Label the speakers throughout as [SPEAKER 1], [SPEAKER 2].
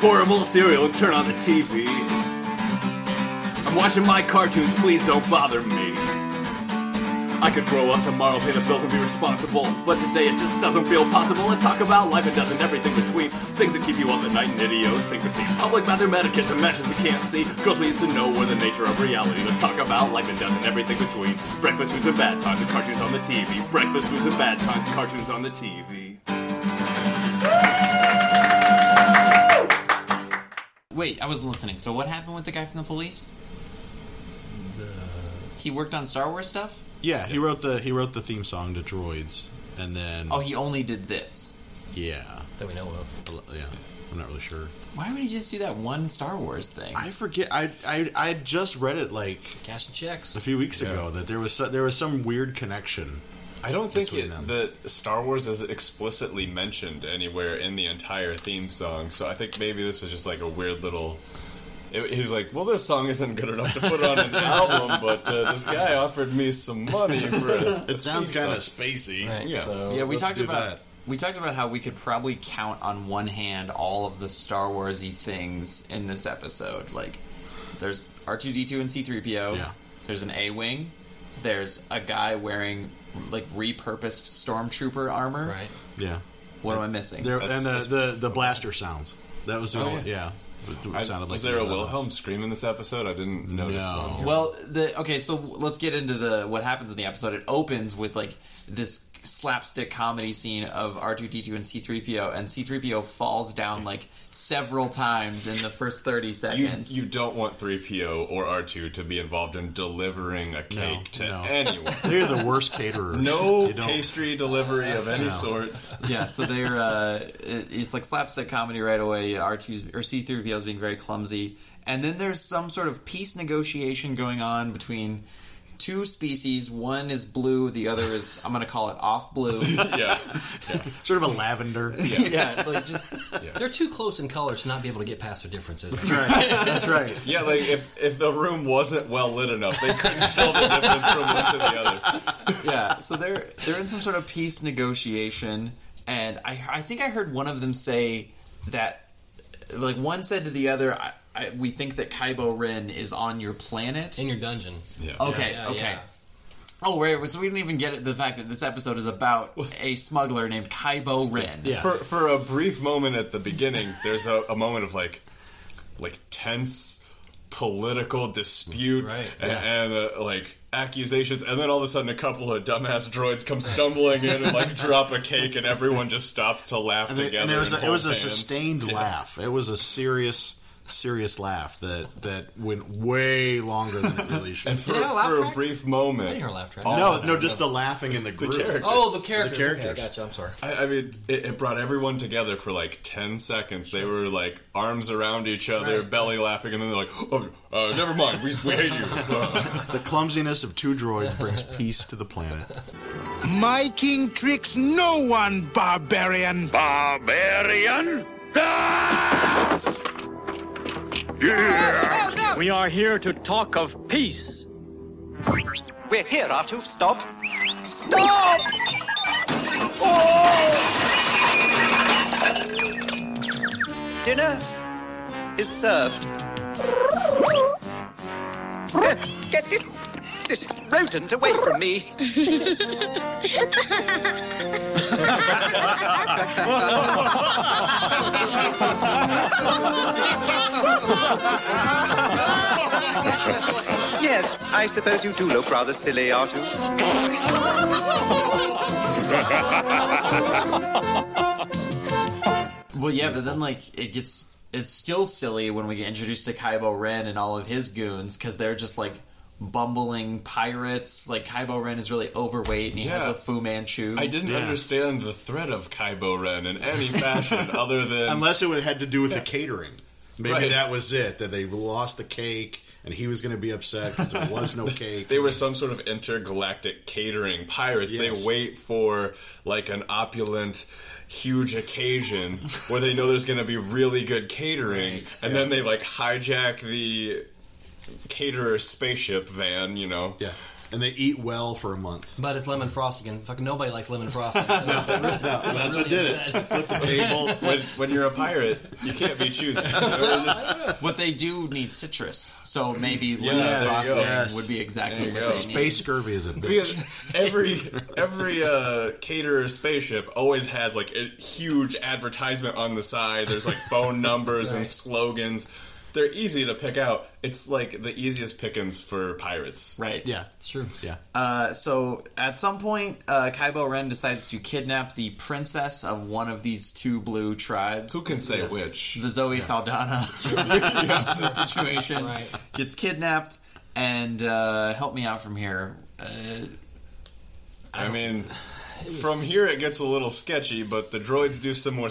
[SPEAKER 1] horrible cereal and turn on the TV. I'm watching my cartoons, please don't bother me. I could grow up tomorrow, pay the bills, and be responsible. But today it just doesn't feel possible. Let's talk about life and death and everything between. Things that keep you up at night and idiosyncrasies. Public mathematics and matches we can't see. Girls we used to know were the nature of reality. Let's talk about life and death and everything between. Breakfast foods and bad times and cartoons on the TV. Breakfast foods and bad times, cartoons on the TV.
[SPEAKER 2] Wait, I wasn't listening. So what happened with the guy from the police? He worked on Star Wars stuff?
[SPEAKER 3] Yeah, he wrote the he wrote the theme song to Droids, and then
[SPEAKER 2] Oh, he only did this.
[SPEAKER 3] yeah,
[SPEAKER 4] that we know of.
[SPEAKER 3] yeah. I'm not really sure.
[SPEAKER 2] Why would he just do that one Star Wars thing?
[SPEAKER 3] I forget. I I I had just read it like
[SPEAKER 4] Cash and
[SPEAKER 3] a
[SPEAKER 4] checks.
[SPEAKER 3] few weeks ago that there was so, there was some weird connection.
[SPEAKER 5] I don't think
[SPEAKER 3] Between them.
[SPEAKER 5] it, that Star Wars is explicitly mentioned anywhere in the entire theme song, so I think maybe this was just like a weird little. It, he was like, "Well, this song isn't good enough to put on an album, but uh, this guy offered me some money for it."
[SPEAKER 3] It sounds kind of spacey.
[SPEAKER 4] Right,
[SPEAKER 3] yeah.
[SPEAKER 4] so
[SPEAKER 2] yeah, we
[SPEAKER 3] let's
[SPEAKER 2] talked
[SPEAKER 3] do
[SPEAKER 2] about
[SPEAKER 3] that.
[SPEAKER 2] we talked about how we could probably count on one hand all of the Star Warsy things in this episode. Like, there's R two D two and C three PO.
[SPEAKER 3] Yeah.
[SPEAKER 2] There's an A wing. There's a guy wearing like repurposed stormtrooper armor.
[SPEAKER 4] Right.
[SPEAKER 3] Yeah.
[SPEAKER 2] What am I missing?
[SPEAKER 3] There
[SPEAKER 5] That's-
[SPEAKER 3] and the,
[SPEAKER 5] that's-
[SPEAKER 3] the the blaster sounds. That was the yeah. It
[SPEAKER 5] Oh, I,
[SPEAKER 3] sounded like
[SPEAKER 5] was there a
[SPEAKER 3] that
[SPEAKER 5] Wilhelm scream in this episode? I didn't notice.
[SPEAKER 3] No.
[SPEAKER 5] one.
[SPEAKER 2] Well, the okay, so let's get into the what happens in the episode. It opens with like this slapstick comedy scene of R2D2 and C3PO, and C3PO falls down like several times in the first 30
[SPEAKER 5] You,
[SPEAKER 2] seconds.
[SPEAKER 5] you don't want 3PO or R2 to be involved in delivering a cake to
[SPEAKER 3] no.
[SPEAKER 5] anyone.
[SPEAKER 3] They're the worst caterers.
[SPEAKER 5] No
[SPEAKER 3] You don't-
[SPEAKER 5] pastry delivery of any sort.
[SPEAKER 2] yeah, so they're uh, it- it's like slapstick comedy right away. R2's or C3PO's being very clumsy, and then there's some sort of peace negotiation going on between two species. One is blue, the other is I'm going to call it off blue.
[SPEAKER 5] Yeah.
[SPEAKER 3] Sort of a lavender.
[SPEAKER 2] yeah, like just
[SPEAKER 4] They're too close in color to not be able to get past their differences.
[SPEAKER 3] That's right. That's right.
[SPEAKER 5] Yeah, like if, if the room wasn't well lit enough, they couldn't tell the difference from one to the other.
[SPEAKER 2] yeah. So they're they're in some sort of peace negotiation, and I I think I heard one of them say that, like one said to the other, I, I, "We think that Kaibo Ren is on your planet."
[SPEAKER 4] In your dungeon.
[SPEAKER 5] Yeah.
[SPEAKER 2] Okay,
[SPEAKER 4] Yeah,
[SPEAKER 2] okay.
[SPEAKER 4] yeah.
[SPEAKER 2] Oh, right. So we didn't even get it, the fact that this episode is about a smuggler named Kaibo Ren.
[SPEAKER 3] Yeah.
[SPEAKER 5] For for a brief moment at the beginning, there's a, a moment of like like tense political dispute
[SPEAKER 4] Right,
[SPEAKER 5] and,
[SPEAKER 4] yeah.
[SPEAKER 5] and, uh, like accusations and then all of a sudden a couple of dumbass droids come stumbling in and like drop a cake and everyone just stops to laugh
[SPEAKER 3] And, it-
[SPEAKER 5] together
[SPEAKER 3] and it was a, it
[SPEAKER 5] hold
[SPEAKER 3] was a
[SPEAKER 5] hands.
[SPEAKER 3] sustained laugh. It was a serious serious laugh that that went way longer than it really should.
[SPEAKER 5] for,
[SPEAKER 4] Did it have a laugh
[SPEAKER 5] for
[SPEAKER 4] track?
[SPEAKER 5] a brief
[SPEAKER 4] I
[SPEAKER 5] moment
[SPEAKER 4] didn't hear a laugh track.
[SPEAKER 3] no, no, just the laughing in the group.
[SPEAKER 5] characters.
[SPEAKER 4] Oh, the characters.
[SPEAKER 3] The characters.
[SPEAKER 4] Okay, I gotcha. I'm sorry.
[SPEAKER 5] I, I mean, it, it brought everyone together for like ten seconds. They were like arms around each other,
[SPEAKER 4] Right.
[SPEAKER 5] belly laughing, and then they're like, "Oh, uh, never mind, we, we hate you." Uh,
[SPEAKER 3] The clumsiness of two droids brings peace to the planet.
[SPEAKER 6] My king tricks no one, barbarian.
[SPEAKER 7] Barbarian?
[SPEAKER 8] We are here to talk of peace.
[SPEAKER 7] We're here, R2. Stop. Stop! Oh! Dinner is served. Uh, Get this, this rodent away from me. Yes, I suppose you do look rather silly, R2.
[SPEAKER 2] Well, yeah, but then like it gets it's still silly when we get introduced to Kaibo Ren and all of his goons because they're just like bumbling pirates. Like Kaibo Ren is really overweight and he has
[SPEAKER 5] Yeah.
[SPEAKER 2] a Fu Manchu.
[SPEAKER 5] I didn't understand the threat of Kaibo Ren in any fashion other than
[SPEAKER 3] Unless it would- had to do with the catering. Maybe
[SPEAKER 5] Right.
[SPEAKER 3] that was it, that they lost the cake and he was going to be upset because there was no cake.
[SPEAKER 5] they were some sort of intergalactic catering pirates.
[SPEAKER 3] Yes.
[SPEAKER 5] They wait for like an opulent, huge occasion where they know there's going to be really good catering, and then they like hijack the caterer's spaceship van. You know,
[SPEAKER 3] Yeah. and they eat well for a month.
[SPEAKER 4] But it's lemon frosting, and fucking nobody likes lemon frosting. So that's
[SPEAKER 3] what did it.
[SPEAKER 5] Table. When, when you're a pirate, you can't be choosy. You know, just-
[SPEAKER 2] But they do need citrus, so maybe
[SPEAKER 5] there
[SPEAKER 2] lemon
[SPEAKER 5] you
[SPEAKER 2] frosting
[SPEAKER 5] go.
[SPEAKER 3] Yes.
[SPEAKER 2] would be exactly
[SPEAKER 5] There you
[SPEAKER 2] what
[SPEAKER 5] go.
[SPEAKER 2] they need.
[SPEAKER 3] Space scurvy is a
[SPEAKER 5] because
[SPEAKER 3] bitch.
[SPEAKER 5] every every uh, caterer spaceship always has like a huge advertisement on the side. There's like phone numbers and slogans. They're easy to pick out. It's like the easiest pickings for pirates.
[SPEAKER 2] Right.
[SPEAKER 3] Yeah,
[SPEAKER 4] It's true.
[SPEAKER 3] yeah.
[SPEAKER 2] Uh, so at some point, uh, Kaibo Ren decides to kidnap the princess of one of these two blue tribes.
[SPEAKER 5] Who can say which?
[SPEAKER 2] the Zoe Saldana of the situation
[SPEAKER 4] Right.
[SPEAKER 2] gets kidnapped and uh, help me out from here. Uh,
[SPEAKER 5] I mean, from here it gets a little sketchy, but the droids do some more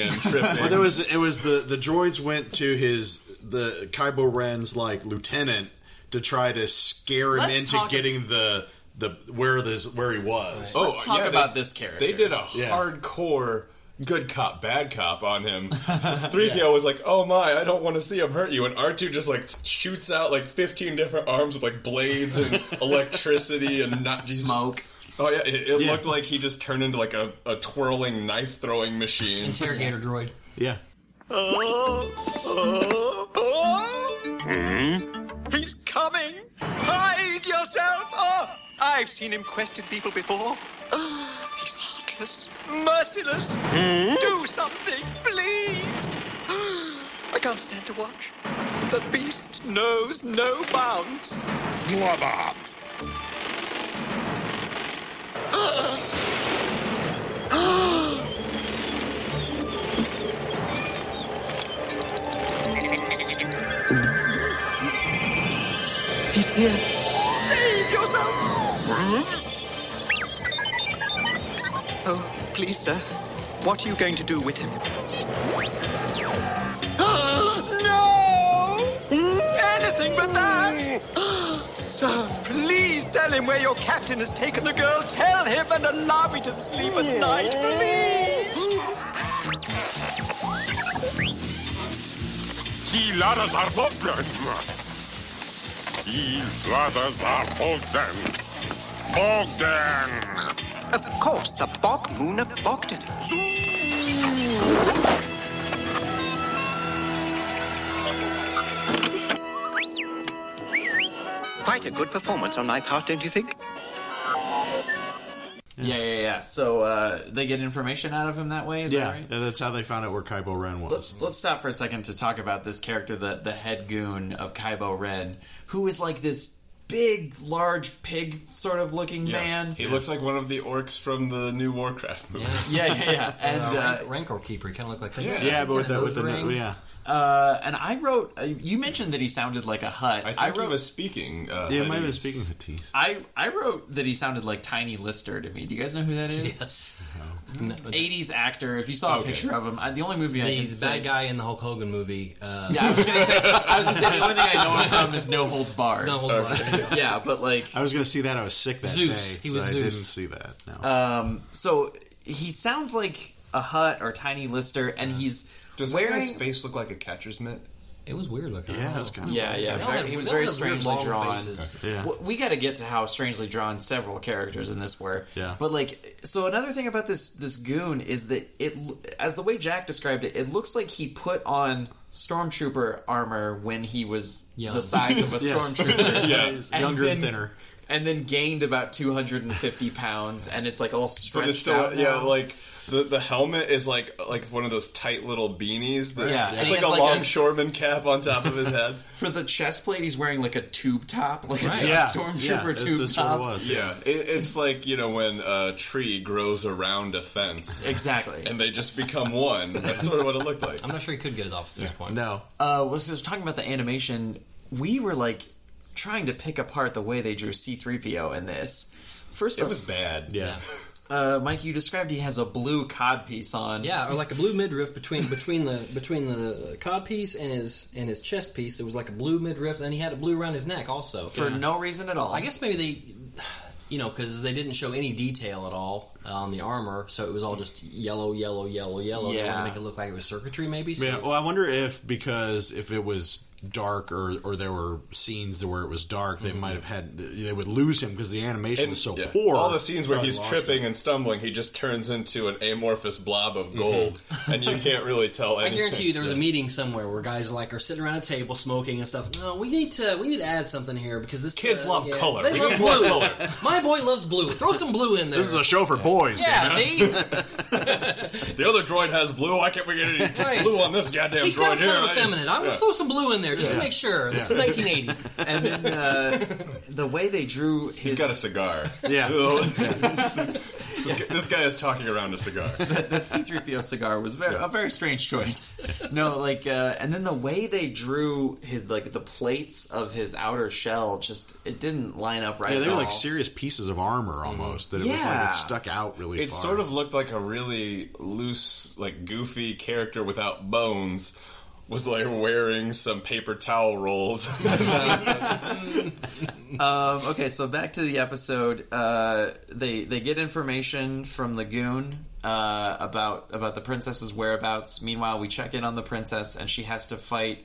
[SPEAKER 5] and tripping.
[SPEAKER 3] Well, there was it was the the droids went to his the Kaibo Ren's like lieutenant to try to scare him
[SPEAKER 2] Let's
[SPEAKER 3] into
[SPEAKER 2] talk-
[SPEAKER 3] getting the the where this where he was.
[SPEAKER 5] Oh,
[SPEAKER 2] let's talk
[SPEAKER 5] yeah, they-
[SPEAKER 2] about this character.
[SPEAKER 5] They did a
[SPEAKER 3] Yeah.
[SPEAKER 5] hardcore good cop, bad cop on him. 3PO was like, oh my, I don't want to see him hurt you. And R2 just like shoots out like 15 different arms with like blades and electricity and not he's just-
[SPEAKER 2] smoke.
[SPEAKER 5] Oh yeah, it, it
[SPEAKER 3] Yeah.
[SPEAKER 5] looked like he just turned into like a, a twirling knife throwing machine.
[SPEAKER 4] Interrogator droid.
[SPEAKER 3] Yeah.
[SPEAKER 7] He's coming! Hide yourself! Oh, I've seen him question people before. He's heartless, merciless. Do something, please! I can't stand to watch. The beast knows no bounds.
[SPEAKER 6] Blubber.
[SPEAKER 7] He's here. Save yourself! Oh, please, sir. What are you going to do with him? no! Anything but that! sir, please tell him where your captain has taken the girl. Tell him and allow me to sleep at night, please!
[SPEAKER 9] He ladders are golden. He ladders are golden. Golden.
[SPEAKER 7] Of course, the Bog Moon of Bogdan. Quite a good performance on my part, don't you think?
[SPEAKER 2] Yeah, yeah, yeah. So uh, they get information out of him that way. Is
[SPEAKER 3] Yeah,
[SPEAKER 2] that right?
[SPEAKER 3] and that's how they found out where Kaibo Ren was.
[SPEAKER 2] Let's let's stop for a second to talk about this character, the the head goon of Kaibo Ren, who is like this big, large pig sort of looking
[SPEAKER 5] Yeah.
[SPEAKER 2] man.
[SPEAKER 5] He looks like one of the orcs from the new Warcraft movie.
[SPEAKER 2] Yeah, yeah, yeah. And
[SPEAKER 4] Uh,
[SPEAKER 2] uh,
[SPEAKER 4] rank, Rancor Keeper. He kind of looked like that.
[SPEAKER 5] Yeah.
[SPEAKER 3] yeah, but with the
[SPEAKER 4] Kinda
[SPEAKER 3] with the
[SPEAKER 4] nose ring.
[SPEAKER 3] yeah,
[SPEAKER 2] uh, and I wrote. Uh, you mentioned that he sounded like a hut.
[SPEAKER 5] I think
[SPEAKER 2] I
[SPEAKER 5] he
[SPEAKER 2] wrote
[SPEAKER 5] was speaking. Uh,
[SPEAKER 3] yeah, it might have been
[SPEAKER 5] Hades.
[SPEAKER 3] speaking to teeth.
[SPEAKER 2] I I wrote that he sounded like Tiny Lister to me. Do you guys know who that is?
[SPEAKER 4] Yes. No, the,
[SPEAKER 2] 80s actor. If you saw a
[SPEAKER 5] Okay.
[SPEAKER 2] picture of him, I, the only movie I can
[SPEAKER 4] the
[SPEAKER 2] say,
[SPEAKER 4] bad guy in the Hulk Hogan movie. Uh,
[SPEAKER 2] Yeah, I was gonna say. I was gonna say the only thing I know him from is No Holds Barred.
[SPEAKER 4] No, hold on.
[SPEAKER 2] Yeah, but like,
[SPEAKER 3] I was going to see that. I was sick that
[SPEAKER 4] Zeus.
[SPEAKER 3] day.
[SPEAKER 4] He
[SPEAKER 3] so
[SPEAKER 4] was
[SPEAKER 3] I
[SPEAKER 4] Zeus.
[SPEAKER 3] didn't see that. No.
[SPEAKER 2] so he sounds like a Hut or Tiny Lister, and he's
[SPEAKER 5] Does that
[SPEAKER 2] wearing.
[SPEAKER 5] guy's face look like a catcher's mitt?
[SPEAKER 4] It was weird looking.
[SPEAKER 3] yeah, it was kind of
[SPEAKER 2] Yeah, yeah.
[SPEAKER 4] They all
[SPEAKER 2] very-
[SPEAKER 4] had-
[SPEAKER 2] he was
[SPEAKER 4] they all
[SPEAKER 2] very
[SPEAKER 4] had weird
[SPEAKER 2] strangely
[SPEAKER 4] long
[SPEAKER 2] drawn.
[SPEAKER 4] faces.
[SPEAKER 3] Yeah.
[SPEAKER 2] W- We got to get to how strangely drawn several characters in this were.
[SPEAKER 3] Yeah.
[SPEAKER 2] But like, so another thing about this this goon is that it, l- as the way Jack described it, it looks like he put on stormtrooper armor when he was
[SPEAKER 4] Young.
[SPEAKER 2] the size of a stormtrooper.
[SPEAKER 5] Yeah.
[SPEAKER 2] And
[SPEAKER 3] younger
[SPEAKER 2] then,
[SPEAKER 3] and thinner.
[SPEAKER 2] and then gained about 250 pounds, and it's like all stretched
[SPEAKER 5] But it's still,
[SPEAKER 2] out.
[SPEAKER 5] yeah,
[SPEAKER 2] now.
[SPEAKER 5] like the, the helmet is like like one of those tight little beanies. That,
[SPEAKER 2] Yeah, and
[SPEAKER 5] it's
[SPEAKER 2] he
[SPEAKER 5] like a
[SPEAKER 2] has like a-
[SPEAKER 5] longshoreman cap on top of his head.
[SPEAKER 2] for the chest plate, he's wearing like a tube top, like
[SPEAKER 4] Right.
[SPEAKER 2] a
[SPEAKER 4] Yeah.
[SPEAKER 2] stormtrooper
[SPEAKER 3] yeah,
[SPEAKER 2] tube
[SPEAKER 3] that's, that's what
[SPEAKER 2] top.
[SPEAKER 3] it was.
[SPEAKER 5] yeah, it, it's like you know when a tree grows around a fence
[SPEAKER 2] Exactly.
[SPEAKER 5] and they just become one. That's sort of what it looked like.
[SPEAKER 4] I'm not sure he could get it off at this point.
[SPEAKER 3] No,
[SPEAKER 2] uh, was was talking about the animation. We were like trying to pick apart the way they drew C-3PO in this. First,
[SPEAKER 5] It
[SPEAKER 2] off,
[SPEAKER 5] was bad.
[SPEAKER 3] yeah,
[SPEAKER 2] uh, Mike, you described he has a blue codpiece on.
[SPEAKER 4] Yeah, or like a blue midriff between between the between the cod piece and his and his chest piece. There was like a blue midriff, and he had a blue around his neck also.
[SPEAKER 2] for no reason at all.
[SPEAKER 4] I guess maybe they, you know, because they didn't show any detail at all uh, on the armor, so it was all just yellow, yellow, yellow, yellow. They wanted
[SPEAKER 2] Yeah.
[SPEAKER 4] to make it look like it was circuitry, maybe. So
[SPEAKER 3] yeah. Well, I wonder if because if it was dark or or there were scenes where it was dark,
[SPEAKER 4] Mm-hmm.
[SPEAKER 3] they might have had they would lose him because the animation was so
[SPEAKER 5] yeah.
[SPEAKER 3] poor.
[SPEAKER 5] All the scenes where
[SPEAKER 3] Probably
[SPEAKER 5] he's
[SPEAKER 3] lost
[SPEAKER 5] tripping
[SPEAKER 3] him.
[SPEAKER 5] and stumbling, he just turns into an amorphous blob of gold, and you can't really tell.
[SPEAKER 4] I
[SPEAKER 5] Anything.
[SPEAKER 4] guarantee you, there was a meeting somewhere where guys like are sitting around a table smoking and stuff. No, we need to we need to add something here because this
[SPEAKER 5] Kids
[SPEAKER 4] uh,
[SPEAKER 5] love
[SPEAKER 4] yeah.
[SPEAKER 5] color.
[SPEAKER 4] They
[SPEAKER 5] We
[SPEAKER 4] love
[SPEAKER 5] need
[SPEAKER 4] blue.
[SPEAKER 5] more color.
[SPEAKER 4] My boy loves blue. Throw some blue in there.
[SPEAKER 3] This is a show for boys.
[SPEAKER 4] yeah,
[SPEAKER 3] damn it.
[SPEAKER 4] see,
[SPEAKER 5] The other droid has blue. Why can't we get any
[SPEAKER 4] Right.
[SPEAKER 5] blue on this goddamn
[SPEAKER 4] he
[SPEAKER 5] droid
[SPEAKER 4] sounds
[SPEAKER 5] here?
[SPEAKER 4] kind of
[SPEAKER 5] I-
[SPEAKER 4] effeminate. I was
[SPEAKER 5] Yeah.
[SPEAKER 4] throw some blue in there just to make sure. This is 1980.
[SPEAKER 2] And then uh, the way they drew his
[SPEAKER 5] He's got a cigar.
[SPEAKER 3] Yeah.
[SPEAKER 5] Ew. this, guy, this guy is talking around a cigar.
[SPEAKER 2] that C3PO cigar was very, a very strange choice. No, like, uh, and then the way they drew his like the plates of his outer shell just it didn't line up right.
[SPEAKER 3] Yeah, they
[SPEAKER 2] at
[SPEAKER 3] were
[SPEAKER 2] all.
[SPEAKER 3] like serious pieces of armor almost. That it was like
[SPEAKER 2] Yeah.
[SPEAKER 3] it stuck out really.
[SPEAKER 5] It
[SPEAKER 3] far.
[SPEAKER 5] Mm-hmm. sort of looked like a really loose, like goofy character without bones was like wearing some paper towel rolls.
[SPEAKER 2] Um, okay, so back to the episode. Uh, they they get information from the goon uh, about about the princess's whereabouts. Meanwhile, we check in on the princess, and she has to fight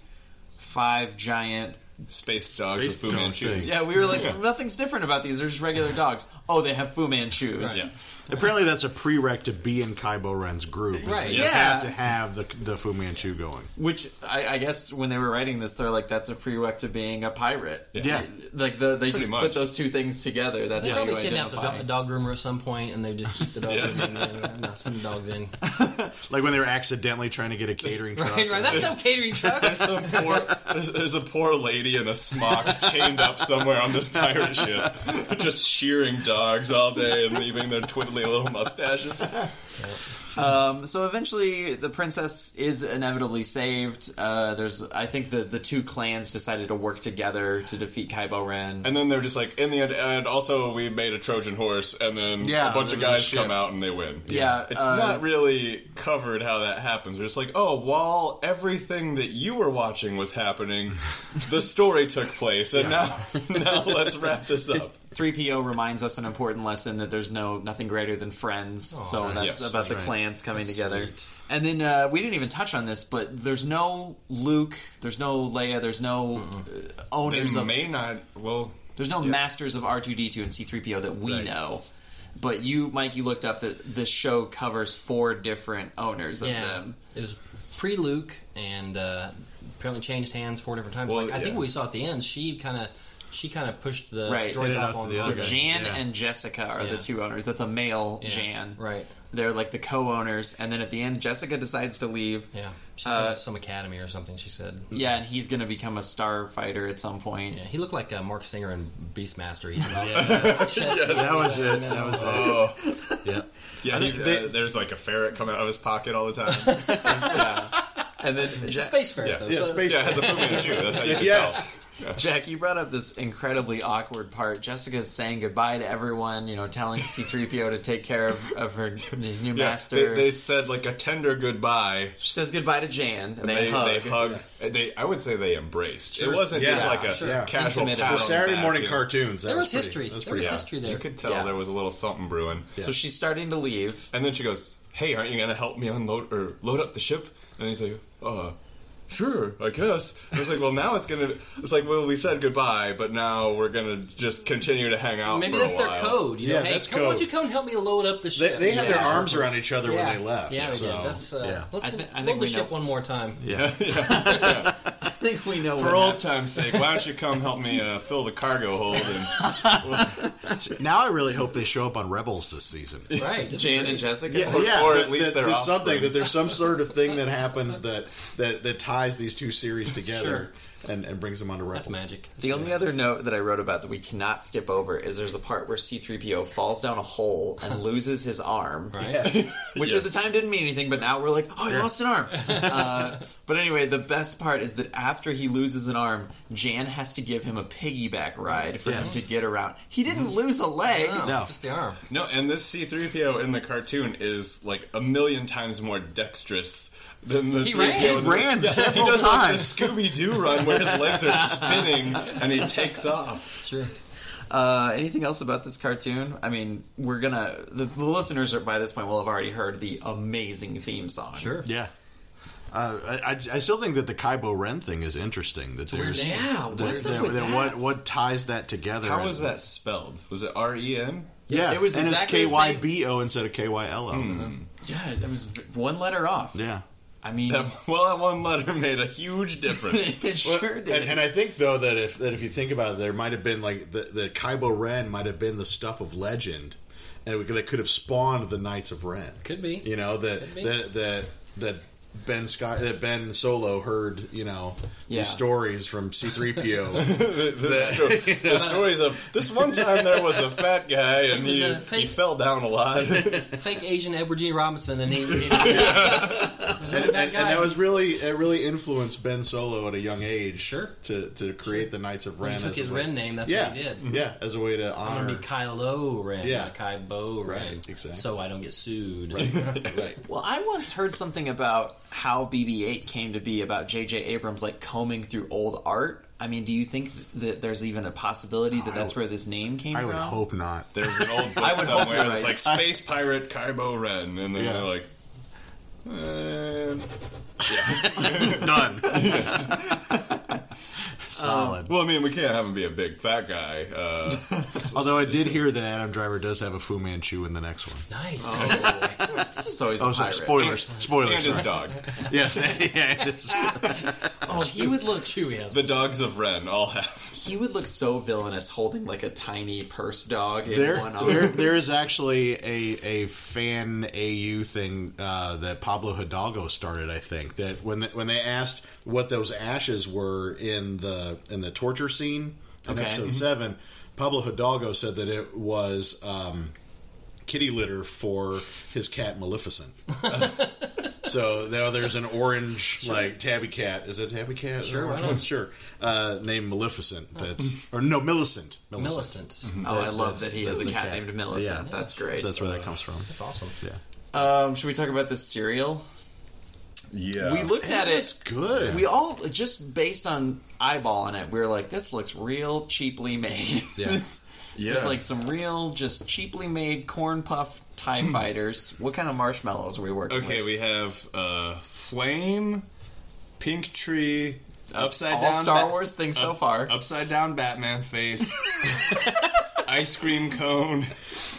[SPEAKER 2] five giant.
[SPEAKER 5] Space dogs
[SPEAKER 3] Space
[SPEAKER 5] with Fu
[SPEAKER 3] dog
[SPEAKER 5] Manchus.
[SPEAKER 3] things.
[SPEAKER 2] Yeah, we were like, nothing's different about these. They're just regular dogs. Oh, they have Fu Manchus.
[SPEAKER 5] Yeah.
[SPEAKER 3] Apparently, that's a prereq to be in Kaibo Ren's group.
[SPEAKER 4] Right.
[SPEAKER 3] You
[SPEAKER 2] Yeah.
[SPEAKER 3] have to have the, the Fu Manchu going.
[SPEAKER 2] Which I, I guess when they were writing this, they're like, that's a prereq to being a pirate.
[SPEAKER 5] Yeah.
[SPEAKER 2] like the, they just
[SPEAKER 5] much.
[SPEAKER 2] put those two things together. That's
[SPEAKER 4] They
[SPEAKER 2] how you
[SPEAKER 4] probably kidnapped a,
[SPEAKER 2] identify.
[SPEAKER 4] do- a dog groomer at some point, and they just keep the dog
[SPEAKER 5] Yeah.
[SPEAKER 4] groomer in there. and not send the dogs in.
[SPEAKER 3] Like when they were accidentally trying to get a catering truck.
[SPEAKER 4] Right, right. That's no catering truck.
[SPEAKER 5] There's some poor, there's, there's a poor lady in a smock chained up somewhere on this pirate ship, just shearing dogs all day and leaving their twiddly little mustaches.
[SPEAKER 2] Um, So eventually, the princess is inevitably saved. Uh, there's, I think, the the two clans decided to work together to defeat Kaibo Ren.
[SPEAKER 5] And then they're just like, in the end, and also we made a Trojan horse, and then
[SPEAKER 3] Yeah,
[SPEAKER 5] a bunch of
[SPEAKER 3] there was a
[SPEAKER 5] guys
[SPEAKER 3] ship.
[SPEAKER 5] come out and they win.
[SPEAKER 2] Yeah,
[SPEAKER 5] It's
[SPEAKER 2] uh,
[SPEAKER 5] not really covered how that happens. They're just like, oh, while everything that you were watching was happening, the story took place, and now, now let's wrap this up.
[SPEAKER 2] Three PO reminds us an important lesson that there's no nothing greater than friends. so that's
[SPEAKER 5] yes,
[SPEAKER 2] about
[SPEAKER 5] Oh, that's
[SPEAKER 2] the
[SPEAKER 5] right.
[SPEAKER 2] clans coming together. And then uh, we didn't even touch on this, but there's no Luke, there's no Leia, there's no uh,
[SPEAKER 5] They
[SPEAKER 2] owners of
[SPEAKER 5] may not, well,
[SPEAKER 2] There's no masters of R2D2 and C3PO that we
[SPEAKER 5] Right.
[SPEAKER 2] know. But you, Mike, you looked up that this show covers four different owners of
[SPEAKER 4] Yeah,
[SPEAKER 2] them.
[SPEAKER 4] it was pre Luke, and uh, apparently changed hands four different times.
[SPEAKER 5] Well,
[SPEAKER 4] like, I
[SPEAKER 5] yeah.
[SPEAKER 4] think we saw at the end, she kind of she kind of pushed the
[SPEAKER 2] Right.
[SPEAKER 4] droid
[SPEAKER 3] Headed
[SPEAKER 4] off
[SPEAKER 3] out to
[SPEAKER 4] on
[SPEAKER 3] the
[SPEAKER 2] So
[SPEAKER 3] other Okay. guy.
[SPEAKER 2] Jan
[SPEAKER 3] Yeah.
[SPEAKER 2] and Jessica are
[SPEAKER 4] Yeah.
[SPEAKER 2] the two owners. That's a male
[SPEAKER 4] Yeah,
[SPEAKER 2] Jan.
[SPEAKER 4] right?
[SPEAKER 2] They're like the co-owners, and then at the end, Jessica decides to leave.
[SPEAKER 4] Yeah, she's
[SPEAKER 2] Uh,
[SPEAKER 4] going to some academy or something. She said.
[SPEAKER 2] Yeah, and he's going to become a starfighter at some point.
[SPEAKER 4] Yeah, he looked like uh, Mark Singer in Beastmaster. He had
[SPEAKER 3] That was it. That was it.
[SPEAKER 5] oh.
[SPEAKER 3] Yeah.
[SPEAKER 5] Yeah,
[SPEAKER 3] think
[SPEAKER 5] he- uh,
[SPEAKER 3] they-
[SPEAKER 5] there's like a ferret coming out of his pocket all the time.
[SPEAKER 2] And then
[SPEAKER 4] It's a
[SPEAKER 2] Ja-
[SPEAKER 4] space ferret,
[SPEAKER 5] Yeah.
[SPEAKER 4] though.
[SPEAKER 5] Yeah,
[SPEAKER 4] so-
[SPEAKER 5] yeah, it has a Fu Manchu. That's how you can
[SPEAKER 3] Yes.
[SPEAKER 2] Jack, you brought up this incredibly awkward part. Jessica's saying goodbye to everyone, you know, telling C-3PO to take care of, of her his new
[SPEAKER 5] tell. Yeah, they,
[SPEAKER 2] master.
[SPEAKER 5] they said like a tender goodbye.
[SPEAKER 2] she says goodbye to Jan, and, they,
[SPEAKER 5] They,
[SPEAKER 2] hug.
[SPEAKER 5] they hug. They, I would say they embraced. It wasn't
[SPEAKER 3] Yeah.
[SPEAKER 5] just like a
[SPEAKER 3] Sure. Yeah.
[SPEAKER 5] casual
[SPEAKER 2] Intimate.
[SPEAKER 5] pat on
[SPEAKER 2] For
[SPEAKER 5] the
[SPEAKER 3] Saturday
[SPEAKER 5] back,
[SPEAKER 3] morning
[SPEAKER 5] you know.
[SPEAKER 3] cartoons. That
[SPEAKER 4] There was
[SPEAKER 3] pretty-
[SPEAKER 4] history.
[SPEAKER 3] that was
[SPEAKER 4] There was
[SPEAKER 3] pretty-
[SPEAKER 4] history there.
[SPEAKER 5] You could tell
[SPEAKER 2] Yeah.
[SPEAKER 5] there was a little something brewing.
[SPEAKER 2] So she's starting to leave.
[SPEAKER 5] And then she goes, "Hey, aren't you gonna help me unload or load up the ship?" And he's like, "Uh, sure, I guess." And it's like, "Well, now it's gonna." It's like, "Well, we said goodbye, but now we're gonna just continue to hang out."
[SPEAKER 4] Maybe
[SPEAKER 5] for
[SPEAKER 4] that's
[SPEAKER 5] a
[SPEAKER 4] their
[SPEAKER 5] while.
[SPEAKER 4] code. You
[SPEAKER 3] Yeah,
[SPEAKER 4] know, hey,
[SPEAKER 3] that's
[SPEAKER 4] come, why don't
[SPEAKER 3] code.
[SPEAKER 4] you come and help me load up the
[SPEAKER 3] They,
[SPEAKER 4] ship?
[SPEAKER 3] they had their
[SPEAKER 4] Yeah.
[SPEAKER 3] arms around each other
[SPEAKER 4] Yeah.
[SPEAKER 3] when they left.
[SPEAKER 4] Yeah, we
[SPEAKER 3] so-
[SPEAKER 4] did. That's, uh,
[SPEAKER 3] yeah.
[SPEAKER 4] Let's
[SPEAKER 2] I thi- I
[SPEAKER 4] load
[SPEAKER 2] think
[SPEAKER 4] the
[SPEAKER 2] we
[SPEAKER 4] ship
[SPEAKER 2] know.
[SPEAKER 4] one more time.
[SPEAKER 2] I think we know
[SPEAKER 5] For old time's sake, why don't you come help me uh, fill the cargo hold? And
[SPEAKER 3] Now I really hope they show up on Rebels this season.
[SPEAKER 4] Right.
[SPEAKER 2] Jan and Jessica.
[SPEAKER 5] Or- or at
[SPEAKER 3] that-
[SPEAKER 5] least
[SPEAKER 3] that
[SPEAKER 5] their
[SPEAKER 3] there's
[SPEAKER 5] offspring.
[SPEAKER 3] something that there's some sort of thing that happens that that, that ties these two series together and, and brings them onto Rebels.
[SPEAKER 4] That's magic.
[SPEAKER 2] The only other note that I wrote about that we cannot skip over is there's a part where C3PO falls down a hole and loses his arm,
[SPEAKER 3] Yeah.
[SPEAKER 2] which at the time didn't mean anything, but now we're like, oh, he lost an arm. uh, but anyway, the best part is that after he loses an arm, Jan has to give him a piggyback ride for him to get around. He didn't lose a leg.
[SPEAKER 4] No,
[SPEAKER 3] No.
[SPEAKER 4] just the arm.
[SPEAKER 5] no, and this C-3PO in the cartoon is like a million times more dexterous than the
[SPEAKER 4] He
[SPEAKER 5] 3PO
[SPEAKER 4] ran.
[SPEAKER 5] in the-
[SPEAKER 3] Ran several
[SPEAKER 5] he does like the
[SPEAKER 3] times.
[SPEAKER 5] Scooby Doo run where his legs are spinning and he takes off.
[SPEAKER 4] It's true.
[SPEAKER 2] Uh, anything else about this cartoon? I mean, we're gonna the, the listeners are by this point will have already heard the amazing theme song.
[SPEAKER 4] Sure.
[SPEAKER 3] Yeah. Uh, I, I I still think that the Kaibo Ren thing is interesting. That there's
[SPEAKER 4] name. Yeah,
[SPEAKER 3] that,
[SPEAKER 4] what's up with that?
[SPEAKER 3] What what ties that together?
[SPEAKER 5] How
[SPEAKER 3] is-
[SPEAKER 5] was that spelled? Was it R E N?
[SPEAKER 3] Yeah,
[SPEAKER 2] It was
[SPEAKER 3] and
[SPEAKER 2] exactly the
[SPEAKER 3] it's
[SPEAKER 2] same-
[SPEAKER 3] KYBO instead of KYLO.
[SPEAKER 4] Mm-hmm.
[SPEAKER 2] Yeah, it was one letter off.
[SPEAKER 3] Yeah.
[SPEAKER 2] I mean,
[SPEAKER 5] That- Well, that one letter made a huge difference.
[SPEAKER 2] it sure did.
[SPEAKER 3] And, and I think though that if that if you think about it, there might have been like the, the Kaibo Ren might have been the stuff of legend, and we, could- that could have spawned the Knights of Ren.
[SPEAKER 4] Could be.
[SPEAKER 3] You know that
[SPEAKER 4] Could be.
[SPEAKER 3] that that that Ben Scott that Ben Solo heard you know
[SPEAKER 2] Yeah.
[SPEAKER 3] these stories from C three PO.
[SPEAKER 5] the, the sto- the stories of this one time there was a fat guy and
[SPEAKER 4] was
[SPEAKER 5] he,
[SPEAKER 4] a fake-
[SPEAKER 5] he fell down a lot.
[SPEAKER 4] Fake Asian Edward G. Robinson, and he. he- that
[SPEAKER 3] And,
[SPEAKER 4] guy.
[SPEAKER 3] and that was really it really influenced Ben Solo at a young age.
[SPEAKER 4] Sure.
[SPEAKER 3] To to create the Knights of Ren.
[SPEAKER 4] he took
[SPEAKER 3] as a
[SPEAKER 4] his
[SPEAKER 3] way-
[SPEAKER 4] Ren name. That's
[SPEAKER 3] Yeah.
[SPEAKER 4] what he did.
[SPEAKER 3] Yeah. As a way to
[SPEAKER 4] I want
[SPEAKER 3] honor.
[SPEAKER 4] to be Kylo Ren,
[SPEAKER 3] Yeah.
[SPEAKER 4] not Kybo Ren,
[SPEAKER 3] Right, exactly.
[SPEAKER 4] so I don't get sued.
[SPEAKER 3] right.
[SPEAKER 2] Well, I once heard something about how BB-8 came to be about J.J. Abrams like combing through old art. I mean, do you think that there's even a possibility that that's where this name came
[SPEAKER 3] I
[SPEAKER 2] from?
[SPEAKER 3] would hope not.
[SPEAKER 5] There's an old
[SPEAKER 2] I
[SPEAKER 5] book
[SPEAKER 2] would hope
[SPEAKER 5] somewhere
[SPEAKER 2] you're
[SPEAKER 5] that's
[SPEAKER 2] right.
[SPEAKER 5] like Space Pirate Kaibo Ren, and then
[SPEAKER 3] Yeah.
[SPEAKER 5] they're like, eh.
[SPEAKER 3] Done. Solid.
[SPEAKER 5] well, I mean, we can't have him be a big fat guy. Uh,
[SPEAKER 3] Although I did hear that Adam Driver does have a Fu Manchu in the next one.
[SPEAKER 4] Nice.
[SPEAKER 2] So he's a
[SPEAKER 3] Oh, sorry,
[SPEAKER 2] pirate.
[SPEAKER 3] spoilers.
[SPEAKER 5] and
[SPEAKER 3] Spoilers.
[SPEAKER 5] his
[SPEAKER 3] sorry.
[SPEAKER 5] dog.
[SPEAKER 3] Yes. yeah, it is.
[SPEAKER 4] Oh, he would look chewy as
[SPEAKER 5] The dogs of Ren all have.
[SPEAKER 2] He would look so villainous holding like a tiny purse dog in
[SPEAKER 3] there,
[SPEAKER 2] one
[SPEAKER 3] there,
[SPEAKER 2] arm.
[SPEAKER 3] there is actually a, a fan AU thing uh, that Pablo Hidalgo started. I think that when when they asked what those ashes were in the in the torture scene in
[SPEAKER 2] Okay.
[SPEAKER 3] episode seven, Pablo Hidalgo said that it was um, kitty litter for his cat Maleficent. so now there's an orange like tabby cat. Is it tabby cat?
[SPEAKER 4] Sure,
[SPEAKER 3] Orange
[SPEAKER 4] why not?
[SPEAKER 3] one? Sure. Uh, named Maleficent. That's or no Millicent.
[SPEAKER 4] Millicent.
[SPEAKER 3] Mm-hmm.
[SPEAKER 2] Oh, I love
[SPEAKER 3] That's-
[SPEAKER 2] that he has a
[SPEAKER 3] that's
[SPEAKER 2] cat
[SPEAKER 3] the cat.
[SPEAKER 2] named Millicent.
[SPEAKER 3] Yeah.
[SPEAKER 2] That's great.
[SPEAKER 3] So that's where that comes from.
[SPEAKER 4] That's awesome.
[SPEAKER 2] um, should we talk about this cereal?
[SPEAKER 5] Yeah.
[SPEAKER 2] We looked at it.
[SPEAKER 3] Good.
[SPEAKER 2] We all just based on eyeballing it, we were like, "This looks real cheaply made."
[SPEAKER 3] Yeah.
[SPEAKER 2] This-
[SPEAKER 5] yeah.
[SPEAKER 2] There's like some real, just cheaply made corn puff Tie
[SPEAKER 3] Hmm.
[SPEAKER 2] Fighters. What kind of marshmallows are we working
[SPEAKER 5] Okay,
[SPEAKER 2] with?
[SPEAKER 5] we have uh, Flame, Pink Tree, Upside
[SPEAKER 2] all
[SPEAKER 5] Down.
[SPEAKER 2] Star
[SPEAKER 5] Ba-
[SPEAKER 2] Wars things so far.
[SPEAKER 5] Upside Down Batman Face, Ice Cream Cone,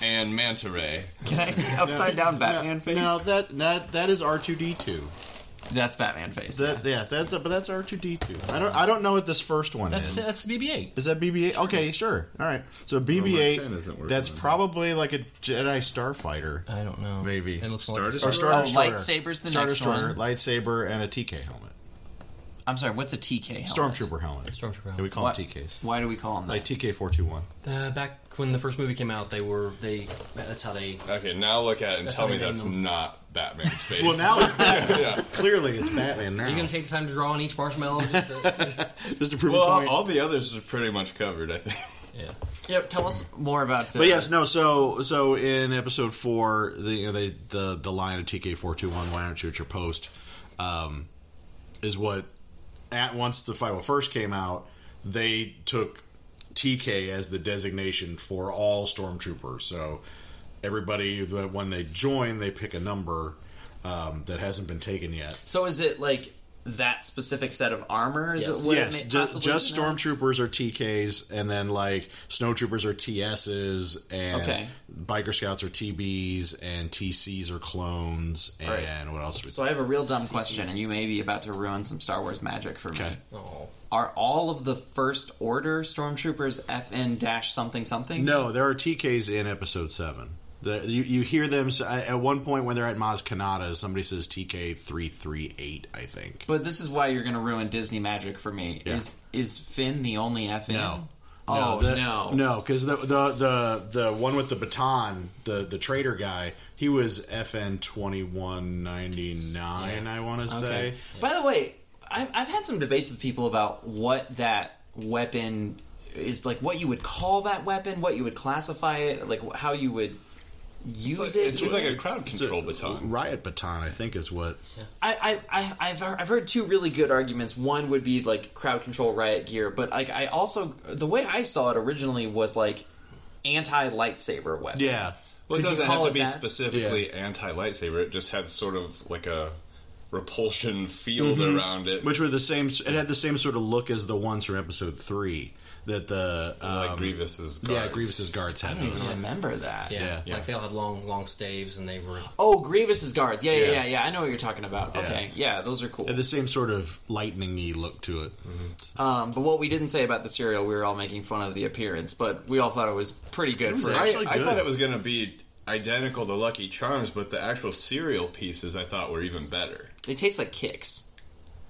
[SPEAKER 5] and Manta Ray.
[SPEAKER 2] Can I see upside down Batman face?
[SPEAKER 3] Now that that that is R two D two.
[SPEAKER 2] That's Batman face.
[SPEAKER 3] That yeah, that's but that's R two D two. I don't I don't know what this first one
[SPEAKER 4] That's
[SPEAKER 3] is.
[SPEAKER 4] that's BB-8.
[SPEAKER 3] Is that BB-8? Okay, sure. All right. So
[SPEAKER 5] pen isn't
[SPEAKER 3] BB-8.
[SPEAKER 5] working
[SPEAKER 3] That's
[SPEAKER 5] on that.
[SPEAKER 3] probably like a Jedi starfighter.
[SPEAKER 4] I don't know.
[SPEAKER 3] Maybe.
[SPEAKER 4] it looks
[SPEAKER 5] Star
[SPEAKER 4] like Star.
[SPEAKER 5] Destroyer?
[SPEAKER 3] Star
[SPEAKER 2] oh,
[SPEAKER 3] Destroyer.
[SPEAKER 2] lightsaber's the
[SPEAKER 3] Star
[SPEAKER 2] next
[SPEAKER 3] Destroyer,
[SPEAKER 2] one.
[SPEAKER 3] lightsaber, and a TK helmet.
[SPEAKER 2] I'm sorry. What's a TK? Helmet?
[SPEAKER 3] Stormtrooper helmet.
[SPEAKER 4] Stormtrooper
[SPEAKER 3] Yeah, we
[SPEAKER 4] helmet.
[SPEAKER 3] call
[SPEAKER 2] What-
[SPEAKER 3] them TKs.
[SPEAKER 2] Why do we call them that?
[SPEAKER 3] Like TK four two one.
[SPEAKER 4] Uh, back when the first movie came out, they were they. That's how they.
[SPEAKER 5] Okay, now look at it and
[SPEAKER 4] That's
[SPEAKER 5] tell
[SPEAKER 4] how
[SPEAKER 5] me
[SPEAKER 4] they name
[SPEAKER 5] that's
[SPEAKER 4] them.
[SPEAKER 5] not Batman's face.
[SPEAKER 3] Well, now it's Batman.
[SPEAKER 5] yeah.
[SPEAKER 3] clearly it's Batman now.
[SPEAKER 4] Are you gonna take the time to draw on each marshmallow? Just to,
[SPEAKER 3] just to prove
[SPEAKER 5] Well,
[SPEAKER 3] a point.
[SPEAKER 5] all, all the others are pretty much covered, I think.
[SPEAKER 4] yeah.
[SPEAKER 2] Yeah, tell us more about. Uh,
[SPEAKER 3] But yes, no. So so in episode four, the you know, they, the the line of TK four two one. Why aren't you at your post? Um, is what at once the five hundred first came out, they took TK as the designation for all stormtroopers. So everybody that- when they join, they pick a number um, that hasn't been taken yet.
[SPEAKER 2] So is it like that specific set of armor? Is
[SPEAKER 4] Yes.
[SPEAKER 2] it what
[SPEAKER 3] yes,
[SPEAKER 2] It may
[SPEAKER 3] ju-
[SPEAKER 2] possibly
[SPEAKER 3] just
[SPEAKER 2] be?
[SPEAKER 3] stormtroopers are TKs, and then like snowtroopers are TSs, and
[SPEAKER 2] Okay.
[SPEAKER 3] biker scouts are TBs, and TCs are clones, and
[SPEAKER 2] Right.
[SPEAKER 3] what else? Was
[SPEAKER 2] So I have a real dumb question, and you may be about to ruin some Star Wars magic for me.
[SPEAKER 3] okay.
[SPEAKER 4] Oh,
[SPEAKER 2] Are all of the First Order stormtroopers FN dash something something?
[SPEAKER 3] No, there are TKs in Episode Seven. The, you, you hear them s- at one point when they're at Maz Kanata. Somebody says TK three three eight, I think.
[SPEAKER 2] But this is why you're going to ruin Disney magic for me.
[SPEAKER 3] Yeah.
[SPEAKER 2] Is is Finn the only FN?
[SPEAKER 3] No.
[SPEAKER 2] Oh
[SPEAKER 3] the-
[SPEAKER 2] no.
[SPEAKER 3] no, because the, the the the one with the baton, the the traitor guy, he was FN twenty one ninety nine. I want to say.
[SPEAKER 2] Okay. By the way, I've, I've had some debates with people about what that weapon is like, what you would call that weapon, what you would classify it, like wh- how you would use
[SPEAKER 5] It's
[SPEAKER 2] it.
[SPEAKER 5] it's like a crowd control baton.
[SPEAKER 3] Riot baton, I think, is what.
[SPEAKER 2] I, I, I, I've, heard, I've heard two really good arguments. One would be like crowd control riot gear, but like I also the way I saw it originally was like anti lightsaber weapon.
[SPEAKER 3] Yeah,
[SPEAKER 5] Well, it
[SPEAKER 2] Could you
[SPEAKER 5] doesn't
[SPEAKER 2] call
[SPEAKER 5] have to
[SPEAKER 2] it
[SPEAKER 5] be
[SPEAKER 2] that?
[SPEAKER 5] specifically anti lightsaber. It just had sort of like a repulsion field around it,
[SPEAKER 3] Mm-hmm. which were the same. It had the same sort of look as the ones from episode three that the
[SPEAKER 5] like
[SPEAKER 3] um,
[SPEAKER 5] Grievous's guards.
[SPEAKER 3] yeah Grievous's guards
[SPEAKER 2] I
[SPEAKER 3] had.
[SPEAKER 2] don't
[SPEAKER 3] those.
[SPEAKER 2] even remember that.
[SPEAKER 4] Yeah,
[SPEAKER 3] Yeah, yeah.
[SPEAKER 4] like they all had long, long staves, and they were.
[SPEAKER 2] Oh, Grievous's guards. Yeah, yeah,
[SPEAKER 3] Yeah.
[SPEAKER 2] yeah, yeah. I know what you're talking about. Okay, yeah, those are cool.
[SPEAKER 3] Had the same sort of lightning-y look to it.
[SPEAKER 2] Um, but what we didn't say about the cereal, we were all making fun of the appearance, but we all thought it was pretty good.
[SPEAKER 3] was
[SPEAKER 2] for
[SPEAKER 3] actually-
[SPEAKER 5] I, I
[SPEAKER 3] good.
[SPEAKER 5] thought it was going to be identical to Lucky Charms, but the actual cereal pieces I thought were even better.
[SPEAKER 2] They taste like kicks.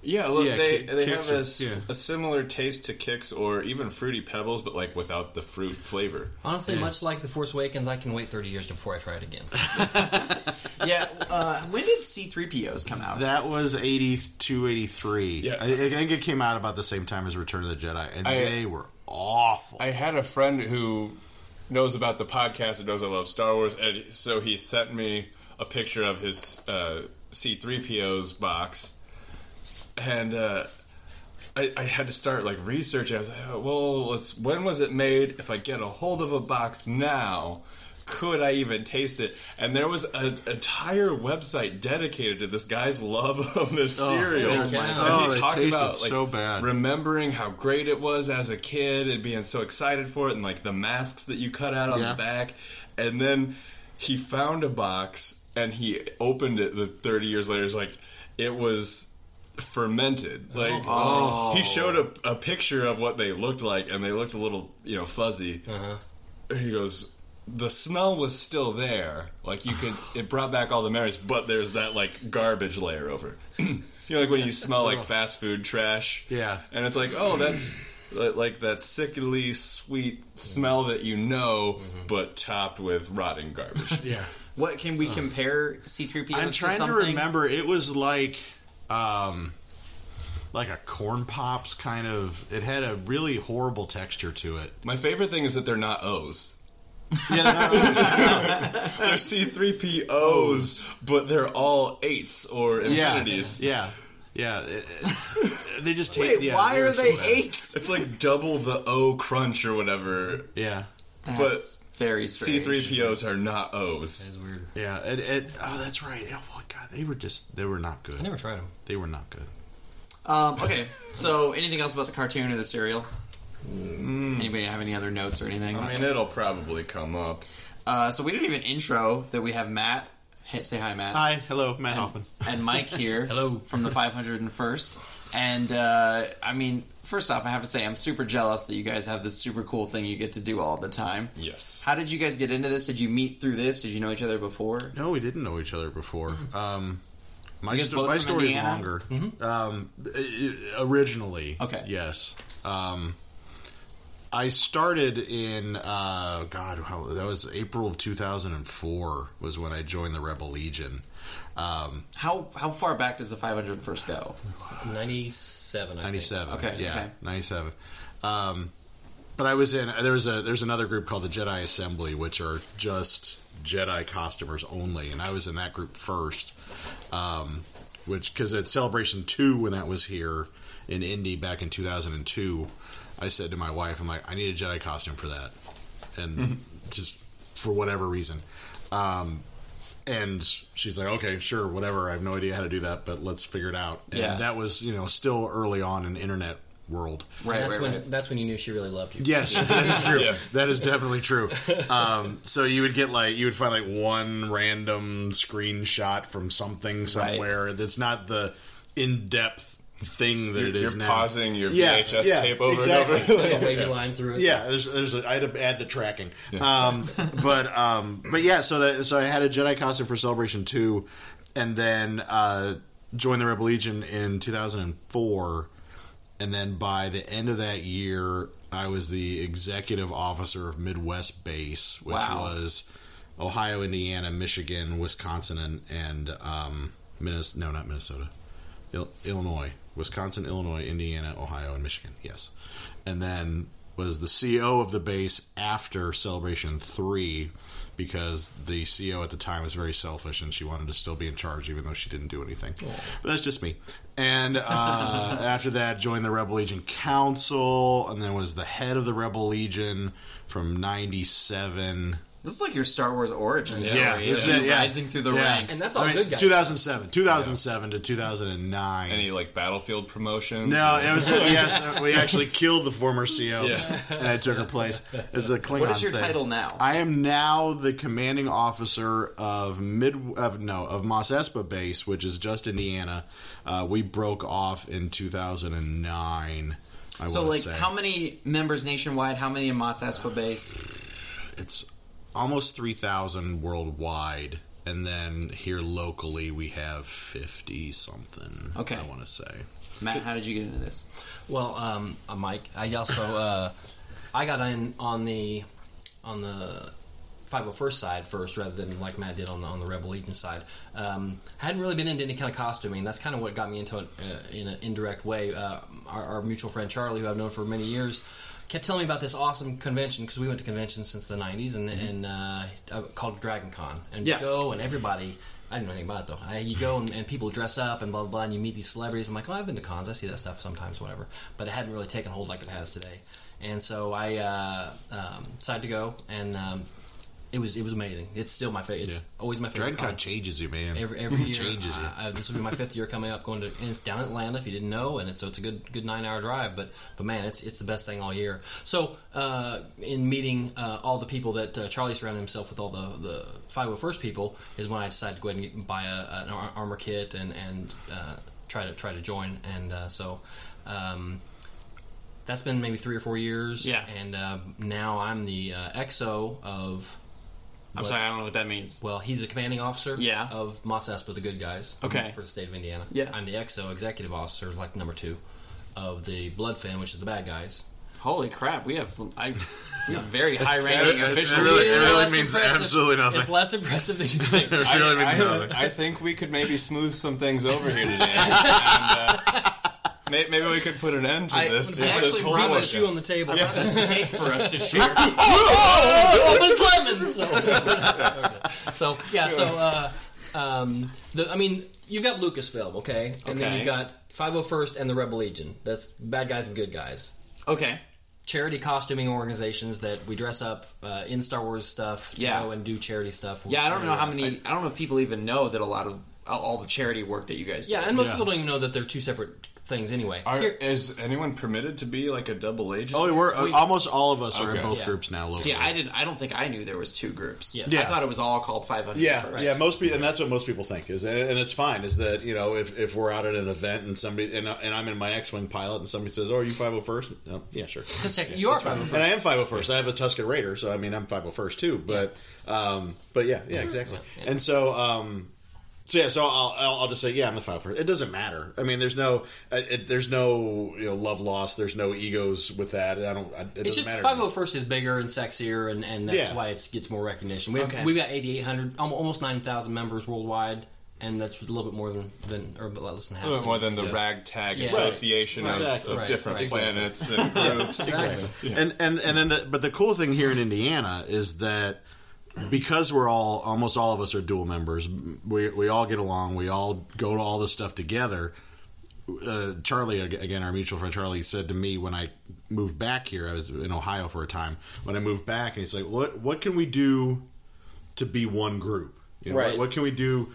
[SPEAKER 5] Yeah, look,
[SPEAKER 3] Yeah,
[SPEAKER 5] they
[SPEAKER 3] Ki-
[SPEAKER 5] they
[SPEAKER 3] Kix
[SPEAKER 5] have a,
[SPEAKER 3] are-
[SPEAKER 5] s-
[SPEAKER 3] yeah.
[SPEAKER 5] a similar taste to Kicks or even Fruity Pebbles, but like without the fruit flavor.
[SPEAKER 4] Honestly, much like The Force Awakens, I can wait 30 years before I try it again.
[SPEAKER 2] Yeah. Uh, when did C-3POs come out?
[SPEAKER 3] That was 82, 83.
[SPEAKER 5] Yeah.
[SPEAKER 3] I, I think it came out about the same time as Return of the Jedi, and
[SPEAKER 5] I-
[SPEAKER 3] they were awful.
[SPEAKER 5] I had a friend who knows about the podcast and knows I love Star Wars, and so he sent me a picture of his uh, C3PO's box, and uh, I, I had to start like researching. I was like, oh, well, let's, when was it made? If I get a hold of a box now. Could I even taste it? And there was an entire website dedicated to this guy's love of this cereal.
[SPEAKER 3] my
[SPEAKER 5] and
[SPEAKER 3] God. Oh,
[SPEAKER 5] he
[SPEAKER 3] it
[SPEAKER 5] talked
[SPEAKER 3] tasted
[SPEAKER 5] about like,
[SPEAKER 3] so bad.
[SPEAKER 5] remembering how great it was as a kid and being so excited for it and like the masks that you cut out on
[SPEAKER 3] Yeah.
[SPEAKER 5] the back and then he found a box and he opened it the 30 years later it's like it was fermented
[SPEAKER 3] Oh,
[SPEAKER 5] like he showed a, a picture of what they looked like and they looked a little you know fuzzy
[SPEAKER 3] Uh-huh.
[SPEAKER 5] and he goes the smell was still there like you could it brought back all the memories but there's that like garbage layer over you know like when you smell like fast food trash
[SPEAKER 3] Oh. Yeah.
[SPEAKER 5] and it's like oh that's li- like that sickly sweet smell that you know
[SPEAKER 3] Mm-hmm.
[SPEAKER 5] but topped with rotting garbage
[SPEAKER 3] yeah.
[SPEAKER 2] What can we compare C-3POs
[SPEAKER 3] I'm trying to
[SPEAKER 2] something?
[SPEAKER 3] remember. It was like, um, like a corn pops kind of. It had a really horrible texture to it.
[SPEAKER 5] my favorite thing is that they're not o's
[SPEAKER 3] Yeah,
[SPEAKER 5] they're c3po's but they're all eights or infinities
[SPEAKER 3] yeah, yeah. It- it- they just take.
[SPEAKER 2] Wait,
[SPEAKER 3] yeah,
[SPEAKER 2] why
[SPEAKER 3] were
[SPEAKER 2] are
[SPEAKER 3] so
[SPEAKER 2] they
[SPEAKER 3] bad.
[SPEAKER 2] eights?
[SPEAKER 5] it's like double the o crunch or whatever
[SPEAKER 3] Yeah,
[SPEAKER 2] That's very strange.
[SPEAKER 5] c3po's are not o's
[SPEAKER 4] It's weird.
[SPEAKER 3] yeah. It, it, oh, that's right. Oh my god, they were just. They were not good.
[SPEAKER 4] I never tried them.
[SPEAKER 3] They were not good.
[SPEAKER 2] Um, okay, so anything else about the cartoon or the cereal? Anybody have any other notes or anything?
[SPEAKER 5] I mean, it'll probably come up.
[SPEAKER 2] uh, so we didn't even intro that we have Matt. Hey, say hi, Matt.
[SPEAKER 3] Hi, hello, Matt Hoffman.
[SPEAKER 2] and Mike here.
[SPEAKER 4] Hello.
[SPEAKER 2] From the 501st. And, uh, I mean, first off, I have to say, I'm super jealous that you guys have this super cool thing you get to do all the time.
[SPEAKER 5] Yes.
[SPEAKER 2] How did you guys get into this? Did you meet through this? Did you know each other before?
[SPEAKER 3] No, we didn't know each other before. Um,
[SPEAKER 2] Mm-hmm.
[SPEAKER 3] my
[SPEAKER 2] You guys
[SPEAKER 3] sto-
[SPEAKER 2] both
[SPEAKER 3] my
[SPEAKER 2] from
[SPEAKER 3] story is
[SPEAKER 2] Indiana? Mm-hmm.
[SPEAKER 3] longer. Um, i- i- originally,
[SPEAKER 2] Okay.
[SPEAKER 3] yes. Um, I started in uh, God, how, that was April of 2004 was when I joined the Rebel Legion. Um,
[SPEAKER 2] How how far back does the 501st go?
[SPEAKER 4] It's 97, I think.
[SPEAKER 3] 97
[SPEAKER 2] Okay,
[SPEAKER 3] yeah
[SPEAKER 2] okay.
[SPEAKER 3] 97 um, but i was in there was a there's another group called the jedi assembly which are just jedi costumers only and i was in that group first um, which because at celebration 2 when that was here in indy back in 2002 i said to my wife i'm like i need a jedi costume for that
[SPEAKER 2] Mm-hmm.
[SPEAKER 3] and just for whatever reason um, and she's like, okay, sure, whatever. I have no idea how to do that, but let's figure it out. And
[SPEAKER 2] Yeah.
[SPEAKER 3] that was, you know, still early on in internet world.
[SPEAKER 2] Right,
[SPEAKER 4] That's
[SPEAKER 2] right,
[SPEAKER 4] when
[SPEAKER 2] right.
[SPEAKER 4] that's when you knew she really loved you.
[SPEAKER 3] Yes, that is true. That is definitely true. Um, so you would get like you would find like one random screenshot from something somewhere that's not the in depth thing that
[SPEAKER 5] You're,
[SPEAKER 3] it is
[SPEAKER 5] you're
[SPEAKER 3] now.
[SPEAKER 5] pausing your
[SPEAKER 3] Yeah,
[SPEAKER 5] VHS
[SPEAKER 3] yeah,
[SPEAKER 5] tape over
[SPEAKER 3] exactly.
[SPEAKER 5] and over.
[SPEAKER 4] There's a wavy line through it.
[SPEAKER 3] Yeah, there's there's a, I had to add the tracking. Um, but um, but yeah, so that so I had a Jedi costume for Celebration two, and then uh, joined the Rebel Legion in 2004, and then by the end of that year, I was the executive officer of Midwest Base, which
[SPEAKER 2] Wow.
[SPEAKER 3] was Ohio, Indiana, Michigan, Wisconsin, and and um, Minnes- no, not Minnesota. Il- Illinois, Wisconsin, Illinois, Indiana, Ohio, and Michigan. Yes, and then was the CEO of the base after Celebration Three because the CEO at the time was very selfish and she wanted to still be in charge even though she didn't do anything. But that's just me. And uh, after that, joined the Rebel Legion Council and then was the head of the Rebel Legion from '97
[SPEAKER 2] This is like your Star Wars origin story.
[SPEAKER 3] Yeah,
[SPEAKER 2] of
[SPEAKER 3] this is
[SPEAKER 2] you
[SPEAKER 3] it, yeah.
[SPEAKER 2] rising through the
[SPEAKER 3] Yeah.
[SPEAKER 2] ranks.
[SPEAKER 4] And that's all good guys.
[SPEAKER 3] 2007, 2007 to 2009.
[SPEAKER 5] Any like battlefield promotion?
[SPEAKER 3] no, it was yes. We actually killed the former CEO,
[SPEAKER 5] Yeah.
[SPEAKER 3] and I took her place as a Klingon.
[SPEAKER 2] what is your
[SPEAKER 3] thing.
[SPEAKER 2] title now?
[SPEAKER 3] I am now the commanding officer of mid of no of Mos Espa base, which is just Indiana. Uh, we broke off in 2009. I
[SPEAKER 2] so
[SPEAKER 3] wanna
[SPEAKER 2] like,
[SPEAKER 3] say.
[SPEAKER 2] how many members nationwide? How many in Mos Espa base?
[SPEAKER 3] it's almost 3,000 worldwide. And then here locally, we have 50 something.
[SPEAKER 2] Okay.
[SPEAKER 3] I want to say.
[SPEAKER 2] Matt, how did you get into this?
[SPEAKER 4] Well, um, uh, Mike, I also uh, I got in on the on the 501st side oh first, rather than like Matt did on the on the Rebel Legion side. Um, I hadn't really been into any kind of costuming. That's kind of what got me into it uh, in an indirect way. Uh, our, our mutual friend Charlie, who I've known for many years. Kept telling me about this awesome convention because we went to conventions since the '90s, and, and uh, uh, called Dragon Con. And
[SPEAKER 2] Yeah.
[SPEAKER 4] you go, and everybody I didn't know anything about it though. I, you go and, and people dress up and blah blah blah, and you meet these celebrities. I'm like, oh, I've been to cons. I see that stuff sometimes, whatever. But it hadn't really taken hold like it has today. And so I uh, um, decided to go, and um, it was it was amazing. It's still my favorite. It's
[SPEAKER 3] Yeah.
[SPEAKER 4] always my favorite.
[SPEAKER 3] Dragon Con
[SPEAKER 4] con.
[SPEAKER 3] changes you, man.
[SPEAKER 4] Every, every year,
[SPEAKER 3] changes you.
[SPEAKER 4] I, I- this will be my fifth year coming up. Going to and it's down in Atlanta, if you didn't know, and it's, so it's a good good nine hour drive. But but man, it's it's the best thing all year. So uh, in meeting uh, all the people that uh, Charlie surrounded himself with, all the the five hundred first people, is when I decided to go ahead and get, buy a, an ar- armor kit and and uh, try to try to join. And uh, so. Um, that's been maybe three or four years,
[SPEAKER 2] Yeah.
[SPEAKER 4] And uh, now I'm the uh, XO of
[SPEAKER 2] I'm
[SPEAKER 4] What?
[SPEAKER 2] sorry, I don't know what that means.
[SPEAKER 4] well, he's a commanding officer
[SPEAKER 2] Yeah.
[SPEAKER 4] of Mos Espa, the good guys.
[SPEAKER 2] Okay.
[SPEAKER 4] For the state of Indiana.
[SPEAKER 2] Yeah.
[SPEAKER 4] I'm the XO, executive officer, is like number two, of the Blood Fan, which is the bad guys.
[SPEAKER 2] Holy crap, we have some, I, we have very high ranking
[SPEAKER 5] That's- that's
[SPEAKER 2] officials.
[SPEAKER 5] really-
[SPEAKER 3] it really
[SPEAKER 4] Less
[SPEAKER 3] means
[SPEAKER 4] impressive-
[SPEAKER 3] absolutely nothing.
[SPEAKER 4] It's less impressive than you think.
[SPEAKER 5] I,
[SPEAKER 3] really means
[SPEAKER 5] I-
[SPEAKER 3] nothing.
[SPEAKER 5] I think we could maybe smooth some things over here today. and, uh, may, maybe we could put an end to
[SPEAKER 2] I-
[SPEAKER 5] this.
[SPEAKER 2] I
[SPEAKER 5] this
[SPEAKER 2] actually
[SPEAKER 5] whole-
[SPEAKER 4] Drop a shoe on the table.
[SPEAKER 2] I brought this cake for us to share.
[SPEAKER 4] oh, but it's lemon. So, Okay. so yeah, so uh, um, the, I mean, you've got Lucasfilm, okay, and then
[SPEAKER 2] Okay.
[SPEAKER 4] you've got 501st and the Rebel Legion. That's bad guys and good guys.
[SPEAKER 2] Okay.
[SPEAKER 4] charity costuming organizations that we dress up uh, in Star Wars stuff to
[SPEAKER 2] Yeah.
[SPEAKER 4] go and do charity stuff.
[SPEAKER 2] Yeah, I don't know how many. I don't know if people even know that a lot of all the charity work that you guys.
[SPEAKER 4] Yeah,
[SPEAKER 2] do.
[SPEAKER 4] and most
[SPEAKER 3] Yeah.
[SPEAKER 4] people don't even know that they're two separate things anyway.
[SPEAKER 5] Are,
[SPEAKER 4] Here-
[SPEAKER 5] is anyone permitted to be like a double agent?
[SPEAKER 3] Oh, we're uh, almost all of us are
[SPEAKER 5] Okay.
[SPEAKER 3] in both
[SPEAKER 4] Yeah.
[SPEAKER 3] groups now. Locally.
[SPEAKER 2] See, I didn't. I don't think I knew there was two groups.
[SPEAKER 4] Yeah.
[SPEAKER 2] I
[SPEAKER 3] Yeah.
[SPEAKER 2] thought it was all called 500.
[SPEAKER 3] Yeah,
[SPEAKER 2] first.
[SPEAKER 3] yeah. Most people, and that's what most people think is, and, and it's fine. Is that you know, if, if we're out at an event and somebody and, I- and I'm in my X-wing pilot and somebody says, "Oh, are you 501st?" No, yeah, oh sure.
[SPEAKER 4] Just a second, you are fine.
[SPEAKER 3] And I am 501st. I have a Tuscan Raider, so I mean, I'm 501st too. But um, but yeah, yeah, exactly. And so um, so yeah, so I'll, I'll I'll just say yeah, I'm the 501st. It doesn't matter. I mean, there's no uh, it, there's no you know love loss. There's no egos with that. I don't. I, it doesn't
[SPEAKER 4] It's just
[SPEAKER 3] matter. to me.
[SPEAKER 4] five hundred first is bigger and sexier, and, and that's
[SPEAKER 3] Yeah.
[SPEAKER 4] why it gets more recognition. We've
[SPEAKER 2] Okay.
[SPEAKER 4] we've got eighty eight hundred, almost nine thousand members worldwide, and that's a little bit more than than or less than half.
[SPEAKER 5] A little bit more than the ragtag
[SPEAKER 4] Yeah.
[SPEAKER 5] association
[SPEAKER 3] Right.
[SPEAKER 5] of,
[SPEAKER 3] Exactly.
[SPEAKER 5] of
[SPEAKER 4] Right,
[SPEAKER 5] different
[SPEAKER 4] right.
[SPEAKER 5] planets and groups.
[SPEAKER 3] exactly. And and and then, the, but the cool thing here in Indiana is that because we're all almost all of us are dual members, we we all get along. We all go to all this stuff together. Uh, Charlie ag- again, our mutual friend Charlie said to me when I moved back here, I was in Ohio for a time. When I moved back, and he's like, "What what can we do to be one group? You know,
[SPEAKER 2] Right.
[SPEAKER 3] what, what can we do?"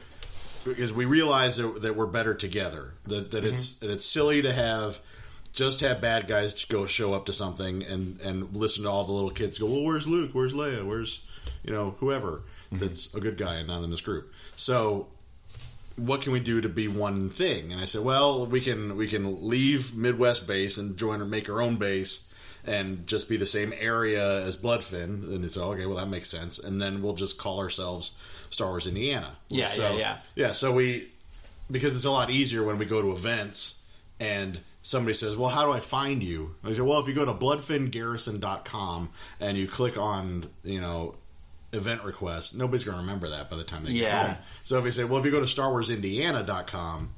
[SPEAKER 3] Because we realize that, that we're better together. That, that it's that it's silly to have just have bad guys to go show up to something and and listen to all the little kids go, well, where's Luke? Where's Leia? Where's you know whoever
[SPEAKER 2] Mm-hmm.
[SPEAKER 3] that's a good guy and not in this group. So what can we do to be one thing? And I said, well, we can we can leave Midwest base and join or make our own base and just be the same area as Bloodfin. And it's okay, well that makes sense. And then we'll just call ourselves Star Wars Indiana.
[SPEAKER 2] Yeah,
[SPEAKER 3] So-
[SPEAKER 2] yeah, yeah.
[SPEAKER 3] yeah. So we because it's a lot easier when we go to events and somebody says, "Well, how do I find you?" I say, "Well, if you go to bloodfingarrison.com and you click on, you know, event request, nobody's going to remember that by the time they
[SPEAKER 2] Yeah.
[SPEAKER 3] get home." So if we say, "Well, if you go to starwarsindiana.com,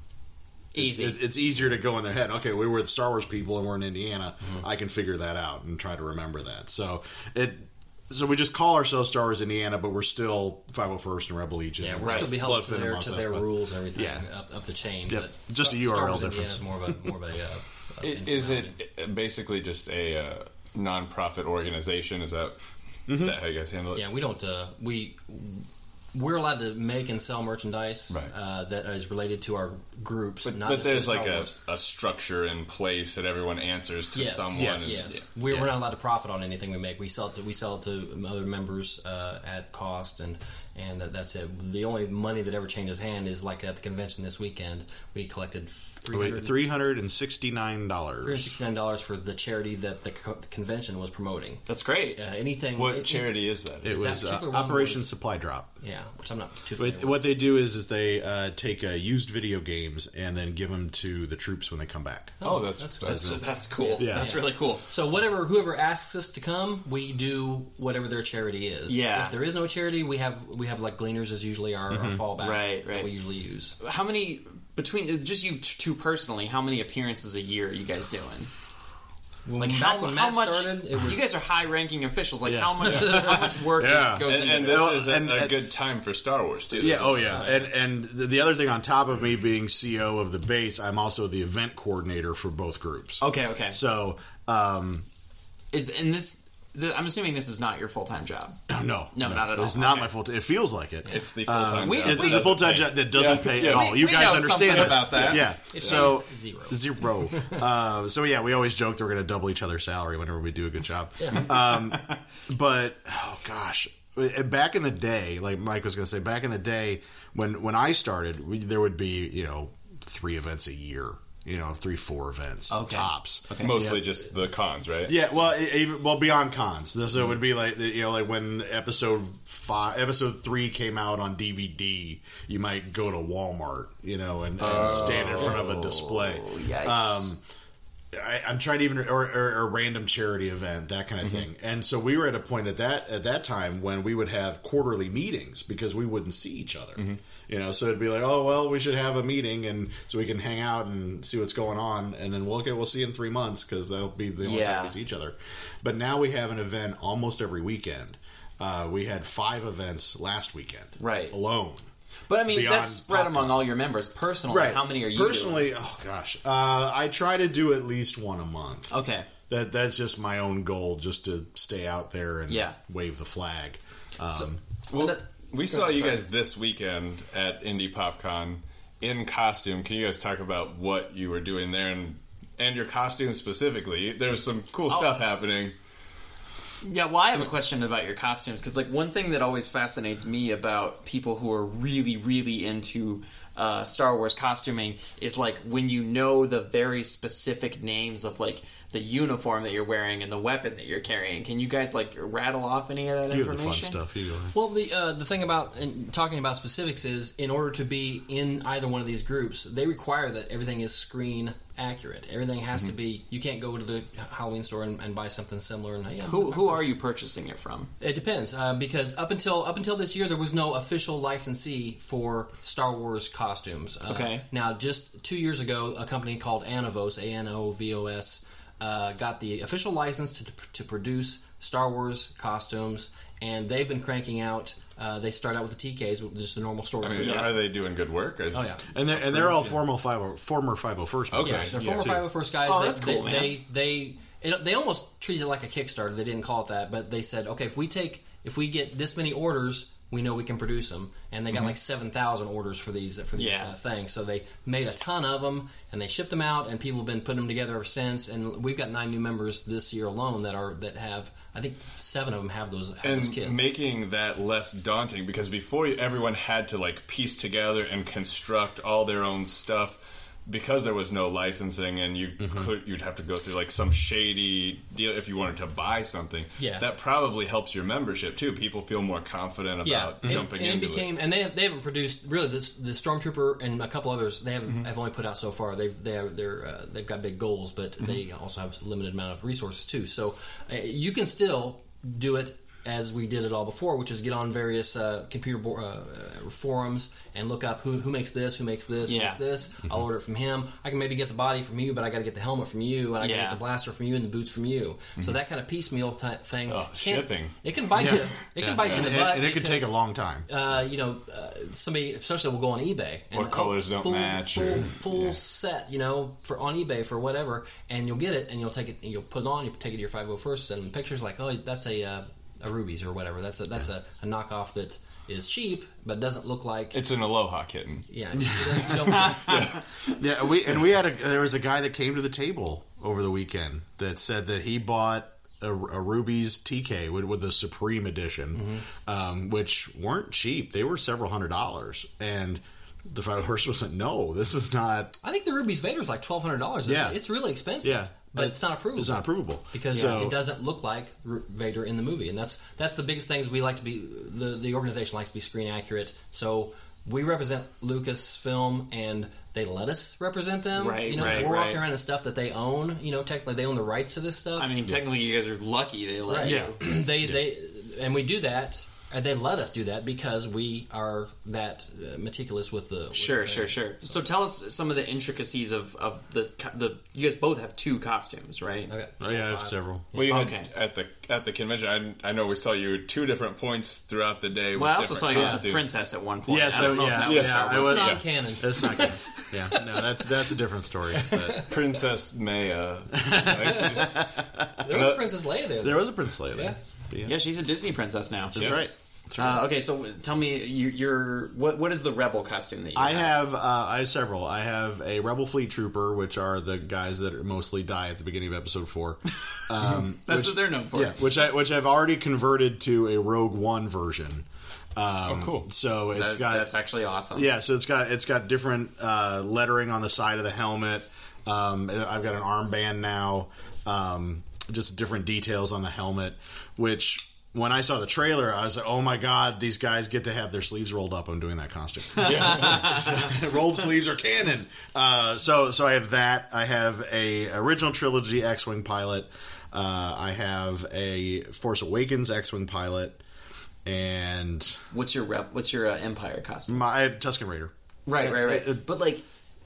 [SPEAKER 2] Easy.
[SPEAKER 3] it, it's easier to go in their head. Okay, we were the Star Wars people and we're in Indiana.
[SPEAKER 4] Mm-hmm.
[SPEAKER 3] I can figure that out and try to remember that. So it. So we just call ourselves Star Wars Indiana, but we're still 501st and Rebel Legion.
[SPEAKER 4] Yeah,
[SPEAKER 3] and
[SPEAKER 4] we're still be held
[SPEAKER 3] Bloodfin
[SPEAKER 4] to
[SPEAKER 3] and
[SPEAKER 4] their,
[SPEAKER 3] Mos
[SPEAKER 4] to their
[SPEAKER 3] Espa.
[SPEAKER 4] rules and everything
[SPEAKER 3] Yeah.
[SPEAKER 4] up, up the chain.
[SPEAKER 3] Yep.
[SPEAKER 4] But
[SPEAKER 3] Just a
[SPEAKER 4] Star- Star
[SPEAKER 3] URL
[SPEAKER 4] Wars
[SPEAKER 3] difference.
[SPEAKER 4] Indiana's more of a more of a. Uh,
[SPEAKER 5] I- Is it basically just a uh, nonprofit organization? Is that Is that how you guys handle it?
[SPEAKER 4] Yeah, we don't. Uh, we we're allowed to make and sell merchandise
[SPEAKER 5] Right.
[SPEAKER 4] uh, that is related to our groups.
[SPEAKER 5] But,
[SPEAKER 4] not
[SPEAKER 5] but there's
[SPEAKER 4] necessarily
[SPEAKER 5] like
[SPEAKER 4] Star
[SPEAKER 5] a,
[SPEAKER 4] Wars.
[SPEAKER 5] a structure in place that everyone answers to
[SPEAKER 4] Yes,
[SPEAKER 5] someone.
[SPEAKER 3] yes,
[SPEAKER 5] and-
[SPEAKER 4] Yes, we're, we're not allowed to profit on anything we make. We sell it to we sell it to other members uh, at cost, and and that's it. The only money that ever changes hand is like at the convention this weekend. We collected
[SPEAKER 3] Wait,
[SPEAKER 4] three
[SPEAKER 3] three hundred and sixty nine
[SPEAKER 4] hundred
[SPEAKER 3] dollars.
[SPEAKER 4] sixty nine dollars for the charity that the, co- the convention was promoting.
[SPEAKER 2] That's great.
[SPEAKER 4] Uh, anything
[SPEAKER 5] What
[SPEAKER 4] it-
[SPEAKER 5] charity is that?
[SPEAKER 3] It was uh,
[SPEAKER 4] particular one
[SPEAKER 3] Operation
[SPEAKER 4] was-
[SPEAKER 3] Supply Drop.
[SPEAKER 4] Yeah, which I'm not
[SPEAKER 3] But
[SPEAKER 4] too. familiar with.
[SPEAKER 3] what they do is is they uh, take uh, used video games and then give them to the troops when they come back.
[SPEAKER 5] oh, that's
[SPEAKER 4] That's-
[SPEAKER 5] that's,
[SPEAKER 2] That's, that's cool.
[SPEAKER 3] Yeah.
[SPEAKER 2] That's really cool.
[SPEAKER 4] So whatever whoever asks us to come, we do whatever their charity is.
[SPEAKER 2] Yeah. Mm-hmm.
[SPEAKER 4] If there is no charity, we have we have like gleaners is usually our, our fallback.
[SPEAKER 2] Right,
[SPEAKER 4] that
[SPEAKER 2] right.
[SPEAKER 4] we usually use.
[SPEAKER 2] How many between uh, just you t- two personally? How many appearances a year are you guys doing? Like
[SPEAKER 4] back
[SPEAKER 2] how,
[SPEAKER 4] when
[SPEAKER 2] how
[SPEAKER 4] Matt
[SPEAKER 2] much?
[SPEAKER 4] started, it was-
[SPEAKER 2] you guys are high-ranking officials. Like
[SPEAKER 3] Yeah.
[SPEAKER 2] how much? how much work
[SPEAKER 3] Yeah.
[SPEAKER 2] goes
[SPEAKER 5] and,
[SPEAKER 2] into
[SPEAKER 5] and
[SPEAKER 2] this?
[SPEAKER 5] this is a,
[SPEAKER 3] and-
[SPEAKER 5] a
[SPEAKER 3] and-
[SPEAKER 5] good time for Star Wars too.
[SPEAKER 3] Yeah, oh yeah, and and the the other thing on top of me being CEO of the base, I'm also the event coordinator for both groups.
[SPEAKER 2] Okay, okay.
[SPEAKER 3] So, um,
[SPEAKER 2] Is and this? The, I'm assuming this is not your full-time job.
[SPEAKER 3] no, no,
[SPEAKER 2] No, not at
[SPEAKER 3] It's
[SPEAKER 2] all.
[SPEAKER 3] not
[SPEAKER 2] Okay.
[SPEAKER 3] my full. It feels like it.
[SPEAKER 5] It's the full time.
[SPEAKER 2] we-
[SPEAKER 3] it's a
[SPEAKER 2] we-
[SPEAKER 3] full time job that doesn't
[SPEAKER 5] Yeah,
[SPEAKER 3] pay
[SPEAKER 5] yeah.
[SPEAKER 3] at all.
[SPEAKER 2] We-
[SPEAKER 3] you
[SPEAKER 2] we
[SPEAKER 3] guys
[SPEAKER 2] know
[SPEAKER 3] understand
[SPEAKER 2] something
[SPEAKER 3] this.
[SPEAKER 2] about that.
[SPEAKER 3] Yeah. So
[SPEAKER 4] pays zero.
[SPEAKER 3] Zero. uh, so yeah, we always joke that we're going to double each other's salary whenever we do a good job. Um, but oh gosh, Uh, back in the day, like Mike was going to say, back in the day when when I started, we, there would be you know three events a year. You know, three, four events
[SPEAKER 2] Okay.
[SPEAKER 3] tops.
[SPEAKER 5] mostly just the cons, right?
[SPEAKER 3] Yeah, well, e- even, well beyond cons. So it would be like you know, like when episode five, episode three came out on DVD, you might go to Walmart, you know, and, and stand in front of a display.
[SPEAKER 2] Oh, yikes.
[SPEAKER 3] Um, I, I'm trying to even or, or a random charity event, that kind of
[SPEAKER 2] Mm-hmm.
[SPEAKER 3] thing. And so we were at a point at that at that time when we would have quarterly meetings because we wouldn't see each other.
[SPEAKER 2] Mm-hmm.
[SPEAKER 3] You know, so it'd be like, oh well, we should have a meeting and so we can hang out and see what's going on, and then we'll okay, we'll see in three months because that'll be the only
[SPEAKER 2] Yeah.
[SPEAKER 3] time we see each other. But now we have an event almost every weekend. Uh, we had five events last weekend,
[SPEAKER 2] Right.
[SPEAKER 3] Alone,
[SPEAKER 2] But I mean,
[SPEAKER 3] Beyond
[SPEAKER 2] that's spread
[SPEAKER 3] popcorn.
[SPEAKER 2] among all your members. Personally, how many are you? doing?
[SPEAKER 3] personally? Oh gosh, uh, I try to do at least one a month.
[SPEAKER 2] Okay.
[SPEAKER 3] That that's just my own goal, just to stay out there and
[SPEAKER 2] Yeah.
[SPEAKER 3] wave the flag. Um,
[SPEAKER 5] Well, we saw you guys this weekend at Indie PopCon in costume. Can you guys talk about what you were doing there and and your costume specifically? There was some cool stuff happening.
[SPEAKER 2] Yeah, well, I have a question about your costumes because, like, one thing that always fascinates me about people who are really, really into uh, Star Wars costuming is like when you know the very specific names of like the uniform that you're wearing and the weapon that you're carrying. Can you guys like rattle off any of that
[SPEAKER 3] you have the
[SPEAKER 2] information?
[SPEAKER 3] fun stuff. You go ahead.
[SPEAKER 4] Well, the uh, the thing about and talking about specifics is, in order to be in either one of these groups, they require that everything is screen accurate. Everything
[SPEAKER 2] Mm-hmm.
[SPEAKER 4] has to be. You can't go to the Halloween store and, and buy something similar. And yeah,
[SPEAKER 2] Who who are you purchasing it from?
[SPEAKER 4] It depends uh, because up until up until this year, there was no official licensee for Star Wars costumes. Uh,
[SPEAKER 2] Okay.
[SPEAKER 4] Now, just two years ago, a company called Anovos, A N O V O S, uh, got the official license to, to produce Star Wars costumes, and they've been cranking out. Uh, they start out with the TKs, which is the normal store.
[SPEAKER 5] I mean, are they doing good work? Or is-
[SPEAKER 4] Oh yeah.
[SPEAKER 3] And they're, and they're all formal five, oh, former 501st.
[SPEAKER 5] Okay.
[SPEAKER 4] Yeah,
[SPEAKER 3] members.
[SPEAKER 4] they're former
[SPEAKER 3] too.
[SPEAKER 4] 501st guys.
[SPEAKER 2] Oh,
[SPEAKER 4] they,
[SPEAKER 2] that's cool,
[SPEAKER 4] they,
[SPEAKER 2] man.
[SPEAKER 4] They they it, they almost treated it like a Kickstarter. They didn't call it that, but they said, okay, if we take if we get this many orders, we know we can produce them. And they got like seven thousand orders for these for these
[SPEAKER 2] Mm-hmm. Yeah.
[SPEAKER 4] uh, things. So they made a ton of them and they shipped them out, and people have been putting them together ever since. And we've got nine new members this year alone that are that have I think seven of them have those have those
[SPEAKER 5] and
[SPEAKER 4] kids.
[SPEAKER 5] making that less daunting because before everyone had to like piece together and construct all their own stuff because there was no licensing and you could you'd have to go through like some shady deal if you wanted to buy something
[SPEAKER 4] Yeah.
[SPEAKER 5] that probably helps your membership too people feel more confident about
[SPEAKER 4] and-
[SPEAKER 5] jumping
[SPEAKER 4] and,
[SPEAKER 5] into
[SPEAKER 4] it became and they have, they haven't produced really this the stormtrooper and a couple others they have
[SPEAKER 5] Mm-hmm.
[SPEAKER 4] have only put out so far they've they have, they're uh, they've got big goals but
[SPEAKER 5] Mm-hmm.
[SPEAKER 4] they also have a limited amount of resources too so uh, you can still do it as we did it all before which is get on various uh, computer bo- uh, uh, forums and look up who, who makes this who makes this who
[SPEAKER 2] Yeah.
[SPEAKER 4] makes this I'll
[SPEAKER 5] Mm-hmm.
[SPEAKER 4] order it from him I can maybe get the body from you but I got to get the helmet from you and I got to
[SPEAKER 2] Yeah.
[SPEAKER 4] get the blaster from you and the boots from you so that kind of piecemeal t- thing
[SPEAKER 5] Mm-hmm. Oh,
[SPEAKER 4] can't-
[SPEAKER 5] shipping.
[SPEAKER 4] it can bite you it can bite you in
[SPEAKER 3] And,
[SPEAKER 4] the butt
[SPEAKER 3] and it could take a
[SPEAKER 4] because-
[SPEAKER 3] long time.
[SPEAKER 4] uh, you know, uh, somebody especially will go on eBay. And,
[SPEAKER 5] What colors don't
[SPEAKER 4] full,
[SPEAKER 5] match
[SPEAKER 4] Full,
[SPEAKER 5] or-
[SPEAKER 4] full set, you know, for on eBay for whatever, and you'll get it, and you'll take it, and you'll put it on, you will take it to your five hundred first, send them pictures like, oh, that's a. Uh, a Ruby's or whatever. That's a that's a, a knockoff that is cheap but doesn't look like
[SPEAKER 5] It's an Aloha kitten.
[SPEAKER 4] yeah. you don't- you don't-
[SPEAKER 3] Yeah, we and we had a there was a guy that came to the table over the weekend that said that he bought a, a Ruby's TK with, with the Supreme Edition,
[SPEAKER 10] Mm-hmm.
[SPEAKER 3] um, which weren't cheap. They were several hundred dollars, and the final horse was like, "No, this is not.
[SPEAKER 4] I think the Ruby's Vader's like twelve hundred dollars.
[SPEAKER 3] Yeah.
[SPEAKER 4] it's really expensive.
[SPEAKER 3] Yeah.
[SPEAKER 4] but it's not approved.
[SPEAKER 3] It's not provable
[SPEAKER 4] because
[SPEAKER 3] So-
[SPEAKER 4] it doesn't look like R- Vader in the movie, and that's that's the biggest things we like to be. The the organization likes to be screen accurate, so we represent Lucasfilm, and they let us represent them.
[SPEAKER 2] Right,
[SPEAKER 4] you know,
[SPEAKER 2] right,
[SPEAKER 4] we're walking
[SPEAKER 2] right.
[SPEAKER 4] around in stuff that they own. You know, technically they own the rights to this stuff.
[SPEAKER 2] I mean, technically, you guys are lucky they let
[SPEAKER 4] Right.
[SPEAKER 2] you.
[SPEAKER 4] they they and we do that. And they let us do that because we are that uh, meticulous with the with
[SPEAKER 10] Sure,
[SPEAKER 4] the
[SPEAKER 10] sure, sure. So tell us some of the intricacies of, of the co- the. You guys both have two costumes, right?
[SPEAKER 4] Okay.
[SPEAKER 3] Oh, yeah, several.
[SPEAKER 5] Well, you had
[SPEAKER 10] Okay.
[SPEAKER 5] at the at the convention. I, I know we saw you at two different points throughout the day.
[SPEAKER 10] Well, I
[SPEAKER 5] with
[SPEAKER 10] also saw
[SPEAKER 5] different
[SPEAKER 10] you as the
[SPEAKER 5] costumes.
[SPEAKER 10] princess at one point.
[SPEAKER 3] Yeah,
[SPEAKER 10] I
[SPEAKER 3] so
[SPEAKER 10] don't know if
[SPEAKER 3] yeah,
[SPEAKER 10] that
[SPEAKER 3] yeah,
[SPEAKER 10] was-
[SPEAKER 3] I
[SPEAKER 4] It's
[SPEAKER 3] was,
[SPEAKER 4] not
[SPEAKER 3] yeah.
[SPEAKER 4] canon.
[SPEAKER 3] That's not good. Yeah, no, that's that's a different story. But
[SPEAKER 5] Princess Maya.
[SPEAKER 4] There was Princess Leia there.
[SPEAKER 3] there was a Prince Leia.
[SPEAKER 4] Yeah.
[SPEAKER 3] there. Yeah.
[SPEAKER 10] Yeah, she's a Disney princess now.
[SPEAKER 3] That's right. That's right.
[SPEAKER 10] Uh, okay, so tell me, you, your what what is the rebel costume that you
[SPEAKER 3] I have uh, I have several. I have a Rebel Fleet Trooper, which are the guys that mostly die at the beginning of Episode Four. Um,
[SPEAKER 2] That's
[SPEAKER 3] which,
[SPEAKER 2] what they're known for.
[SPEAKER 3] yeah, which I which I've already converted to a Rogue One version. Um, oh, cool! So it's
[SPEAKER 10] That-
[SPEAKER 3] got
[SPEAKER 10] that's actually awesome.
[SPEAKER 3] yeah, so it's got it's got different uh, lettering on the side of the helmet. Um, I've got an armband now. Um, just different details on the helmet, which when I saw the trailer, I was like, "Oh my god, these guys get to have their sleeves rolled up." I'm doing that costume. rolled sleeves are canon. Uh, so so I have that. I have a original trilogy X-wing pilot. Uh, I have a Force Awakens X-wing pilot, and
[SPEAKER 10] What's your rep? What's your uh, empire costume?
[SPEAKER 3] my I have Tusken Raider.
[SPEAKER 10] Right, right, right.
[SPEAKER 3] uh, uh,
[SPEAKER 10] but like,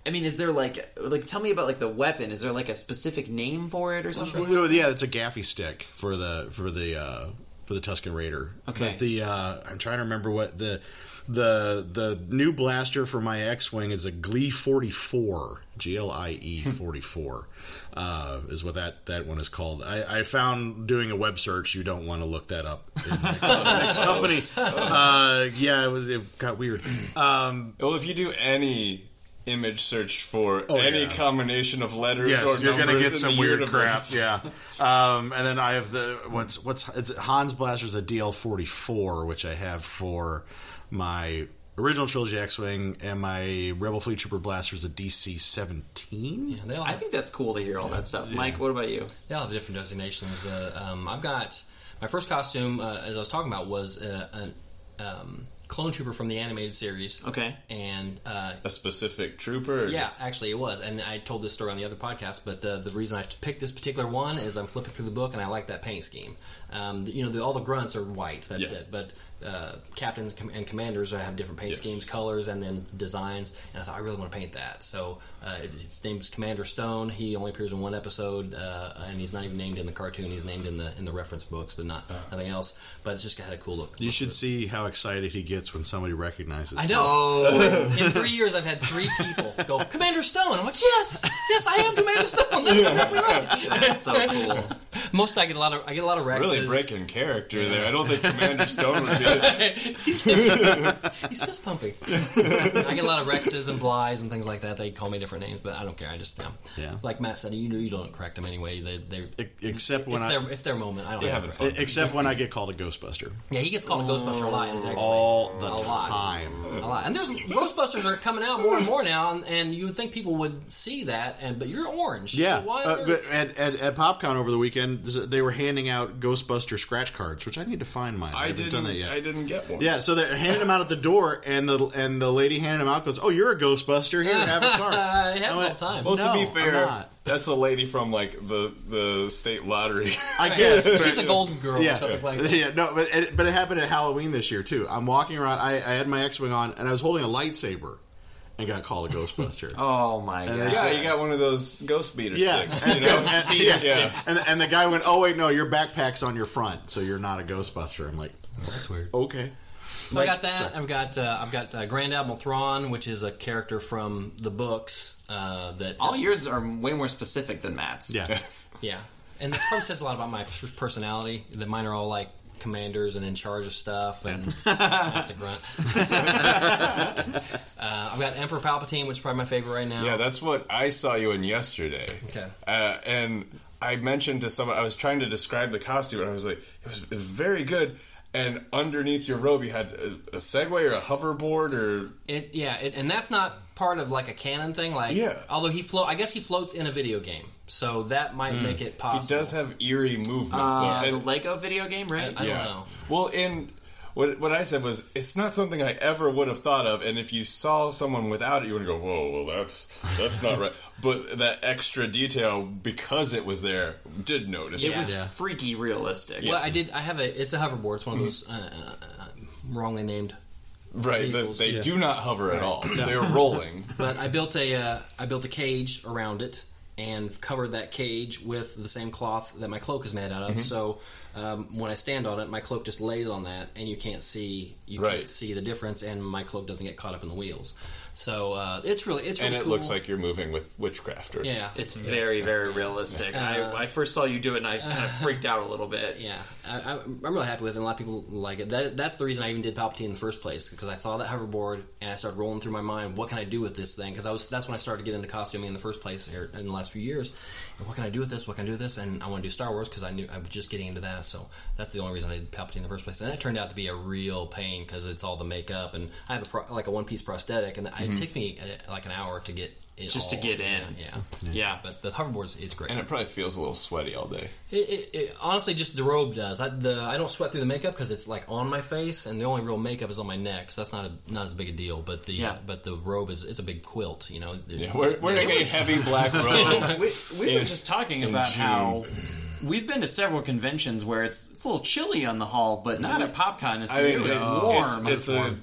[SPEAKER 10] I mean, is there like like tell me about like the weapon? Is there like a specific name for it or something?
[SPEAKER 3] Well, yeah, it's a gaffy stick for the for the uh, for the Tuscan Raider.
[SPEAKER 10] Okay.
[SPEAKER 3] But the uh, I'm trying to remember what the the the new blaster for my X-wing is a Glee 44, G L I E 44, uh, is what that that one is called. I, I found doing a web search. You don't want to look that up. in the Next, next company. Uh, yeah, it was it got weird. Um,
[SPEAKER 5] well, if you do any image search for any
[SPEAKER 3] Oh, yeah.
[SPEAKER 5] combination of letters,
[SPEAKER 3] Yes,
[SPEAKER 5] or
[SPEAKER 3] you're gonna
[SPEAKER 5] numbers
[SPEAKER 3] get
[SPEAKER 5] in
[SPEAKER 3] some
[SPEAKER 5] the
[SPEAKER 3] weird
[SPEAKER 5] universe-
[SPEAKER 3] crap. Yeah. Um, and then I have the what's what's it's Hans Blaster's a DL forty four, which I have for my original trilogy X Wing, and my Rebel Fleet Trooper Blaster's a DC seventeen.
[SPEAKER 4] And they all
[SPEAKER 10] I
[SPEAKER 4] have
[SPEAKER 10] think that's cool to hear all that stuff. Mike, what about you?
[SPEAKER 4] Yeah, the different designations. Uh, um, I've got my first costume, uh, as I was talking about, was uh, a um, clone trooper from the animated series.
[SPEAKER 2] Oh.
[SPEAKER 10] Okay.
[SPEAKER 4] And uh,
[SPEAKER 5] A specific trooper. or
[SPEAKER 4] yeah,
[SPEAKER 5] just-
[SPEAKER 4] actually, it was. And I told this story on the other podcast, but uh, the reason I picked this particular one is I'm flipping through the book and I like that paint scheme. Um, you know, the, all the grunts are white. That's
[SPEAKER 5] Yeah.
[SPEAKER 4] it. But uh, captains com- and commanders have different paint
[SPEAKER 5] Yes.
[SPEAKER 4] schemes, colors, and then designs. And I thought I really want to paint that. So uh, it, its name's Commander Stone. He only appears in one episode, uh, and he's not even named in the cartoon. He's named in the in the reference books, but not
[SPEAKER 5] Uh-huh.
[SPEAKER 4] nothing else. But it's just had a cool look.
[SPEAKER 3] You should see how excited he gets when somebody recognizes.
[SPEAKER 4] I
[SPEAKER 3] him.
[SPEAKER 4] know.
[SPEAKER 5] Oh,
[SPEAKER 4] It's like, in three years, I've had three people go, Commander Stone. I'm like, yes, yes, I am Commander Stone. That's exactly right.
[SPEAKER 10] That's so cool.
[SPEAKER 4] Most I get a lot of I get a lot of Rexes.
[SPEAKER 5] Really breaking character there. I don't think Commander Stone would be.
[SPEAKER 4] he's, he's fist pumping. I get a lot of Rexes and Blys and things like that. They call me different names, but I don't care. I just am.
[SPEAKER 3] Yeah.
[SPEAKER 4] Like Matt said, you know, you don't correct them anyway. They they
[SPEAKER 3] E- Except when
[SPEAKER 4] it's
[SPEAKER 3] I e-,
[SPEAKER 4] their it's their moment. I don't.
[SPEAKER 5] They're
[SPEAKER 4] have
[SPEAKER 5] having
[SPEAKER 4] it.
[SPEAKER 5] fun.
[SPEAKER 3] except when I get called a Ghostbuster
[SPEAKER 4] Yeah, he gets called a Ghostbuster a lot in his X-Men.
[SPEAKER 3] all the
[SPEAKER 4] A lot.
[SPEAKER 3] time.
[SPEAKER 4] a lot. And there's Ghostbusters are coming out more and more now, and, and you would think people would see that, and but you're orange. so
[SPEAKER 3] Yeah,
[SPEAKER 4] why on
[SPEAKER 3] uh, but
[SPEAKER 4] earth-
[SPEAKER 3] at, at, at PopCon over the weekend, they were handing out Ghostbuster scratch cards, which I need to find mine.
[SPEAKER 5] I
[SPEAKER 3] haven't
[SPEAKER 5] didn't.
[SPEAKER 3] done that yet.
[SPEAKER 5] I didn't get one.
[SPEAKER 3] Yeah, so they're handing them out at the door, and the and the lady handing them out goes, "Oh, you're a Ghostbuster. Here, have a card."
[SPEAKER 4] Uh, it happens
[SPEAKER 3] I
[SPEAKER 4] all
[SPEAKER 3] went,
[SPEAKER 4] the time.
[SPEAKER 5] Well,
[SPEAKER 3] No,
[SPEAKER 5] to be
[SPEAKER 3] I'm
[SPEAKER 5] fair,
[SPEAKER 3] not.
[SPEAKER 5] that's a lady from like the the state lottery.
[SPEAKER 3] I guess
[SPEAKER 4] She's a golden girl
[SPEAKER 3] yeah,
[SPEAKER 4] or something like that.
[SPEAKER 3] yeah, no, but it, but it happened at Halloween this year too. I'm walking around. I, I had my X-wing on, and I was holding a lightsaber, and got called a Ghostbuster.
[SPEAKER 10] Oh my god.
[SPEAKER 5] yeah, you got one of those ghost beater
[SPEAKER 3] Yeah,
[SPEAKER 5] sticks. You know?
[SPEAKER 3] and,
[SPEAKER 5] yeah.
[SPEAKER 3] yes. And, and the guy went, "Oh wait, no, your backpack's on your front, so you're not a Ghostbuster." I'm like,
[SPEAKER 4] That's weird.
[SPEAKER 3] okay,
[SPEAKER 4] So I got that. I've got uh, I've got uh, Grand Admiral Thrawn, which is a character from the books uh, that
[SPEAKER 10] All yours are way more specific than Matt's.
[SPEAKER 3] yeah,
[SPEAKER 4] yeah, and that probably says a lot about my pers- personality. That mine are all like commanders and in charge of stuff. And that's a grunt. uh, I've got Emperor Palpatine, which is probably my favorite right now.
[SPEAKER 5] Yeah, that's what I saw you in yesterday.
[SPEAKER 4] Okay.
[SPEAKER 5] Uh, and I mentioned to someone, I was trying to describe the costume, and I was like, it was, it was very good. And underneath your robe, you had a, a Segway or a hoverboard or.
[SPEAKER 4] It yeah, it, and that's not part of like a canon thing. Like
[SPEAKER 5] Yeah.
[SPEAKER 4] although he float, I guess he floats in a video game, so that might make it
[SPEAKER 5] Hmm. He
[SPEAKER 4] possible.
[SPEAKER 5] does have eerie movements.
[SPEAKER 10] Uh,
[SPEAKER 5] though.
[SPEAKER 10] the
[SPEAKER 5] And-
[SPEAKER 10] Lego video game, right?
[SPEAKER 4] I don't know.
[SPEAKER 5] Well, in what what I said was it's not something I ever would have thought of, and if you saw someone without it, you would go, "Whoa, well that's that's not right." But that extra detail because it was there did notice.
[SPEAKER 10] It was freaky realistic.
[SPEAKER 4] Well, I did. I have a. It's a hoverboard.
[SPEAKER 5] Mm-hmm.
[SPEAKER 4] It's one of those uh, uh, uh, wrongly named.
[SPEAKER 5] right. They,
[SPEAKER 4] vehicles,
[SPEAKER 5] they do not hover at all; they're rolling.
[SPEAKER 4] But I built a. Uh, I built a cage around it and covered that cage with the same cloth that my cloak is made out of.
[SPEAKER 5] Mm-hmm.
[SPEAKER 4] So um, when I stand on it, my cloak just lays on that, and you can't see. You
[SPEAKER 5] Right.
[SPEAKER 4] can't see the difference, and my cloak doesn't get caught up in the wheels. So uh, it's really. It's really
[SPEAKER 5] and it
[SPEAKER 4] cool.
[SPEAKER 5] looks like you're moving with witchcraft. Or,
[SPEAKER 4] Yeah.
[SPEAKER 10] It's very, very realistic. I, I first saw you do it and I kind of freaked out a little bit.
[SPEAKER 4] Yeah, I, I- I'm really happy with it. and A lot of people like it. That, that's the reason I even did Palpatine in the first place because I saw that hoverboard and I started rolling through my mind, what can I do with this thing? Because I was that's when I started getting into costuming in the first place here in the last few years. And what can I do with this? What can I do with this? And I want to do Star Wars because I knew I was just getting into that. So that's the only reason I did Palpatine in the first place. And that turned out to be a real pain because it's all the makeup and I have a pro, like a one piece prosthetic and it took me uh, like an hour to get it
[SPEAKER 10] Mm-hmm. Just to
[SPEAKER 4] all
[SPEAKER 10] get
[SPEAKER 4] down.
[SPEAKER 10] in.
[SPEAKER 4] Yeah,
[SPEAKER 10] Yeah.
[SPEAKER 4] but the hoverboard is great.
[SPEAKER 5] and it probably feels a little sweaty all day.
[SPEAKER 4] It, it, it, honestly, just the robe does. I, the I don't sweat through the makeup because it's like on my face, and the only real makeup is on my neck. So that's not a, not as big a deal. But the
[SPEAKER 10] Yeah.
[SPEAKER 4] but the robe is it's a big quilt. You know,
[SPEAKER 5] Yeah, we're wearing a heavy black robe.
[SPEAKER 2] We, we were
[SPEAKER 5] In-
[SPEAKER 2] just talking
[SPEAKER 5] in
[SPEAKER 2] about
[SPEAKER 5] June.
[SPEAKER 2] how we've been to several conventions where it's, it's a little chilly on the hall, but not at PopCon. It's,
[SPEAKER 5] I mean,
[SPEAKER 2] it was
[SPEAKER 5] uh,
[SPEAKER 2] warm.
[SPEAKER 5] It's, it's a,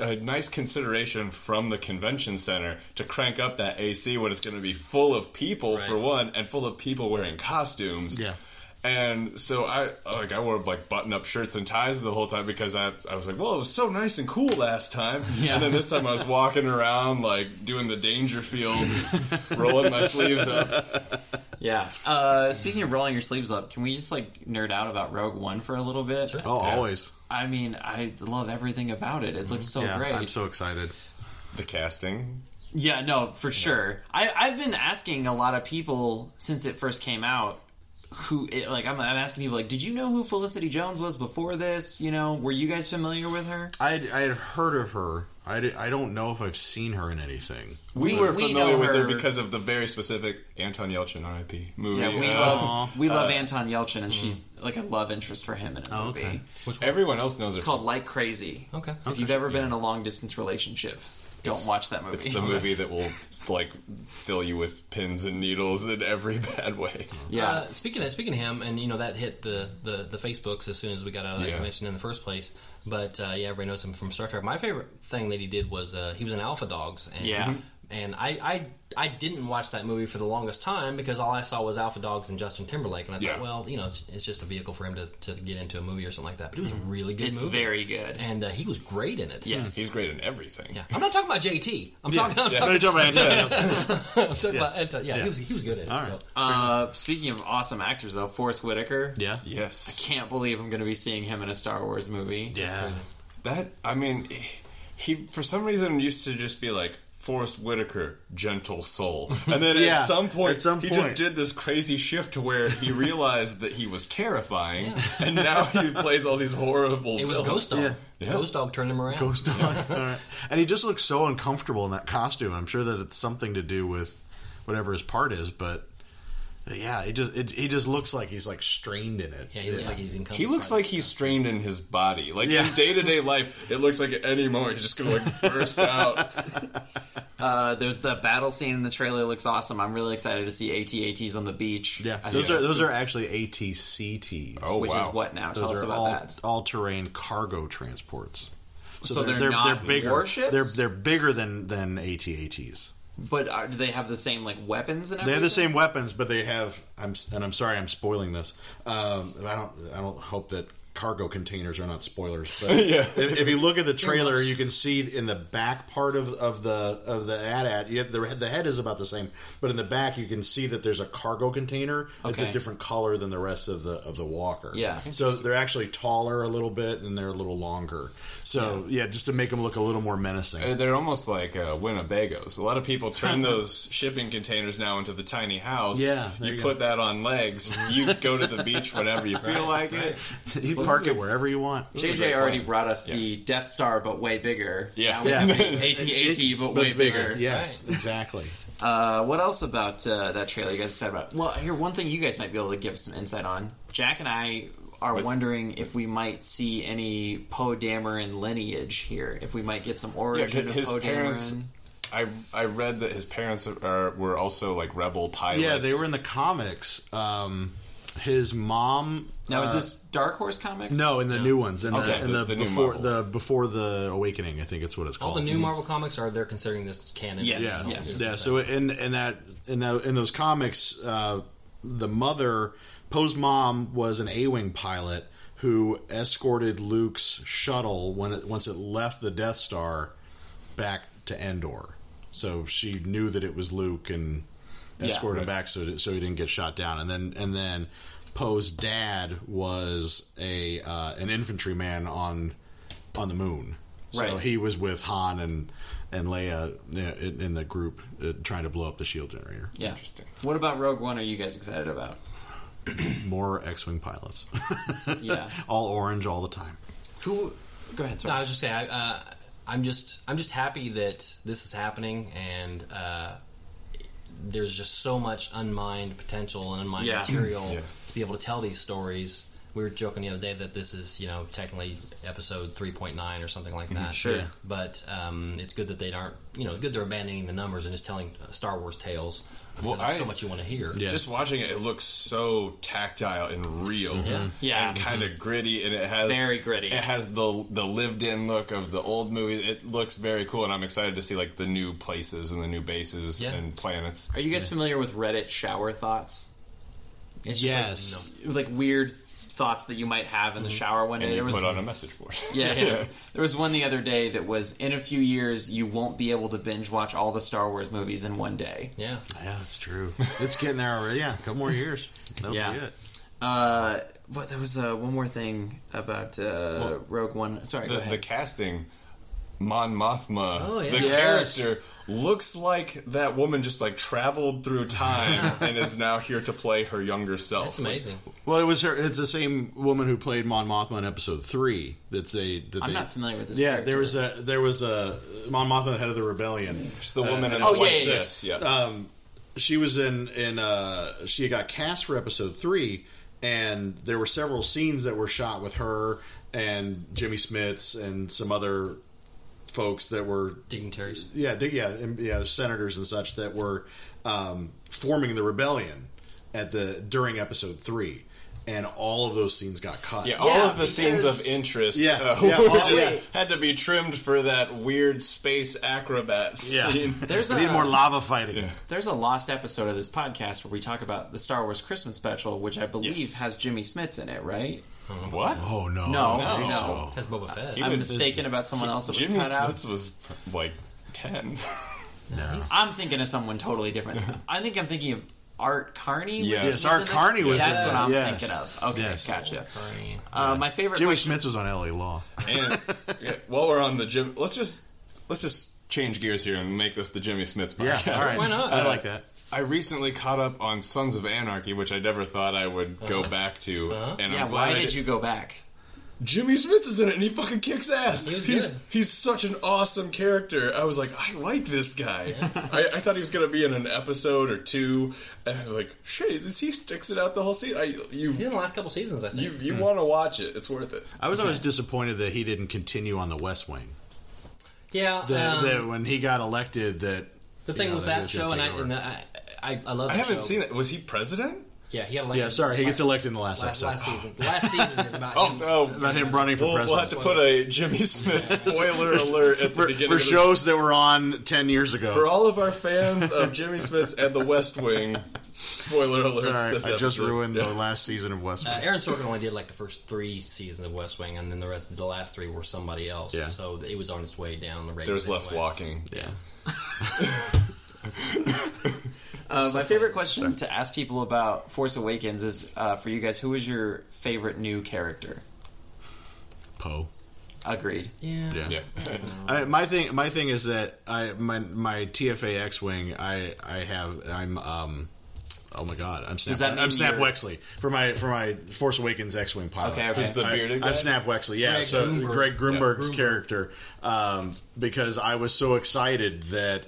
[SPEAKER 5] a nice consideration from the convention center to crank up that AC when it's going to be full of people for
[SPEAKER 4] Right.
[SPEAKER 5] one, and full of people wearing costumes.
[SPEAKER 3] Yeah.
[SPEAKER 5] And so I like I wore like button up shirts and ties the whole time because I I was like, well, it was so nice and cool last time,
[SPEAKER 2] Yeah.
[SPEAKER 5] and then this time I was walking around like doing the Dangerfield, rolling my sleeves up.
[SPEAKER 2] yeah. Uh, speaking of rolling your sleeves up, can we just like nerd out about Rogue One for a little bit?
[SPEAKER 3] Oh, always.
[SPEAKER 2] I mean, I love everything about it.
[SPEAKER 5] Mm-hmm.
[SPEAKER 2] It looks so
[SPEAKER 3] Yeah,
[SPEAKER 2] great.
[SPEAKER 3] I'm so excited.
[SPEAKER 5] The casting,
[SPEAKER 2] Yeah, no, for sure. I, I've been asking a lot of people since it first came out who, it, like, I'm, I'm asking people, like, did you know who Felicity Jones was before this? You know, were you guys familiar with her?
[SPEAKER 3] I had, I had heard of her. I, did, I don't know if I've seen her in anything.
[SPEAKER 5] we, were
[SPEAKER 2] we
[SPEAKER 5] familiar
[SPEAKER 2] know
[SPEAKER 5] with
[SPEAKER 2] her-
[SPEAKER 5] her because of the very specific Anton Yelchin R.I.P. movie.
[SPEAKER 2] Yeah, we
[SPEAKER 5] Uh, mm-hmm. Oh,
[SPEAKER 2] love, we love Anton Yelchin, and she's like a love interest for him in a movie.
[SPEAKER 3] okay.
[SPEAKER 5] Everyone else knows it.
[SPEAKER 2] It's called Like Crazy.
[SPEAKER 4] Okay.
[SPEAKER 2] If you've ever been in a long distance relationship, don't watch that movie.
[SPEAKER 5] It's the movie that will like fill you with pins and needles in every bad way.
[SPEAKER 2] Yeah.
[SPEAKER 4] Uh, speaking of, speaking of him, and you know that hit the, the, the Facebooks as soon as we got out of that
[SPEAKER 5] Yeah.
[SPEAKER 4] convention in the first place. But uh, yeah, everybody knows him from Star Trek. My favorite thing that he did was uh, he was in Alpha Dogs. And,
[SPEAKER 2] Yeah.
[SPEAKER 4] And I, I I didn't watch that movie for the longest time because all I saw was Alpha Dogs and Justin Timberlake, and I
[SPEAKER 5] Yeah.
[SPEAKER 4] thought, well, you know, it's, it's just a vehicle for him to, to get into a movie or something like that. But it was a really good
[SPEAKER 2] it's
[SPEAKER 4] movie,
[SPEAKER 2] very good.
[SPEAKER 4] and uh, he was great in it.
[SPEAKER 2] yes.
[SPEAKER 5] He's great in everything.
[SPEAKER 4] Yeah. I'm not talking about JT. I'm talking, I'm talking,
[SPEAKER 2] E
[SPEAKER 4] I'm talking about Ed Tuck. Yeah, He was he was good in it.
[SPEAKER 3] right.
[SPEAKER 4] So.
[SPEAKER 2] Uh, speaking of awesome actors, though, Forrest Whitaker.
[SPEAKER 3] Yeah.
[SPEAKER 5] Yes.
[SPEAKER 2] Can't believe I'm going to be seeing him in a Star Wars movie.
[SPEAKER 3] Yeah.
[SPEAKER 5] That I mean he for some reason used to just be like Forrest Whitaker, gentle soul. And then
[SPEAKER 3] Yeah,
[SPEAKER 5] at some point
[SPEAKER 3] at some
[SPEAKER 5] he just
[SPEAKER 3] point.
[SPEAKER 5] did this crazy shift to where he realized that he was terrifying and now he plays all these horrible
[SPEAKER 4] It was
[SPEAKER 5] villains.
[SPEAKER 4] Ghost Dog.
[SPEAKER 5] Yeah.
[SPEAKER 4] Ghost Dog turned him around.
[SPEAKER 3] Ghost dog. All right. And he just looks so uncomfortable in that costume. I'm sure that it's something to do with whatever his part is, but but yeah, he just it, he just looks like he's like strained in it.
[SPEAKER 4] Yeah, he looks like he's in.
[SPEAKER 5] He looks like he's strained in his body. Like in day to day life, it looks like at any moment Oh, he's just gonna like burst out.
[SPEAKER 2] Uh, there's the battle scene in the trailer looks awesome. I'm really excited to see AT-ATs on the beach.
[SPEAKER 3] Yeah,
[SPEAKER 2] I
[SPEAKER 3] those
[SPEAKER 2] think
[SPEAKER 3] are those are actually ATCTs.
[SPEAKER 5] Oh
[SPEAKER 2] which
[SPEAKER 5] wow.
[SPEAKER 2] is what now? Tell
[SPEAKER 3] those
[SPEAKER 2] us
[SPEAKER 3] are
[SPEAKER 2] about
[SPEAKER 3] all
[SPEAKER 2] that.
[SPEAKER 3] all terrain cargo transports. So,
[SPEAKER 2] they're not
[SPEAKER 3] bigger.
[SPEAKER 2] warships?
[SPEAKER 3] They're they're bigger than than ATATs.
[SPEAKER 2] But are, do they have the same like weapons and
[SPEAKER 3] They
[SPEAKER 2] everything?
[SPEAKER 3] have the same weapons, but they have. I'm and I'm sorry, I'm spoiling this. Um, I don't. I don't hope that cargo containers are not spoilers. But
[SPEAKER 5] Yeah.
[SPEAKER 3] if, if you look at the trailer, you can see in the back part of, of the of the ad ad, you have the the head is about the same, but in the back you can see that there's a cargo container. It's a
[SPEAKER 2] Okay.
[SPEAKER 3] different color than the rest of the of the walker.
[SPEAKER 2] Yeah.
[SPEAKER 3] So they're actually taller a little bit and they're a little longer. So yeah, just to make them look a little more menacing.
[SPEAKER 5] Uh, They're almost like uh, Winnebagos. A lot of people turn those shipping containers now into the tiny house.
[SPEAKER 3] Yeah, there
[SPEAKER 5] you,
[SPEAKER 3] you go.
[SPEAKER 5] put that on legs. You go to the beach whenever you feel like it.
[SPEAKER 3] you park it wherever you want.
[SPEAKER 2] JJ already brought us the Death Star, but way bigger.
[SPEAKER 5] Yeah.
[SPEAKER 2] Now we
[SPEAKER 3] Yeah.
[SPEAKER 2] have the AT-AT, but, way bigger.
[SPEAKER 3] Yes, exactly.
[SPEAKER 2] Uh, what else about uh, that trailer you guys said about? Well, here one thing you guys might be able to give us an insight on. Jack and I are wondering if we might see any Poe Dameron lineage here. If we might get some
[SPEAKER 5] Yeah,
[SPEAKER 2] origin
[SPEAKER 5] but
[SPEAKER 2] of
[SPEAKER 5] his
[SPEAKER 2] Poe
[SPEAKER 5] parents-
[SPEAKER 2] Dameron.
[SPEAKER 5] I I read that his parents are, were also like rebel pilots.
[SPEAKER 3] Yeah, they were in the comics. Um, his mom.
[SPEAKER 2] Now is
[SPEAKER 3] uh,
[SPEAKER 2] this Dark Horse comics?
[SPEAKER 3] No, in the new ones, in
[SPEAKER 2] Okay.
[SPEAKER 3] the, in the,
[SPEAKER 5] The- the new
[SPEAKER 3] before
[SPEAKER 5] Marvel.
[SPEAKER 3] the before the awakening, I think it's what it's
[SPEAKER 4] All
[SPEAKER 3] called.
[SPEAKER 4] the new Marvel comics are they're considering this canon.
[SPEAKER 2] Yes,
[SPEAKER 3] yeah,
[SPEAKER 2] yes.
[SPEAKER 3] yeah. So in in that in that, in those comics, uh, the mother Poe's mom was an A wing pilot who escorted Luke's shuttle when it, once it left the Death Star back to Endor. So she knew that it was Luke and escorted him back so that- so he didn't get shot down. And then and then Poe's dad was a uh, an infantryman on on the moon. So
[SPEAKER 2] Right.
[SPEAKER 3] he was with Han and and Leia you know, in, in the group uh, trying to blow up the shield generator.
[SPEAKER 2] Yeah. Interesting. What about Rogue One? Are you guys excited about?
[SPEAKER 3] More X-wing pilots,
[SPEAKER 2] Yeah.
[SPEAKER 3] all orange all the time.
[SPEAKER 2] Who? Go ahead.
[SPEAKER 4] No,
[SPEAKER 2] Sorry.
[SPEAKER 4] I was just saying. I, uh, I'm just I'm just happy that this is happening, and uh, there's just so much unmined potential and unmined
[SPEAKER 2] Yeah.
[SPEAKER 4] material to be able to tell these stories. We were joking the other day that this is you know technically episode 3.9 or something like that.
[SPEAKER 2] sure. Yeah.
[SPEAKER 4] but um, it's good that they aren't you know good they're abandoning the numbers and just telling uh, Star Wars tales. Well, there's
[SPEAKER 5] I-
[SPEAKER 4] so much you want to hear.
[SPEAKER 5] Just watching it, it looks so tactile and real,
[SPEAKER 4] Mm-hmm.
[SPEAKER 2] Yeah.
[SPEAKER 5] and kind of gritty, and it has
[SPEAKER 2] Very gritty.
[SPEAKER 5] It has the the lived in look of the old movie. It looks very cool, and I'm excited to see like the new places and the new bases
[SPEAKER 4] Yeah.
[SPEAKER 5] and planets.
[SPEAKER 2] Are you guys familiar with Reddit shower thoughts?
[SPEAKER 4] It's just
[SPEAKER 3] Yes,
[SPEAKER 2] Like weird thoughts that you might have in the shower one day.
[SPEAKER 5] And
[SPEAKER 2] There
[SPEAKER 5] you
[SPEAKER 2] was-
[SPEAKER 5] put on a message board.
[SPEAKER 2] Yeah, yeah. There was one the other day that was in a few years you won't be able to binge watch all the Star Wars movies in one day.
[SPEAKER 4] like, no. yeah.
[SPEAKER 3] yeah, it's true. It's getting there already. Yeah, a couple more years. That'll
[SPEAKER 2] Yeah.
[SPEAKER 3] be it.
[SPEAKER 2] Uh, but there was uh, one more thing about uh, Rogue One. Sorry, go
[SPEAKER 5] the,
[SPEAKER 2] ahead.
[SPEAKER 5] the casting Mon Mothma,
[SPEAKER 4] Oh, yeah.
[SPEAKER 5] the
[SPEAKER 2] Yes.
[SPEAKER 5] character, looks like that woman just like traveled through time and is now here to play her younger self.
[SPEAKER 4] That's amazing.
[SPEAKER 3] Well, it was her. It's the same woman who played Mon Mothma in Episode Three that they. That
[SPEAKER 2] I'm
[SPEAKER 3] they,
[SPEAKER 2] not familiar with this.
[SPEAKER 3] Yeah,
[SPEAKER 2] character.
[SPEAKER 3] there was a there was a Mon Mothma, the head of the rebellion.
[SPEAKER 5] It's the woman in
[SPEAKER 2] oh,
[SPEAKER 5] the
[SPEAKER 2] yeah,
[SPEAKER 5] white
[SPEAKER 2] yeah, yeah.
[SPEAKER 5] dress, yeah.
[SPEAKER 3] She was in in uh, she got cast for Episode Three, and there were several scenes that were shot with her and Jimmy Smits and some other folks that were
[SPEAKER 4] Dignitaries.
[SPEAKER 3] yeah, dig- yeah, and, yeah, senators and such that were um, forming the rebellion at the during episode three, and all of those scenes got cut.
[SPEAKER 5] yeah, all
[SPEAKER 2] Yeah,
[SPEAKER 5] of the scenes of
[SPEAKER 2] because-
[SPEAKER 5] interest
[SPEAKER 3] Yeah,
[SPEAKER 5] uh,
[SPEAKER 3] yeah,
[SPEAKER 5] were
[SPEAKER 3] all-
[SPEAKER 5] just
[SPEAKER 3] yeah.
[SPEAKER 5] had to be trimmed for that weird space acrobat scene.
[SPEAKER 2] There's
[SPEAKER 3] I need
[SPEAKER 2] a-
[SPEAKER 3] more lava fighting.
[SPEAKER 2] There's a lost episode of this podcast where we talk about the Star Wars Christmas special, which I believe
[SPEAKER 5] Yes.
[SPEAKER 2] has Jimmy Smits in it, right?
[SPEAKER 5] What?
[SPEAKER 3] Oh no,
[SPEAKER 2] No,
[SPEAKER 3] I
[SPEAKER 2] no.
[SPEAKER 3] think so.
[SPEAKER 4] That's Boba Fett.
[SPEAKER 2] I'm
[SPEAKER 5] would-
[SPEAKER 2] mistaken about someone else that was
[SPEAKER 5] Jimmy
[SPEAKER 2] cut out.
[SPEAKER 5] Smits was like 10.
[SPEAKER 2] I'm thinking of someone totally different. I think I'm thinking of Art Carney. was
[SPEAKER 5] Yes.
[SPEAKER 2] he
[SPEAKER 5] Yes,
[SPEAKER 3] Art
[SPEAKER 2] in it?
[SPEAKER 3] Carney was
[SPEAKER 2] That's
[SPEAKER 3] in
[SPEAKER 2] what
[SPEAKER 3] it.
[SPEAKER 2] I'm
[SPEAKER 3] Yes.
[SPEAKER 2] thinking of. Okay,
[SPEAKER 3] Yes.
[SPEAKER 2] gotcha.
[SPEAKER 4] Bernie.
[SPEAKER 2] Uh, my favorite.
[SPEAKER 3] Jimmy
[SPEAKER 2] question-
[SPEAKER 3] Smith was on LA Law.
[SPEAKER 5] And yeah, while we're on the Jim, let's just let's just change gears here and make this the Jimmy Smits
[SPEAKER 3] Yeah,
[SPEAKER 5] podcast.
[SPEAKER 3] all right.
[SPEAKER 4] Why not?
[SPEAKER 3] I like that.
[SPEAKER 5] I recently caught up on Sons of Anarchy, which I never thought I would go back to. And
[SPEAKER 2] Uh-huh. Yeah,
[SPEAKER 5] I'm glad
[SPEAKER 2] why
[SPEAKER 5] I
[SPEAKER 2] did you go back?
[SPEAKER 5] Jimmy Smith is in it, and he fucking kicks ass.
[SPEAKER 4] He was
[SPEAKER 5] he's
[SPEAKER 4] good.
[SPEAKER 5] he's such an awesome character. I was like, I like this guy. I, I thought he was gonna be in an episode or two, and I was like, shit, is he sticks it out the whole season? I, you
[SPEAKER 4] He did in the last couple seasons, I think.
[SPEAKER 5] you you want to watch it? It's worth it.
[SPEAKER 3] I was always disappointed that he didn't continue on the West Wing.
[SPEAKER 4] yeah.
[SPEAKER 3] That,
[SPEAKER 4] um,
[SPEAKER 3] that when he got elected, that
[SPEAKER 4] The thing
[SPEAKER 3] you know,
[SPEAKER 4] with that
[SPEAKER 3] was
[SPEAKER 4] show,
[SPEAKER 3] gonna
[SPEAKER 4] and I,
[SPEAKER 3] take over.
[SPEAKER 4] and I, I, I love.
[SPEAKER 5] I
[SPEAKER 4] that
[SPEAKER 5] haven't
[SPEAKER 4] show.
[SPEAKER 5] seen it. Was he president?
[SPEAKER 4] Yeah, he got elected.
[SPEAKER 3] yeah, sorry, he gets elected in the last,
[SPEAKER 4] last,
[SPEAKER 3] episode.
[SPEAKER 4] last season. The last season is about.
[SPEAKER 5] Oh,
[SPEAKER 4] him.
[SPEAKER 5] oh,
[SPEAKER 3] About him running for
[SPEAKER 5] we'll,
[SPEAKER 3] president.
[SPEAKER 5] We'll have to put a Jimmy Smith spoiler alert at the
[SPEAKER 3] for,
[SPEAKER 5] beginning.
[SPEAKER 3] for
[SPEAKER 5] of the-
[SPEAKER 3] shows that were on ten years ago.
[SPEAKER 5] For all of our fans of Jimmy Smith's and The West Wing, Spoiler alert!
[SPEAKER 3] Sorry,
[SPEAKER 5] this
[SPEAKER 3] I just
[SPEAKER 5] episode.
[SPEAKER 3] ruined
[SPEAKER 5] Yeah.
[SPEAKER 3] the last season of West.
[SPEAKER 4] Uh, Aaron Sorkin only did like the first three seasons of West Wing, and then the rest, the last three were somebody else.
[SPEAKER 3] Yeah.
[SPEAKER 4] So it was on its way down the rating.
[SPEAKER 5] There was less
[SPEAKER 4] anyway.
[SPEAKER 5] walking.
[SPEAKER 11] Yeah.
[SPEAKER 2] Uh,
[SPEAKER 11] My favorite question to ask people about Force Awakens is uh, for you guys: Who is your favorite new character?
[SPEAKER 3] Poe.
[SPEAKER 11] Agreed.
[SPEAKER 4] Yeah.
[SPEAKER 5] Yeah.
[SPEAKER 3] I, my thing, my thing is that I my my TFA X wing. I I have I'm um. Oh my God! I'm Snap.
[SPEAKER 11] Does that mean
[SPEAKER 3] I'm Snap
[SPEAKER 11] you're-
[SPEAKER 3] Wexley for my for my Force Awakens X-wing pilot.
[SPEAKER 11] Okay, okay. Who's
[SPEAKER 5] the
[SPEAKER 3] I,
[SPEAKER 5] bearded guy?
[SPEAKER 3] am Snap Wexley. Yeah,
[SPEAKER 4] Greg
[SPEAKER 3] so
[SPEAKER 4] Grunberg.
[SPEAKER 3] Greg Grunberg's
[SPEAKER 4] Yeah, Grunberg.
[SPEAKER 3] character, um, because I was so excited that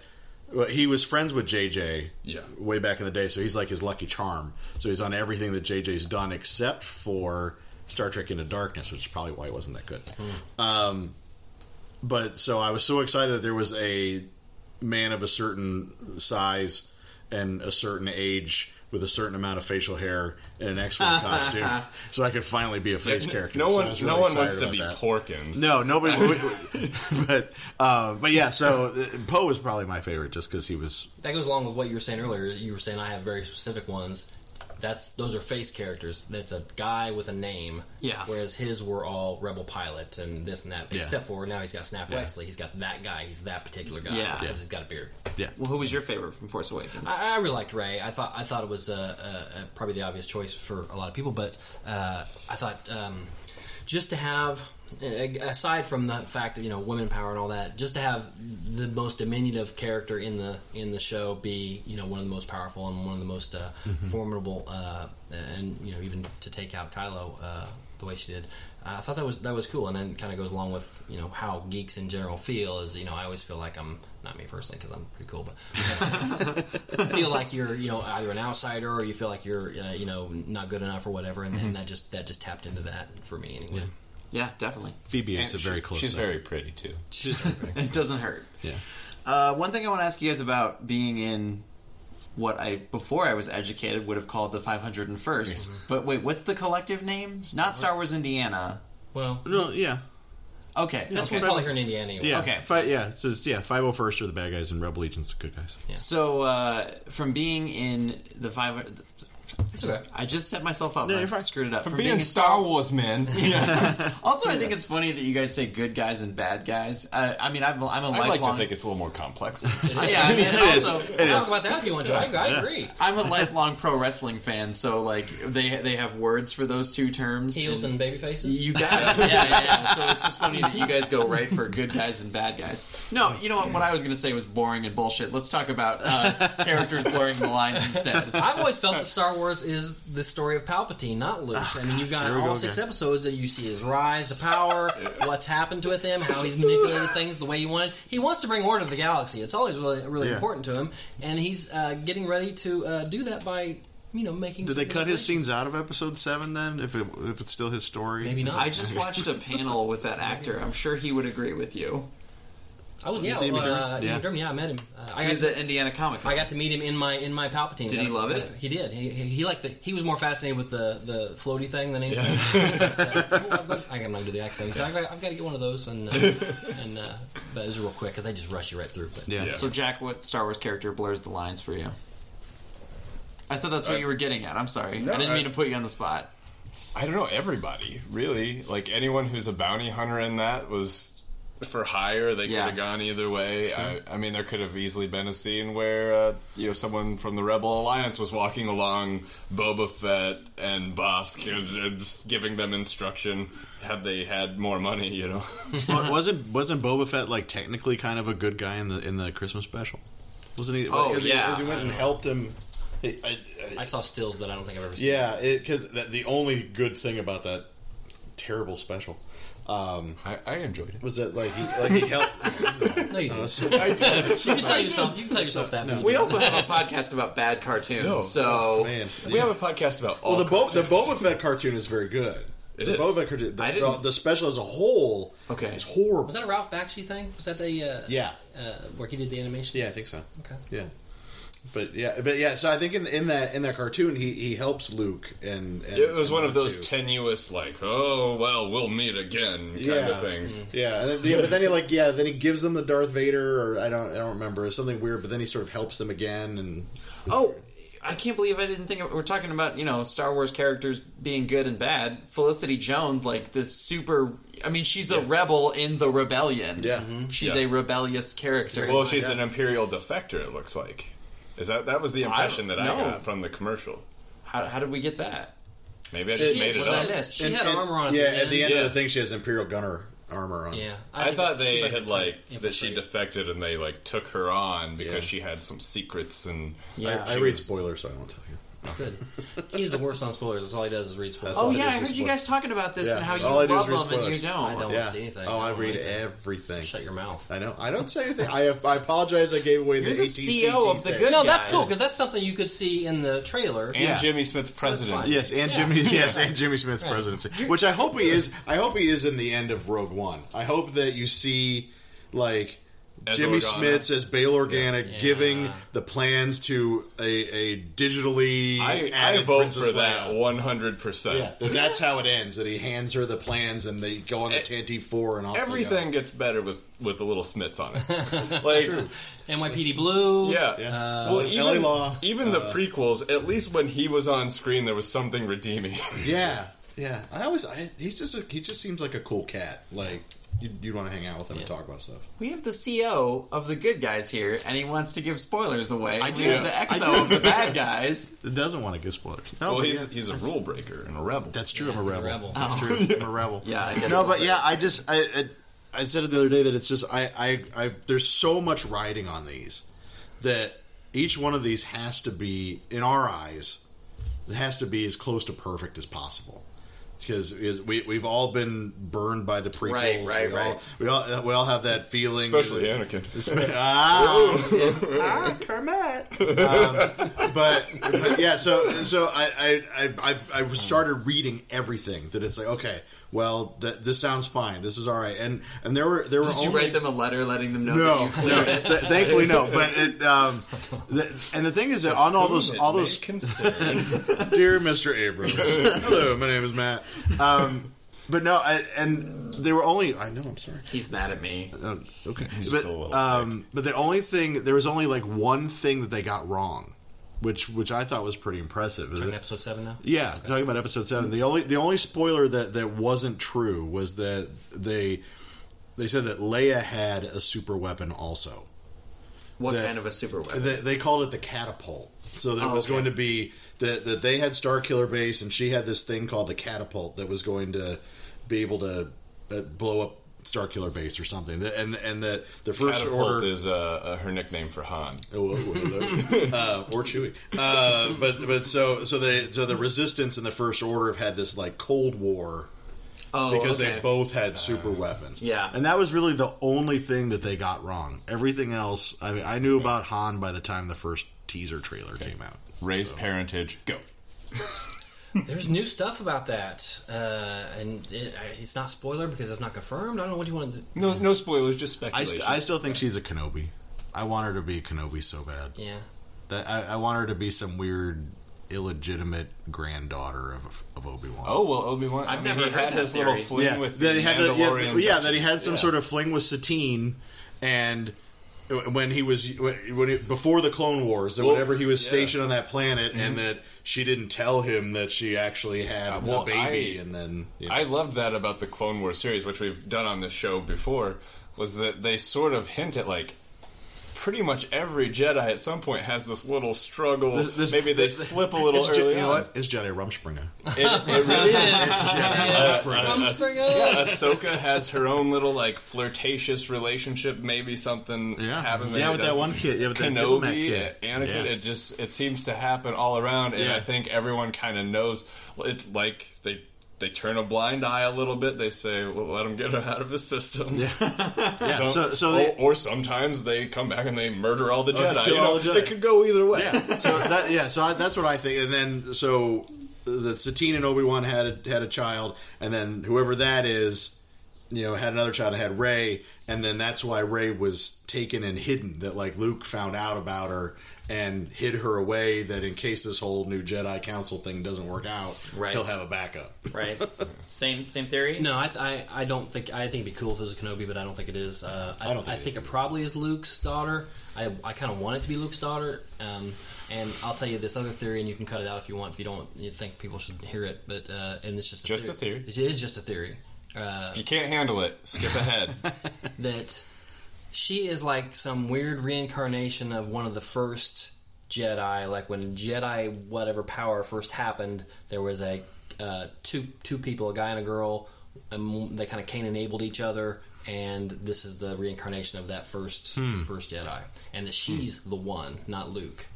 [SPEAKER 3] well, he was friends with JJ.
[SPEAKER 5] Yeah.
[SPEAKER 3] way back in the day. So he's like his lucky charm. So he's on everything that JJ's done except for Star Trek Into Darkness, which is probably why it wasn't that good. Um, but so I was so excited that there was a man of a certain size and a certain age with a certain amount of facial hair and an X-wing costume, so I could finally be a face character.
[SPEAKER 5] No
[SPEAKER 3] So I
[SPEAKER 5] one,
[SPEAKER 3] was
[SPEAKER 5] no
[SPEAKER 3] really
[SPEAKER 5] one wants
[SPEAKER 3] excited
[SPEAKER 5] to
[SPEAKER 3] about
[SPEAKER 5] be
[SPEAKER 3] that.
[SPEAKER 5] Porkins.
[SPEAKER 3] No, nobody. but uh, but yeah, so uh, Poe was probably my favorite just because he was
[SPEAKER 4] That goes along with what you were saying earlier. You were saying I have very specific ones. That's those are face characters. That's a guy with a name.
[SPEAKER 2] Yeah.
[SPEAKER 4] Whereas his were all rebel pilots and this and that. Except for now he's got Snap Wexley. He's got that guy. He's that particular guy.
[SPEAKER 2] Yeah.
[SPEAKER 4] Because he's got a beard.
[SPEAKER 3] yeah.
[SPEAKER 2] Well, who was your favorite from Force Awakens?
[SPEAKER 4] I, I really liked Ray. I thought I thought it was uh, uh, uh, probably the obvious choice for a lot of people, but uh, I thought um, just to have, a- aside from the fact of you know women power and all that, just to have the most diminutive character in the in the show be you know one of the most powerful and one of the most uh, formidable, uh, and you know even to take out Kylo. Uh, the way she did, uh, I thought that was that was cool, and then kind of goes along with you know how geeks in general feel. Is you know I always feel like I'm not me personally because I'm pretty cool, but feel like you're you know either an outsider or you feel like you're uh, you know not good enough or whatever and,
[SPEAKER 3] Mm-hmm.
[SPEAKER 4] and that just that just tapped into that for me anyway
[SPEAKER 2] Yeah, definitely.
[SPEAKER 3] BB-8's
[SPEAKER 5] And
[SPEAKER 3] a very
[SPEAKER 5] she-
[SPEAKER 3] close.
[SPEAKER 5] She's
[SPEAKER 3] second.
[SPEAKER 5] very pretty too.
[SPEAKER 2] It doesn't hurt.
[SPEAKER 3] yeah.
[SPEAKER 2] Uh, one thing I want to ask you guys about being in what I before I was educated would have called the 501st. But wait, what's the collective name? Not Star Wars Indiana.
[SPEAKER 4] well
[SPEAKER 3] No, yeah,
[SPEAKER 2] Okay,
[SPEAKER 4] that's
[SPEAKER 2] okay.
[SPEAKER 4] what we call it here in indiana anyway.
[SPEAKER 3] yeah,
[SPEAKER 2] Okay.
[SPEAKER 3] Fi- yeah, so it's- yeah. Five hundred first are the bad guys, and Rebel Legion's the good guys.
[SPEAKER 2] So uh, from being in the 500
[SPEAKER 4] it's okay
[SPEAKER 2] I just set myself up. I
[SPEAKER 3] you're fine.
[SPEAKER 2] screwed it up.
[SPEAKER 5] For
[SPEAKER 2] From
[SPEAKER 5] being,
[SPEAKER 2] in
[SPEAKER 5] Star Wars, man.
[SPEAKER 2] Also, I think it's funny that you guys say good guys and bad guys. Uh, I mean, I'm, I'm a
[SPEAKER 5] I like
[SPEAKER 2] lifelong.
[SPEAKER 5] to think it's a little more complex.
[SPEAKER 2] yeah, I mean, it's also,
[SPEAKER 4] talk about that if you want to I, I agree
[SPEAKER 2] I'm a lifelong pro wrestling fan, so like they they have words for those two terms.
[SPEAKER 4] heels and baby faces
[SPEAKER 2] You got it. Yeah, yeah, yeah. So it's just funny that you guys go right for good guys and bad guys. No, you know what? What I was going to say was boring and bullshit. Let's talk about uh, characters blurring the lines instead.
[SPEAKER 4] I've always felt that Star Wars is the story of Palpatine, not Luke. I mean, you've got
[SPEAKER 3] Ah, Here we
[SPEAKER 4] all
[SPEAKER 3] go
[SPEAKER 4] six
[SPEAKER 3] again.
[SPEAKER 4] episodes that you see his rise to power, what's happened with him, how he's manipulated things the way he wanted. He wants to bring order to the galaxy. It's always really, really
[SPEAKER 3] Yeah.
[SPEAKER 4] important to him, and he's uh, getting ready to uh, do that by, you know, making.
[SPEAKER 3] Did they
[SPEAKER 4] some
[SPEAKER 3] cut his
[SPEAKER 4] manipulations.
[SPEAKER 3] scenes out of Episode Seven then? If it, if it's still his story,
[SPEAKER 4] Maybe not.
[SPEAKER 2] I just watched a panel with that actor. I'm sure he would agree with you.
[SPEAKER 4] I was, yeah, uh,
[SPEAKER 3] Ian McDermott?
[SPEAKER 4] Ian
[SPEAKER 3] Yeah.
[SPEAKER 4] McDermott, yeah, I met him. Uh, I
[SPEAKER 2] He
[SPEAKER 4] got
[SPEAKER 2] was at Indiana Comic
[SPEAKER 4] I
[SPEAKER 2] Con.
[SPEAKER 4] got to meet him in my in my Palpatine. Uh,
[SPEAKER 2] Did he love it?
[SPEAKER 4] He did. He, he, he liked the. He was more fascinated with the the floaty thing than anything. I'm not gonna do the accent. He's like, "I've got- I've got to get one of those, and uh, and uh, but it was real quick because they just rush you right through. But
[SPEAKER 3] Yeah.
[SPEAKER 5] Yeah.
[SPEAKER 2] So, Jack, what Star Wars character blurs the lines for you? I thought that's what
[SPEAKER 3] Uh,
[SPEAKER 2] you were getting at. I'm sorry. I didn't
[SPEAKER 5] I-
[SPEAKER 2] mean to put you on the spot.
[SPEAKER 5] I don't know everybody really. Like anyone who's a bounty hunter in that was for hire. They
[SPEAKER 2] Yeah.
[SPEAKER 5] could have gone either way. I, I mean, there could have easily been a scene where uh, you know someone from the Rebel Alliance was walking along Boba Fett and Bosk, you know, j- just giving them instruction. Had they had more money, you know.
[SPEAKER 3] Wa- wasn't wasn't Boba Fett like technically kind of a good guy in the in the Christmas special? Wasn't he?
[SPEAKER 2] Oh,
[SPEAKER 3] as he-
[SPEAKER 2] yeah.
[SPEAKER 3] as he went and helped him. I- I- I-
[SPEAKER 4] I saw stills, but I don't think I've ever seen. it.
[SPEAKER 3] yeah, because the only good thing about that terrible special um,
[SPEAKER 5] I, I enjoyed it.
[SPEAKER 3] was that like he, like he helped.
[SPEAKER 4] no,
[SPEAKER 3] I
[SPEAKER 4] you, didn't.
[SPEAKER 3] was- I did.
[SPEAKER 4] you can tell yourself. You can tell yourself that. but
[SPEAKER 2] We
[SPEAKER 4] you
[SPEAKER 2] also have a podcast about bad cartoons,
[SPEAKER 5] No.
[SPEAKER 2] so
[SPEAKER 3] Oh, Man.
[SPEAKER 5] We have a podcast about all
[SPEAKER 3] Well, the, Bo- the
[SPEAKER 5] cartoons.
[SPEAKER 3] Boba Fett cartoon is very good.
[SPEAKER 5] It
[SPEAKER 3] the
[SPEAKER 5] is.
[SPEAKER 3] Boba Fett cartoon, the,
[SPEAKER 2] I didn't-
[SPEAKER 3] the- the special as a whole,
[SPEAKER 2] Okay.
[SPEAKER 3] is horrible.
[SPEAKER 4] Was that a Ralph Bakshi thing? Was that the uh,
[SPEAKER 3] yeah,
[SPEAKER 4] uh, where he did the animation?
[SPEAKER 3] yeah, I think so.
[SPEAKER 4] Okay.
[SPEAKER 3] Yeah, but yeah, but yeah. So I think in, in that in that cartoon, he he helps Luke, and, and
[SPEAKER 5] It was
[SPEAKER 3] and
[SPEAKER 5] one of
[SPEAKER 3] Luke
[SPEAKER 5] those
[SPEAKER 3] too.
[SPEAKER 5] tenuous, like, oh well, we'll meet again kind
[SPEAKER 3] Yeah.
[SPEAKER 5] of things.
[SPEAKER 3] yeah, and then, yeah, but then he like yeah, then he gives them the Darth Vader, or I don't I don't remember it's something weird. But then he sort of helps them again, and
[SPEAKER 2] Oh, I can't believe I didn't think of, we're talking about you know Star Wars characters being good and bad. Felicity Jones, like this super. I mean, she's a rebel in the rebellion.
[SPEAKER 3] Yeah.
[SPEAKER 4] Mm-hmm.
[SPEAKER 3] Mhm.
[SPEAKER 2] she's
[SPEAKER 5] Yeah.
[SPEAKER 2] a rebellious character.
[SPEAKER 5] Well, she's an imperial defector. It looks like. Is that that was the impression that I
[SPEAKER 2] no.
[SPEAKER 5] got from the commercial?
[SPEAKER 2] how, how did we get that?
[SPEAKER 5] Maybe I just
[SPEAKER 4] She-
[SPEAKER 5] made it
[SPEAKER 4] she
[SPEAKER 5] up.
[SPEAKER 4] had-
[SPEAKER 2] Yes.
[SPEAKER 4] She had armor on.
[SPEAKER 3] yeah, at the end
[SPEAKER 5] Yeah.
[SPEAKER 3] of the thing, she has Imperial Gunner armor on.
[SPEAKER 4] Yeah,
[SPEAKER 5] I,
[SPEAKER 4] think
[SPEAKER 5] thought
[SPEAKER 4] that she
[SPEAKER 5] they
[SPEAKER 4] might
[SPEAKER 5] had
[SPEAKER 4] be
[SPEAKER 5] like
[SPEAKER 4] trying to
[SPEAKER 5] that she
[SPEAKER 4] infiltrate.
[SPEAKER 5] defected and they like took her on because
[SPEAKER 3] Yeah.
[SPEAKER 5] she had some secrets and
[SPEAKER 2] Yeah.
[SPEAKER 3] I, I read spoilers, so I won't tell you.
[SPEAKER 4] He's the worst on spoilers. That's all he does is read spoilers.
[SPEAKER 3] That's
[SPEAKER 2] oh
[SPEAKER 3] all
[SPEAKER 2] yeah,
[SPEAKER 3] do
[SPEAKER 2] I
[SPEAKER 3] is
[SPEAKER 2] heard
[SPEAKER 3] read
[SPEAKER 2] you
[SPEAKER 3] spoilers.
[SPEAKER 2] guys talking about this
[SPEAKER 3] Yeah.
[SPEAKER 2] and how you
[SPEAKER 3] All I do
[SPEAKER 2] love
[SPEAKER 3] is read
[SPEAKER 2] them and you
[SPEAKER 3] spoilers.
[SPEAKER 2] don't.
[SPEAKER 4] I don't
[SPEAKER 3] yeah.
[SPEAKER 4] want to see anything.
[SPEAKER 3] Oh, I,
[SPEAKER 4] don't
[SPEAKER 3] read
[SPEAKER 4] like that.
[SPEAKER 3] everything.
[SPEAKER 4] Shut your mouth.
[SPEAKER 3] I know. I don't say anything. I I apologize. I gave away
[SPEAKER 2] You're
[SPEAKER 3] the,
[SPEAKER 2] the
[SPEAKER 3] ATCT
[SPEAKER 2] CEO of the
[SPEAKER 3] thing.
[SPEAKER 2] good
[SPEAKER 4] No, that's
[SPEAKER 2] guys.
[SPEAKER 4] cool because that's something you could see in the trailer.
[SPEAKER 5] and
[SPEAKER 3] Yeah.
[SPEAKER 5] Jimmy Smith's presidency.
[SPEAKER 3] Yes, and
[SPEAKER 4] Yeah.
[SPEAKER 3] Jimmy. Yes, and Jimmy Smith's presidency, which I hope he is. I hope he is in the end of Rogue One. I hope that you see like
[SPEAKER 5] As
[SPEAKER 3] Jimmy
[SPEAKER 5] Organa.
[SPEAKER 3] Smith's as Bail Organic
[SPEAKER 4] Yeah.
[SPEAKER 3] giving the plans to a, a digitally.
[SPEAKER 5] I, I
[SPEAKER 3] added
[SPEAKER 5] vote
[SPEAKER 3] Princess
[SPEAKER 5] for that
[SPEAKER 3] Leia.
[SPEAKER 5] one hundred percent.
[SPEAKER 3] Yeah, that- that's how it ends. That he hands her the plans, and they go on the
[SPEAKER 5] E-
[SPEAKER 3] Tantive Four and all
[SPEAKER 5] Everything gets better with with the little Smiths on it. like
[SPEAKER 4] NYPD Blue.
[SPEAKER 5] yeah,
[SPEAKER 3] Yeah.
[SPEAKER 5] well,
[SPEAKER 3] Uh,
[SPEAKER 5] even,
[SPEAKER 3] LA Law,
[SPEAKER 5] even the prequels, at least when he was on screen, there was something redeeming.
[SPEAKER 3] Yeah, yeah. I always. I, he's just. A, he just seems like a cool cat. Like you, you'd want to hang out with him and talk about stuff.
[SPEAKER 2] We have the CEO of the good guys here, and he wants to give spoilers away. I
[SPEAKER 3] do.
[SPEAKER 2] We have the XO of the bad guys.
[SPEAKER 3] It doesn't want to give spoilers. No,
[SPEAKER 5] well,
[SPEAKER 3] but
[SPEAKER 5] he's
[SPEAKER 3] yeah.
[SPEAKER 5] he's a rule breaker and a rebel.
[SPEAKER 3] That's true. I'm a rebel.
[SPEAKER 4] rebel.
[SPEAKER 3] That's true. I'm a rebel.
[SPEAKER 2] Oh. Yeah, I guess
[SPEAKER 3] no,
[SPEAKER 2] that's
[SPEAKER 3] but yeah, I just I, I I said it the other day that it's just I I, I there's so much riding on these that each one of these has to be in our eyes it has to be as close to perfect as possible because is, we we've all been burned by the prequels.
[SPEAKER 2] Right, right,
[SPEAKER 3] we
[SPEAKER 2] right.
[SPEAKER 3] All, we all we all have that feeling,
[SPEAKER 5] Especially Anakin.
[SPEAKER 3] Ah,
[SPEAKER 2] Ah, Kermit.
[SPEAKER 3] but, but yeah, so so I, I I I I started reading everything that it's like okay, well th- this sounds fine, this is all right, and and there were there were
[SPEAKER 2] Did you
[SPEAKER 3] only,
[SPEAKER 2] write them a letter letting them know that
[SPEAKER 3] no,
[SPEAKER 2] you
[SPEAKER 3] no. Th- thankfully no, but it, um, th- and the thing is that on all those all those dear Mr. Abrams, hello, my name is Matt, um, but no, I, and they were only I know I'm sorry,
[SPEAKER 2] He's mad at me.
[SPEAKER 3] Oh, okay.
[SPEAKER 5] just
[SPEAKER 3] But,
[SPEAKER 5] a little
[SPEAKER 3] um, but the only thing there was only like one thing that they got wrong, which which I thought was pretty impressive. Is
[SPEAKER 4] In
[SPEAKER 3] it-
[SPEAKER 4] episode seven now.
[SPEAKER 3] yeah, talking about episode seven. The only the only spoiler that that wasn't true was that they they said that Leia had a super weapon also.
[SPEAKER 2] What
[SPEAKER 3] That-
[SPEAKER 2] kind of a super weapon?
[SPEAKER 3] They, they called it the catapult. So that
[SPEAKER 2] Oh,
[SPEAKER 3] was
[SPEAKER 2] okay.
[SPEAKER 3] going to be that that they had Star Killer Base and she had this thing called the catapult that was going to be able to uh, blow up Star Killer Base or something. And and that the first
[SPEAKER 5] Catapult
[SPEAKER 3] order
[SPEAKER 5] is uh, uh, her nickname for Han.
[SPEAKER 3] Oh, oh, oh, oh. uh, or Chewy. Uh, but but so so they so the resistance and the first order have had this like Cold War
[SPEAKER 2] oh,
[SPEAKER 3] because
[SPEAKER 2] okay.
[SPEAKER 3] they both had super weapons.
[SPEAKER 2] yeah.
[SPEAKER 3] and that was really the only thing that they got wrong. Everything else, I mean, I knew about Han by the time the first teaser trailer came out.
[SPEAKER 5] Ray's parentage. Go.
[SPEAKER 4] There's new stuff about that, uh, and it, I- it's not spoiler because it's not confirmed. I don't know what you want to.
[SPEAKER 5] No, no spoilers. Just
[SPEAKER 3] I
[SPEAKER 5] speculation.
[SPEAKER 3] st- I still think she's a Kenobi. I want her to be a Kenobi so bad.
[SPEAKER 4] Yeah,
[SPEAKER 3] That I, I want her to be some weird illegitimate granddaughter of of Obi Wan.
[SPEAKER 5] Oh well, Obi Wan.
[SPEAKER 2] I've
[SPEAKER 5] I mean,
[SPEAKER 2] never
[SPEAKER 5] he
[SPEAKER 2] heard
[SPEAKER 5] had
[SPEAKER 2] that
[SPEAKER 5] his
[SPEAKER 2] theory.
[SPEAKER 5] little fling with
[SPEAKER 3] that
[SPEAKER 5] the
[SPEAKER 3] he had the- yeah,
[SPEAKER 5] Mandalorian.
[SPEAKER 3] yeah, that he had some
[SPEAKER 5] Duchess.
[SPEAKER 3] sort of fling with Satine, and when he was when it, before the Clone Wars, that
[SPEAKER 5] Well,
[SPEAKER 3] whenever he was
[SPEAKER 5] yeah. Mhm.
[SPEAKER 3] stationed on that planet, and that she didn't tell him that she actually had
[SPEAKER 5] Uh, well,
[SPEAKER 3] a baby,
[SPEAKER 5] I-
[SPEAKER 3] and then you know.
[SPEAKER 5] I loved that about the Clone Wars series, which we've done on this show before, was that they sort of hint at like pretty much every Jedi at some point has this little struggle.
[SPEAKER 3] This- this-
[SPEAKER 5] Maybe they
[SPEAKER 3] this-
[SPEAKER 5] slip a little
[SPEAKER 3] it's Je-
[SPEAKER 5] early
[SPEAKER 3] you know
[SPEAKER 5] on.
[SPEAKER 3] what? It's Jedi Rumspringer.
[SPEAKER 5] It, it really is.
[SPEAKER 4] Yes. Rumspringa.
[SPEAKER 5] Yeah, Ahsoka has her own little like flirtatious relationship. Maybe something
[SPEAKER 3] Yeah.
[SPEAKER 5] happened.
[SPEAKER 3] Yeah,
[SPEAKER 5] maybe
[SPEAKER 3] with that one kid. Yeah, with that
[SPEAKER 5] Kenobi,
[SPEAKER 3] diplomat kid.
[SPEAKER 5] Anakin.
[SPEAKER 3] Yeah.
[SPEAKER 5] It just it seems to happen all around, and
[SPEAKER 3] Yeah.
[SPEAKER 5] I think everyone kind of knows. Well, It's like they they turn a blind eye a little bit. They say, "Well, let him get her out of his system." Yeah. So,
[SPEAKER 3] so- so
[SPEAKER 5] or,
[SPEAKER 3] they-
[SPEAKER 5] or sometimes they come back and they murder all Oh, the
[SPEAKER 3] they
[SPEAKER 5] Jedi.
[SPEAKER 3] kill
[SPEAKER 5] you know?
[SPEAKER 3] all the Jedi.
[SPEAKER 5] It could go either way.
[SPEAKER 3] yeah. So that yeah. So I, that's what I think. And then so the Satine and Obi Wan had a, had a child, and then whoever that is you know, had another child and had Ray, and then that's why Ray was taken and hidden. That like Luke found out about her and hid her away. That in case this whole new Jedi Council thing doesn't work out,
[SPEAKER 2] Right.
[SPEAKER 3] he'll have a backup.
[SPEAKER 2] right? same same theory.
[SPEAKER 4] No, I, th- I I don't think I think it'd be cool if it was a Kenobi, but I don't think it is. Uh, I, I
[SPEAKER 3] don't think
[SPEAKER 4] I
[SPEAKER 3] it
[SPEAKER 4] think it probably is Luke's daughter. I, I kind of want it to be Luke's daughter. Um, and I'll tell you this other theory, and you can cut it out if you want. If you don't, you think people should hear it, but uh, and it's just a
[SPEAKER 5] Just a theory.
[SPEAKER 4] It is just a theory. Uh,
[SPEAKER 5] If you can't handle it, skip ahead.
[SPEAKER 4] that she is like some weird reincarnation of one of the first Jedi. Like when Jedi whatever power first happened, there was a uh, two two people, a guy and a girl. Um, they kind of Cain enabled each other, and this is the reincarnation of that first first Jedi, and that she's the one, not Luke.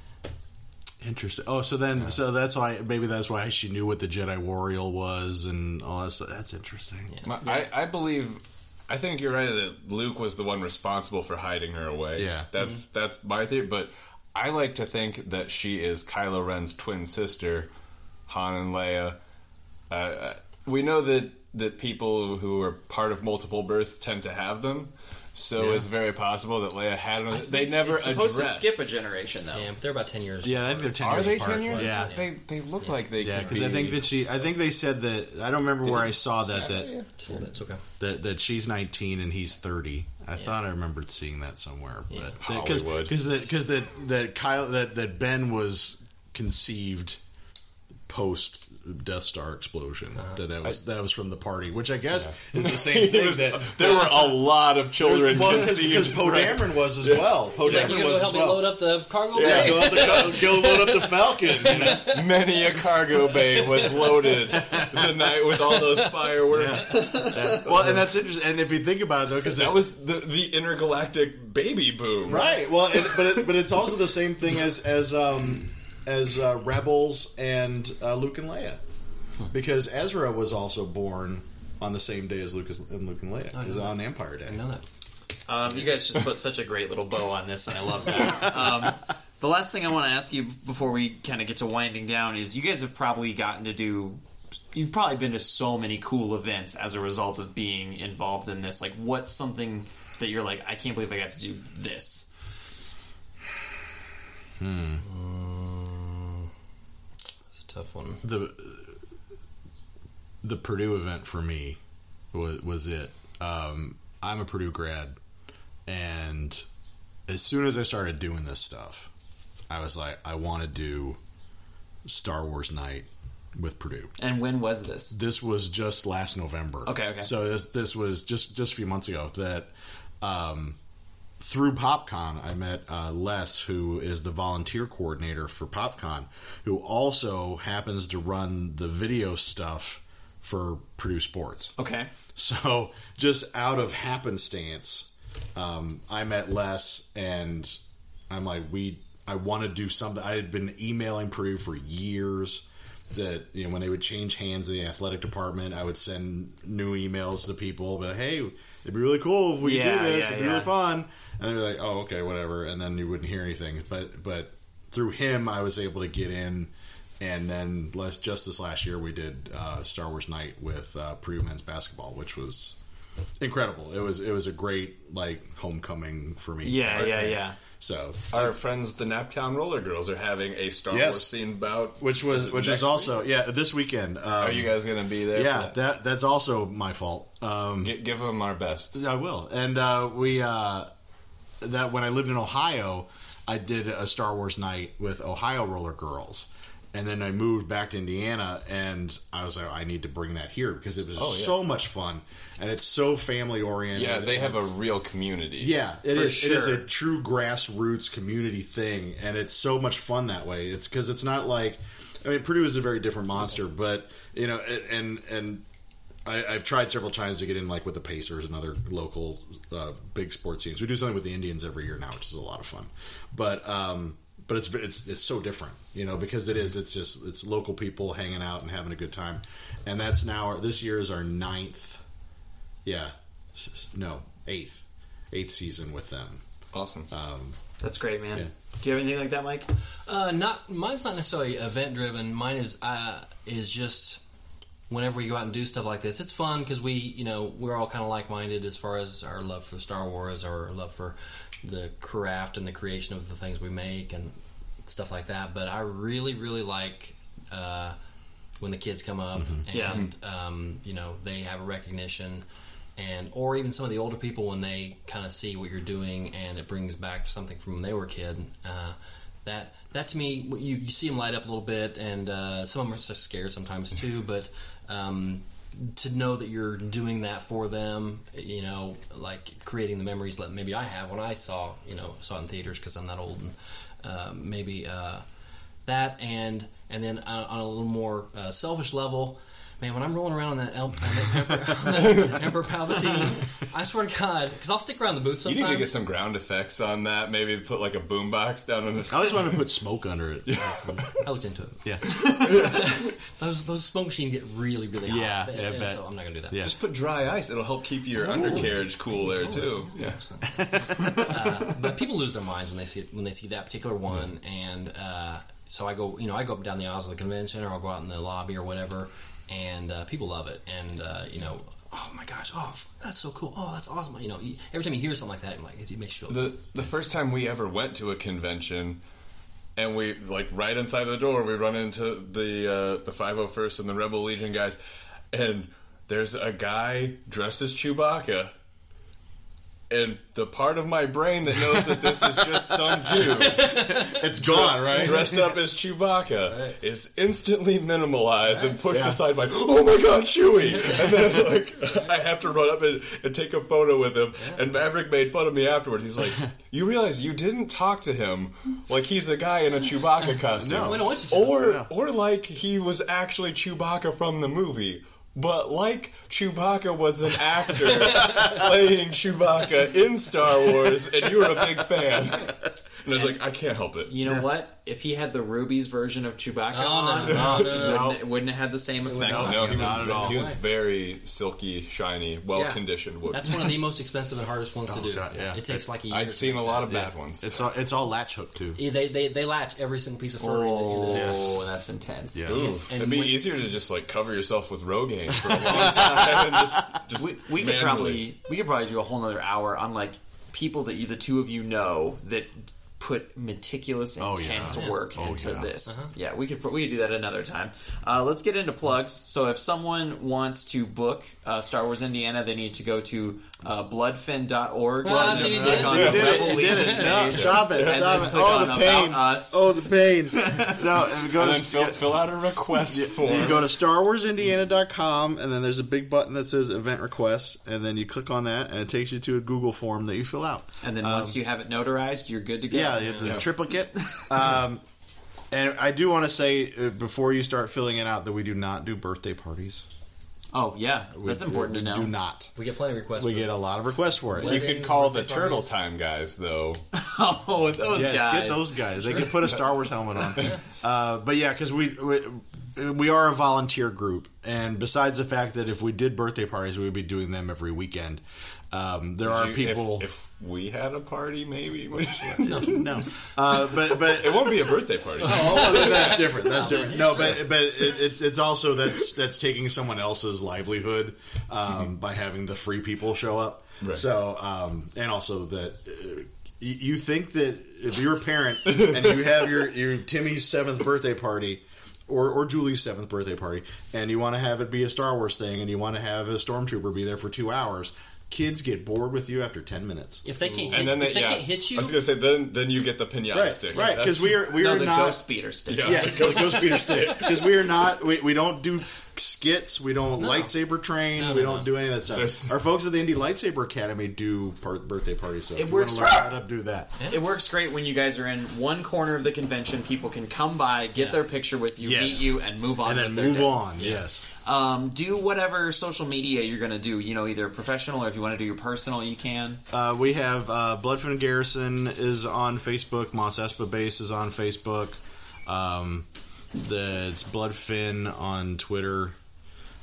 [SPEAKER 3] Interesting. Oh, so then, so that's why maybe that's why she knew what the Jedi Warrior was and all that. Stuff. That's interesting.
[SPEAKER 5] My- I, I believe. I think you're right that Luke was the one responsible for hiding her away.
[SPEAKER 3] Yeah.
[SPEAKER 5] that's
[SPEAKER 2] Mm-hmm.
[SPEAKER 5] that's my theory. But I like to think that she is Kylo Ren's twin sister, Han and Leia. Uh, Uh, we know that that people who are part of multiple births tend to have them, so it's very possible that Leia had them. They never
[SPEAKER 2] it's supposed
[SPEAKER 5] addressed.
[SPEAKER 2] to skip a generation though.
[SPEAKER 4] Yeah, but they're about ten years.
[SPEAKER 3] Yeah, I think they're ten
[SPEAKER 5] Are
[SPEAKER 3] years
[SPEAKER 5] they
[SPEAKER 3] apart.
[SPEAKER 5] ten years?
[SPEAKER 3] Yeah,
[SPEAKER 5] they they look like they.
[SPEAKER 3] yeah.
[SPEAKER 5] could
[SPEAKER 3] Because I
[SPEAKER 5] be-
[SPEAKER 3] think that she, I think they said that. I don't remember where I saw that that,
[SPEAKER 4] Just a little bit. It's okay.
[SPEAKER 3] that that she's nineteen and he's thirty. I thought I remembered seeing that somewhere, but because
[SPEAKER 5] Hollywood.
[SPEAKER 3] because that because that that Kyle that that Ben was conceived post Death Star explosion.
[SPEAKER 4] Uh-huh.
[SPEAKER 3] That that was that was from the party, which I guess is the same
[SPEAKER 5] It
[SPEAKER 3] thing
[SPEAKER 5] was-
[SPEAKER 3] that.
[SPEAKER 5] there were a lot of children
[SPEAKER 3] because
[SPEAKER 5] conceived.
[SPEAKER 3] Poe Dameron was as well. Poe
[SPEAKER 4] Like, you
[SPEAKER 3] Dameron
[SPEAKER 4] gonna
[SPEAKER 3] was as
[SPEAKER 4] help me
[SPEAKER 3] well.
[SPEAKER 4] load up the cargo
[SPEAKER 3] Yeah,
[SPEAKER 4] bay?
[SPEAKER 3] go, up the, go load up the Falcon. You know?
[SPEAKER 5] Many a cargo bay was loaded the night with all those fireworks.
[SPEAKER 3] Well, and that's interesting. And if you think about it, though, because
[SPEAKER 5] That was the, the intergalactic baby boom.
[SPEAKER 3] right. Well, it, but it, but it's also the same thing as as um, as uh, Rebels and uh, Luke and Leia, because Ezra was also born on the same day as Lucas and Luke and Leia. Is on Empire Day.
[SPEAKER 4] No, that-
[SPEAKER 2] Um, you guys just put such a great little bow on this, and I love that. Um, the last thing I want to ask you before we kind of get to winding down is you guys have probably gotten to do, you've probably been to so many cool events as a result of being involved in this. Like, what's something that you're like, I can't believe I got to do this?
[SPEAKER 4] It's a tough one.
[SPEAKER 3] the the Purdue event for me was, was it. Um, I'm a Purdue grad, and as soon as I started doing this stuff, I was like, I want to do Star Wars night with Purdue.
[SPEAKER 2] And when was this?
[SPEAKER 3] This was just last November.
[SPEAKER 2] Okay, okay.
[SPEAKER 3] So this this was just just a few months ago that um, through PopCon I met uh, Les, who is the volunteer coordinator for PopCon, who also happens to run the video stuff for Purdue Sports.
[SPEAKER 2] Okay.
[SPEAKER 3] So just out of happenstance, um, I met Les, and I'm like, we, I want to do something. I had been emailing Purdue for years. That you know, when they would change hands in the athletic department, I would send new emails to people. But hey, it'd be really cool if we could
[SPEAKER 2] Yeah,
[SPEAKER 3] do this.
[SPEAKER 2] yeah,
[SPEAKER 3] it'd be
[SPEAKER 2] yeah.
[SPEAKER 3] really fun. And they'd be like, oh, okay, whatever. And then you wouldn't hear anything. But but through him, I was able to get in. And then less, just this last year, we did uh, Star Wars Night with uh, Purdue men's basketball, which was incredible. It was it was a great like homecoming for me.
[SPEAKER 2] Yeah, yeah, yeah.
[SPEAKER 3] So
[SPEAKER 5] Our friends, the Naptown Roller Girls, are having a Star
[SPEAKER 3] Yes.
[SPEAKER 5] Wars themed bout.
[SPEAKER 3] which was which was
[SPEAKER 5] next
[SPEAKER 3] also yeah this weekend. Um,
[SPEAKER 5] Are you guys going to be there? for
[SPEAKER 3] Yeah,
[SPEAKER 5] that?
[SPEAKER 3] that that's also my fault. Um,
[SPEAKER 5] Gi- give them our best.
[SPEAKER 3] I will. And uh, we uh, that when I lived in Ohio, I did a Star Wars night with Ohio Roller Girls. And then I moved back to Indiana, and I was like, I need to bring that here because it was
[SPEAKER 5] Oh, yeah.
[SPEAKER 3] so much fun, and it's so family oriented.
[SPEAKER 5] Yeah, they have a real community.
[SPEAKER 3] Yeah, it
[SPEAKER 2] For
[SPEAKER 3] is. It is
[SPEAKER 2] sure.
[SPEAKER 3] a true grassroots community thing, and it's so much fun that way. It's because it's not like, I mean, Purdue is a very different monster, but you know, it- and and I, I've tried several times to get in like with the Pacers and other local uh, big sports teams. We do something with the Indians every year now, which is a lot of fun, but um, but it's it's it's so different, you know, because it is. It's just it's local people hanging out and having a good time, and that's now our, this year is our ninth yeah, S- s- no, eighth, eighth season with them.
[SPEAKER 5] Awesome.
[SPEAKER 2] That's great, man. Do you have anything like that, Mike?
[SPEAKER 4] Uh, not mine's not necessarily event driven. Mine is uh, is just whenever we go out and do stuff like this, it's fun because we, you know, we're all kind of like minded as far as our love for Star Wars, our love for the craft and the creation of the things we make and stuff like that. But I really, really like uh, when the kids come up
[SPEAKER 10] Yeah.
[SPEAKER 4] and, um, you know, they have a recognition. And, or even some of the older people when they kind of see what you're doing and it brings back something from when they were a kid. Uh, that that to me you, you see them light up a little bit and uh, some of them are just scared sometimes too but um, to know that you're doing that for them you know like creating the memories that maybe i have when i saw you know saw it in theaters because i'm that old and uh, maybe uh, that and and then on, on a little more uh, selfish level Man, when I'm rolling around on that, El- on that Emperor, on that Emperor Palpatine, I swear to God, because I'll stick around the booth
[SPEAKER 5] You
[SPEAKER 4] sometimes.
[SPEAKER 5] need to get some ground effects on that. Maybe put like a boombox down in
[SPEAKER 3] I
[SPEAKER 5] the.
[SPEAKER 3] always wanted to put smoke under it.
[SPEAKER 4] I looked into it.
[SPEAKER 3] Yeah.
[SPEAKER 4] those those smoke machines get really really hot.
[SPEAKER 3] Yeah,
[SPEAKER 4] and,
[SPEAKER 3] I
[SPEAKER 4] and
[SPEAKER 3] bet.
[SPEAKER 4] so I'm not gonna do that.
[SPEAKER 3] Yeah.
[SPEAKER 5] Just put dry ice. It'll help keep your undercarriage cool there too. Yeah.
[SPEAKER 4] Uh, but people lose their minds when they see it, when they see that particular one, and uh, so I go, you know, I go up and down the aisles of the convention, or I'll go out in the lobby or whatever, and uh, people love it, and uh, you know. Oh my gosh! Oh, f- that's so cool! Oh, that's awesome! You know, you- every time you hear something like that, I'm like, it makes you feel.
[SPEAKER 5] The the first time we ever went to a convention, and we like right inside the door, we run into the uh, the five hundred first and the Rebel Legion guys, and there's a guy dressed as Chewbacca. And the part of my brain that knows that this is just some dude
[SPEAKER 3] It's gone, right?
[SPEAKER 5] dressed up as Chewbacca is instantly minimalized and pushed aside by, oh my god, Chewie! And then, like, I have to run up and, and take a photo with him. And Maverick made fun of me afterwards. He's like, you realize you didn't talk to him like he's a guy in a Chewbacca costume.
[SPEAKER 4] We don't want you to.
[SPEAKER 5] Or, or like he was actually Chewbacca from the movie. But like Chewbacca was an actor playing Chewbacca in Star Wars, and you were a big fan, and I was like, I can't help it.
[SPEAKER 2] You know what? If he had the Ruby's version of Chewbacca
[SPEAKER 4] Oh,
[SPEAKER 2] on,
[SPEAKER 4] no, no, no, no.
[SPEAKER 2] wouldn't, it wouldn't have had the same effect.
[SPEAKER 3] No,
[SPEAKER 5] No, he was
[SPEAKER 3] not at all.
[SPEAKER 5] he was very silky, shiny, well conditioned wood.
[SPEAKER 4] That's one of the most expensive and hardest ones to
[SPEAKER 5] Oh,
[SPEAKER 4] do.
[SPEAKER 3] God, yeah.
[SPEAKER 4] It takes like a year.
[SPEAKER 5] I've
[SPEAKER 4] to
[SPEAKER 5] seen
[SPEAKER 4] make
[SPEAKER 5] a
[SPEAKER 4] that.
[SPEAKER 5] lot of bad ones.
[SPEAKER 3] It's all, it's all latch hook too.
[SPEAKER 4] Yeah, They, they they latch every single piece of fur. into- into-
[SPEAKER 2] Oh, that's intense.
[SPEAKER 3] Yeah.
[SPEAKER 5] Ooh,
[SPEAKER 4] and
[SPEAKER 5] it'd be
[SPEAKER 4] when-
[SPEAKER 5] easier to just like cover yourself with Rogaine for a long time and just, just
[SPEAKER 2] We, we could
[SPEAKER 5] manually-
[SPEAKER 2] probably we could probably do a whole nother hour on like people that you the two of you know that put meticulous
[SPEAKER 3] Oh, yeah.
[SPEAKER 2] intense
[SPEAKER 3] Yeah.
[SPEAKER 2] work
[SPEAKER 3] Oh,
[SPEAKER 2] into
[SPEAKER 3] yeah.
[SPEAKER 2] this. Yeah, we could pro- we could do that another time. Uh, let's get into plugs. So if someone wants to book uh, Star Wars Indiana, they need to go to uh, bloodfin.org.
[SPEAKER 4] Ah, see, you did it.
[SPEAKER 2] click on
[SPEAKER 4] You
[SPEAKER 2] the
[SPEAKER 4] did it.
[SPEAKER 2] Rebel
[SPEAKER 4] You
[SPEAKER 2] Legion
[SPEAKER 4] did
[SPEAKER 2] page,
[SPEAKER 3] No, stop it!
[SPEAKER 2] and
[SPEAKER 3] Stop
[SPEAKER 2] then
[SPEAKER 3] it!
[SPEAKER 2] click
[SPEAKER 3] Oh,
[SPEAKER 2] on
[SPEAKER 3] the
[SPEAKER 2] About
[SPEAKER 3] pain!
[SPEAKER 2] Us.
[SPEAKER 3] Oh, the pain! No, and go
[SPEAKER 5] And
[SPEAKER 3] to
[SPEAKER 5] then fill, fill out a request
[SPEAKER 3] You
[SPEAKER 5] form.
[SPEAKER 3] go to starwarsindiana.com, and then there's a big button that says event request, and then you click on that, and it takes you to a Google form that you fill out.
[SPEAKER 2] And then once you have it notarized, you're good to go.
[SPEAKER 3] Um, Yeah, you have the triplicate. Um, and I do want to say uh, before you start filling it out that we do not do birthday parties.
[SPEAKER 2] Oh yeah,
[SPEAKER 3] We-
[SPEAKER 2] that's important
[SPEAKER 3] we
[SPEAKER 2] to know.
[SPEAKER 3] Do not.
[SPEAKER 4] We get plenty of requests.
[SPEAKER 3] We
[SPEAKER 4] for
[SPEAKER 3] get a lot of requests for it.
[SPEAKER 5] You could call the Turtle Time guys though.
[SPEAKER 2] Oh, those
[SPEAKER 3] yes,
[SPEAKER 2] guys.
[SPEAKER 3] get those guys. They can put a Star Wars helmet on. uh, but yeah, because we, we we are a volunteer group, and besides the fact that if we did birthday parties, we would be doing them every weekend. Um, there are
[SPEAKER 5] You- if-
[SPEAKER 3] people.
[SPEAKER 5] If, we had a party, maybe
[SPEAKER 3] no, uh, but but
[SPEAKER 5] it won't be a birthday party.
[SPEAKER 3] Oh, well, that's different. That's different. No, but but it, it, it's also that's that's taking someone else's livelihood um, by having the free people show up.
[SPEAKER 5] Right.
[SPEAKER 3] So um, and also that uh, you, you think that if you're a parent and you have your your Timmy's seventh birthday party. Or, or Julie's seventh birthday party, and you want to have it be a Star Wars thing, and you want to have a stormtrooper be there for two hours. Kids get bored with you after ten minutes.
[SPEAKER 4] If they can't, hit,
[SPEAKER 5] And then they,
[SPEAKER 4] if they
[SPEAKER 5] yeah.
[SPEAKER 4] can't hit you,
[SPEAKER 5] I was gonna say then then you get the pinata
[SPEAKER 3] Right,
[SPEAKER 5] stick.
[SPEAKER 3] right,
[SPEAKER 5] That's-
[SPEAKER 3] because we are we
[SPEAKER 2] no,
[SPEAKER 3] are
[SPEAKER 2] the
[SPEAKER 3] not
[SPEAKER 2] ghost beater stick.
[SPEAKER 5] Yeah.
[SPEAKER 3] Yeah, Ghost, Ghost Peter stick. Because we are not, we, we don't do skits, we don't lightsaber train, we don't do any of that stuff.
[SPEAKER 5] There's-
[SPEAKER 3] Our folks at the Indy Lightsaber Academy do par- birthday parties, so
[SPEAKER 2] It
[SPEAKER 3] if you want
[SPEAKER 2] works-
[SPEAKER 3] to learn how to do that.
[SPEAKER 2] It works great when you guys are in one corner of the convention. People can come by, get their picture with you,
[SPEAKER 3] Yes.
[SPEAKER 2] meet you, and move on.
[SPEAKER 3] And then
[SPEAKER 2] with their
[SPEAKER 3] move
[SPEAKER 2] day.
[SPEAKER 3] on, yes.
[SPEAKER 2] Um, do whatever social media you're going to do. You know, either professional or if you want to do your personal, you can.
[SPEAKER 3] Uh, we have uh, Bloodfin Garrison is on Facebook, Mos Espa Base is on Facebook, um, the, it's Bloodfin on Twitter.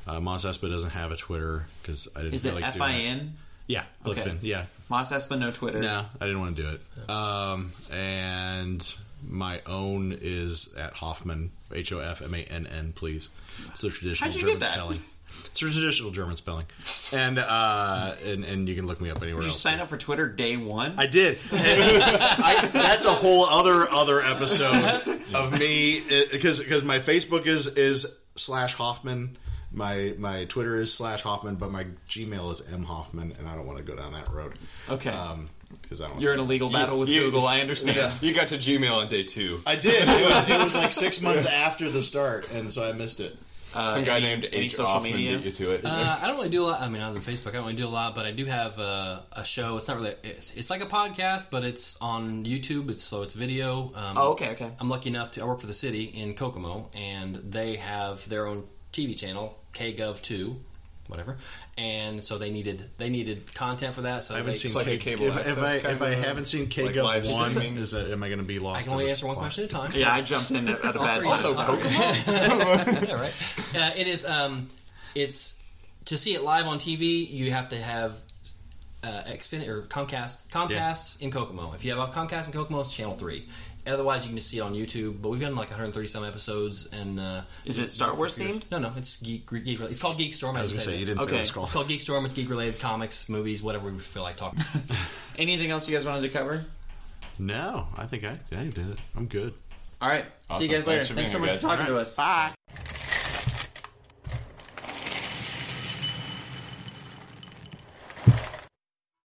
[SPEAKER 3] Uh, Mos Espa doesn't have a Twitter because I didn't
[SPEAKER 2] Is
[SPEAKER 3] feel
[SPEAKER 2] it
[SPEAKER 3] like
[SPEAKER 2] F
[SPEAKER 3] doing
[SPEAKER 2] I
[SPEAKER 3] it.
[SPEAKER 2] N?
[SPEAKER 3] Yeah, Bloodfin,
[SPEAKER 2] Okay.
[SPEAKER 3] yeah.
[SPEAKER 2] Moss Espa, no Twitter.
[SPEAKER 3] No, I didn't want to do it. Um, and My own is at Hoffman, H O F M A N N, please. It's the traditional
[SPEAKER 2] How'd you get
[SPEAKER 3] German
[SPEAKER 2] that?
[SPEAKER 3] spelling. It's the traditional German spelling, and uh, and and you can look me up anywhere
[SPEAKER 2] Did you
[SPEAKER 3] else.
[SPEAKER 2] sign up for Twitter day one?
[SPEAKER 3] I did. I, that's a whole other other episode of me because because my Facebook is is slash Hoffman. My my Twitter is slash Hoffman, but my Gmail is m Hoffman, and I don't want to go down that road.
[SPEAKER 2] okay.
[SPEAKER 3] uh, Because I don't.
[SPEAKER 2] You're in a legal battle with
[SPEAKER 5] you-
[SPEAKER 2] Google. I understand.
[SPEAKER 5] You got to Gmail on day two.
[SPEAKER 3] I did. It was it was like six months after the start, and so I missed it.
[SPEAKER 5] Some guy named
[SPEAKER 2] any
[SPEAKER 5] H.
[SPEAKER 2] social
[SPEAKER 5] Hoffman
[SPEAKER 2] media?
[SPEAKER 5] beat you to it.
[SPEAKER 4] Uh, I don't really do a lot. I mean, other than Facebook, I don't really do a lot, but I do have a, a show. It's not really. It's, it's like a podcast, but it's on YouTube. It's so it's video. Um,
[SPEAKER 2] Oh, okay, okay.
[SPEAKER 4] I'm lucky enough to. I work for the city in Kokomo, and they have their own TV channel, KGov two, whatever. And so they needed they needed content for that. So
[SPEAKER 3] I haven't
[SPEAKER 4] they,
[SPEAKER 3] seen
[SPEAKER 5] like a
[SPEAKER 3] K-
[SPEAKER 5] cable
[SPEAKER 3] If, if
[SPEAKER 5] access
[SPEAKER 3] I
[SPEAKER 5] kind
[SPEAKER 3] if I
[SPEAKER 5] of, uh,
[SPEAKER 3] haven't seen
[SPEAKER 5] like
[SPEAKER 3] KGO
[SPEAKER 5] live
[SPEAKER 3] one,
[SPEAKER 5] streaming.
[SPEAKER 3] is that am I going to be lost?
[SPEAKER 4] I can only
[SPEAKER 3] in
[SPEAKER 4] answer one
[SPEAKER 3] plot?
[SPEAKER 4] question at a time.
[SPEAKER 2] Yeah, I jumped in at, at a
[SPEAKER 4] All
[SPEAKER 2] bad
[SPEAKER 4] three
[SPEAKER 2] time.
[SPEAKER 4] times.
[SPEAKER 2] Sorry.
[SPEAKER 4] yeah, right. Uh, it is. Um, it's to see it live on TV. You have to have uh, Xfinity or Comcast. Comcast in Kokomo. If you have a Comcast in Kokomo, it's channel three. Otherwise, you can just see it on YouTube. But we've done like 130 some episodes, and uh,
[SPEAKER 2] Is it Star Wars themed?
[SPEAKER 4] no, no, it's geek, geek, geek It's called Geek Storm.
[SPEAKER 3] I was going to say you didn't say
[SPEAKER 2] Okay.
[SPEAKER 3] what it's
[SPEAKER 4] It's
[SPEAKER 3] called.
[SPEAKER 4] called Geek Storm. It's geek related comics, movies, whatever we feel like talking.
[SPEAKER 2] Anything else you guys wanted to cover?
[SPEAKER 3] No, I think I I did it. I'm good.
[SPEAKER 2] All right. See
[SPEAKER 5] Awesome.
[SPEAKER 2] you guys later.
[SPEAKER 5] Thanks for
[SPEAKER 2] Thanks so
[SPEAKER 5] being
[SPEAKER 2] much
[SPEAKER 5] here,
[SPEAKER 2] for
[SPEAKER 5] guys.
[SPEAKER 2] talking to us. Bye.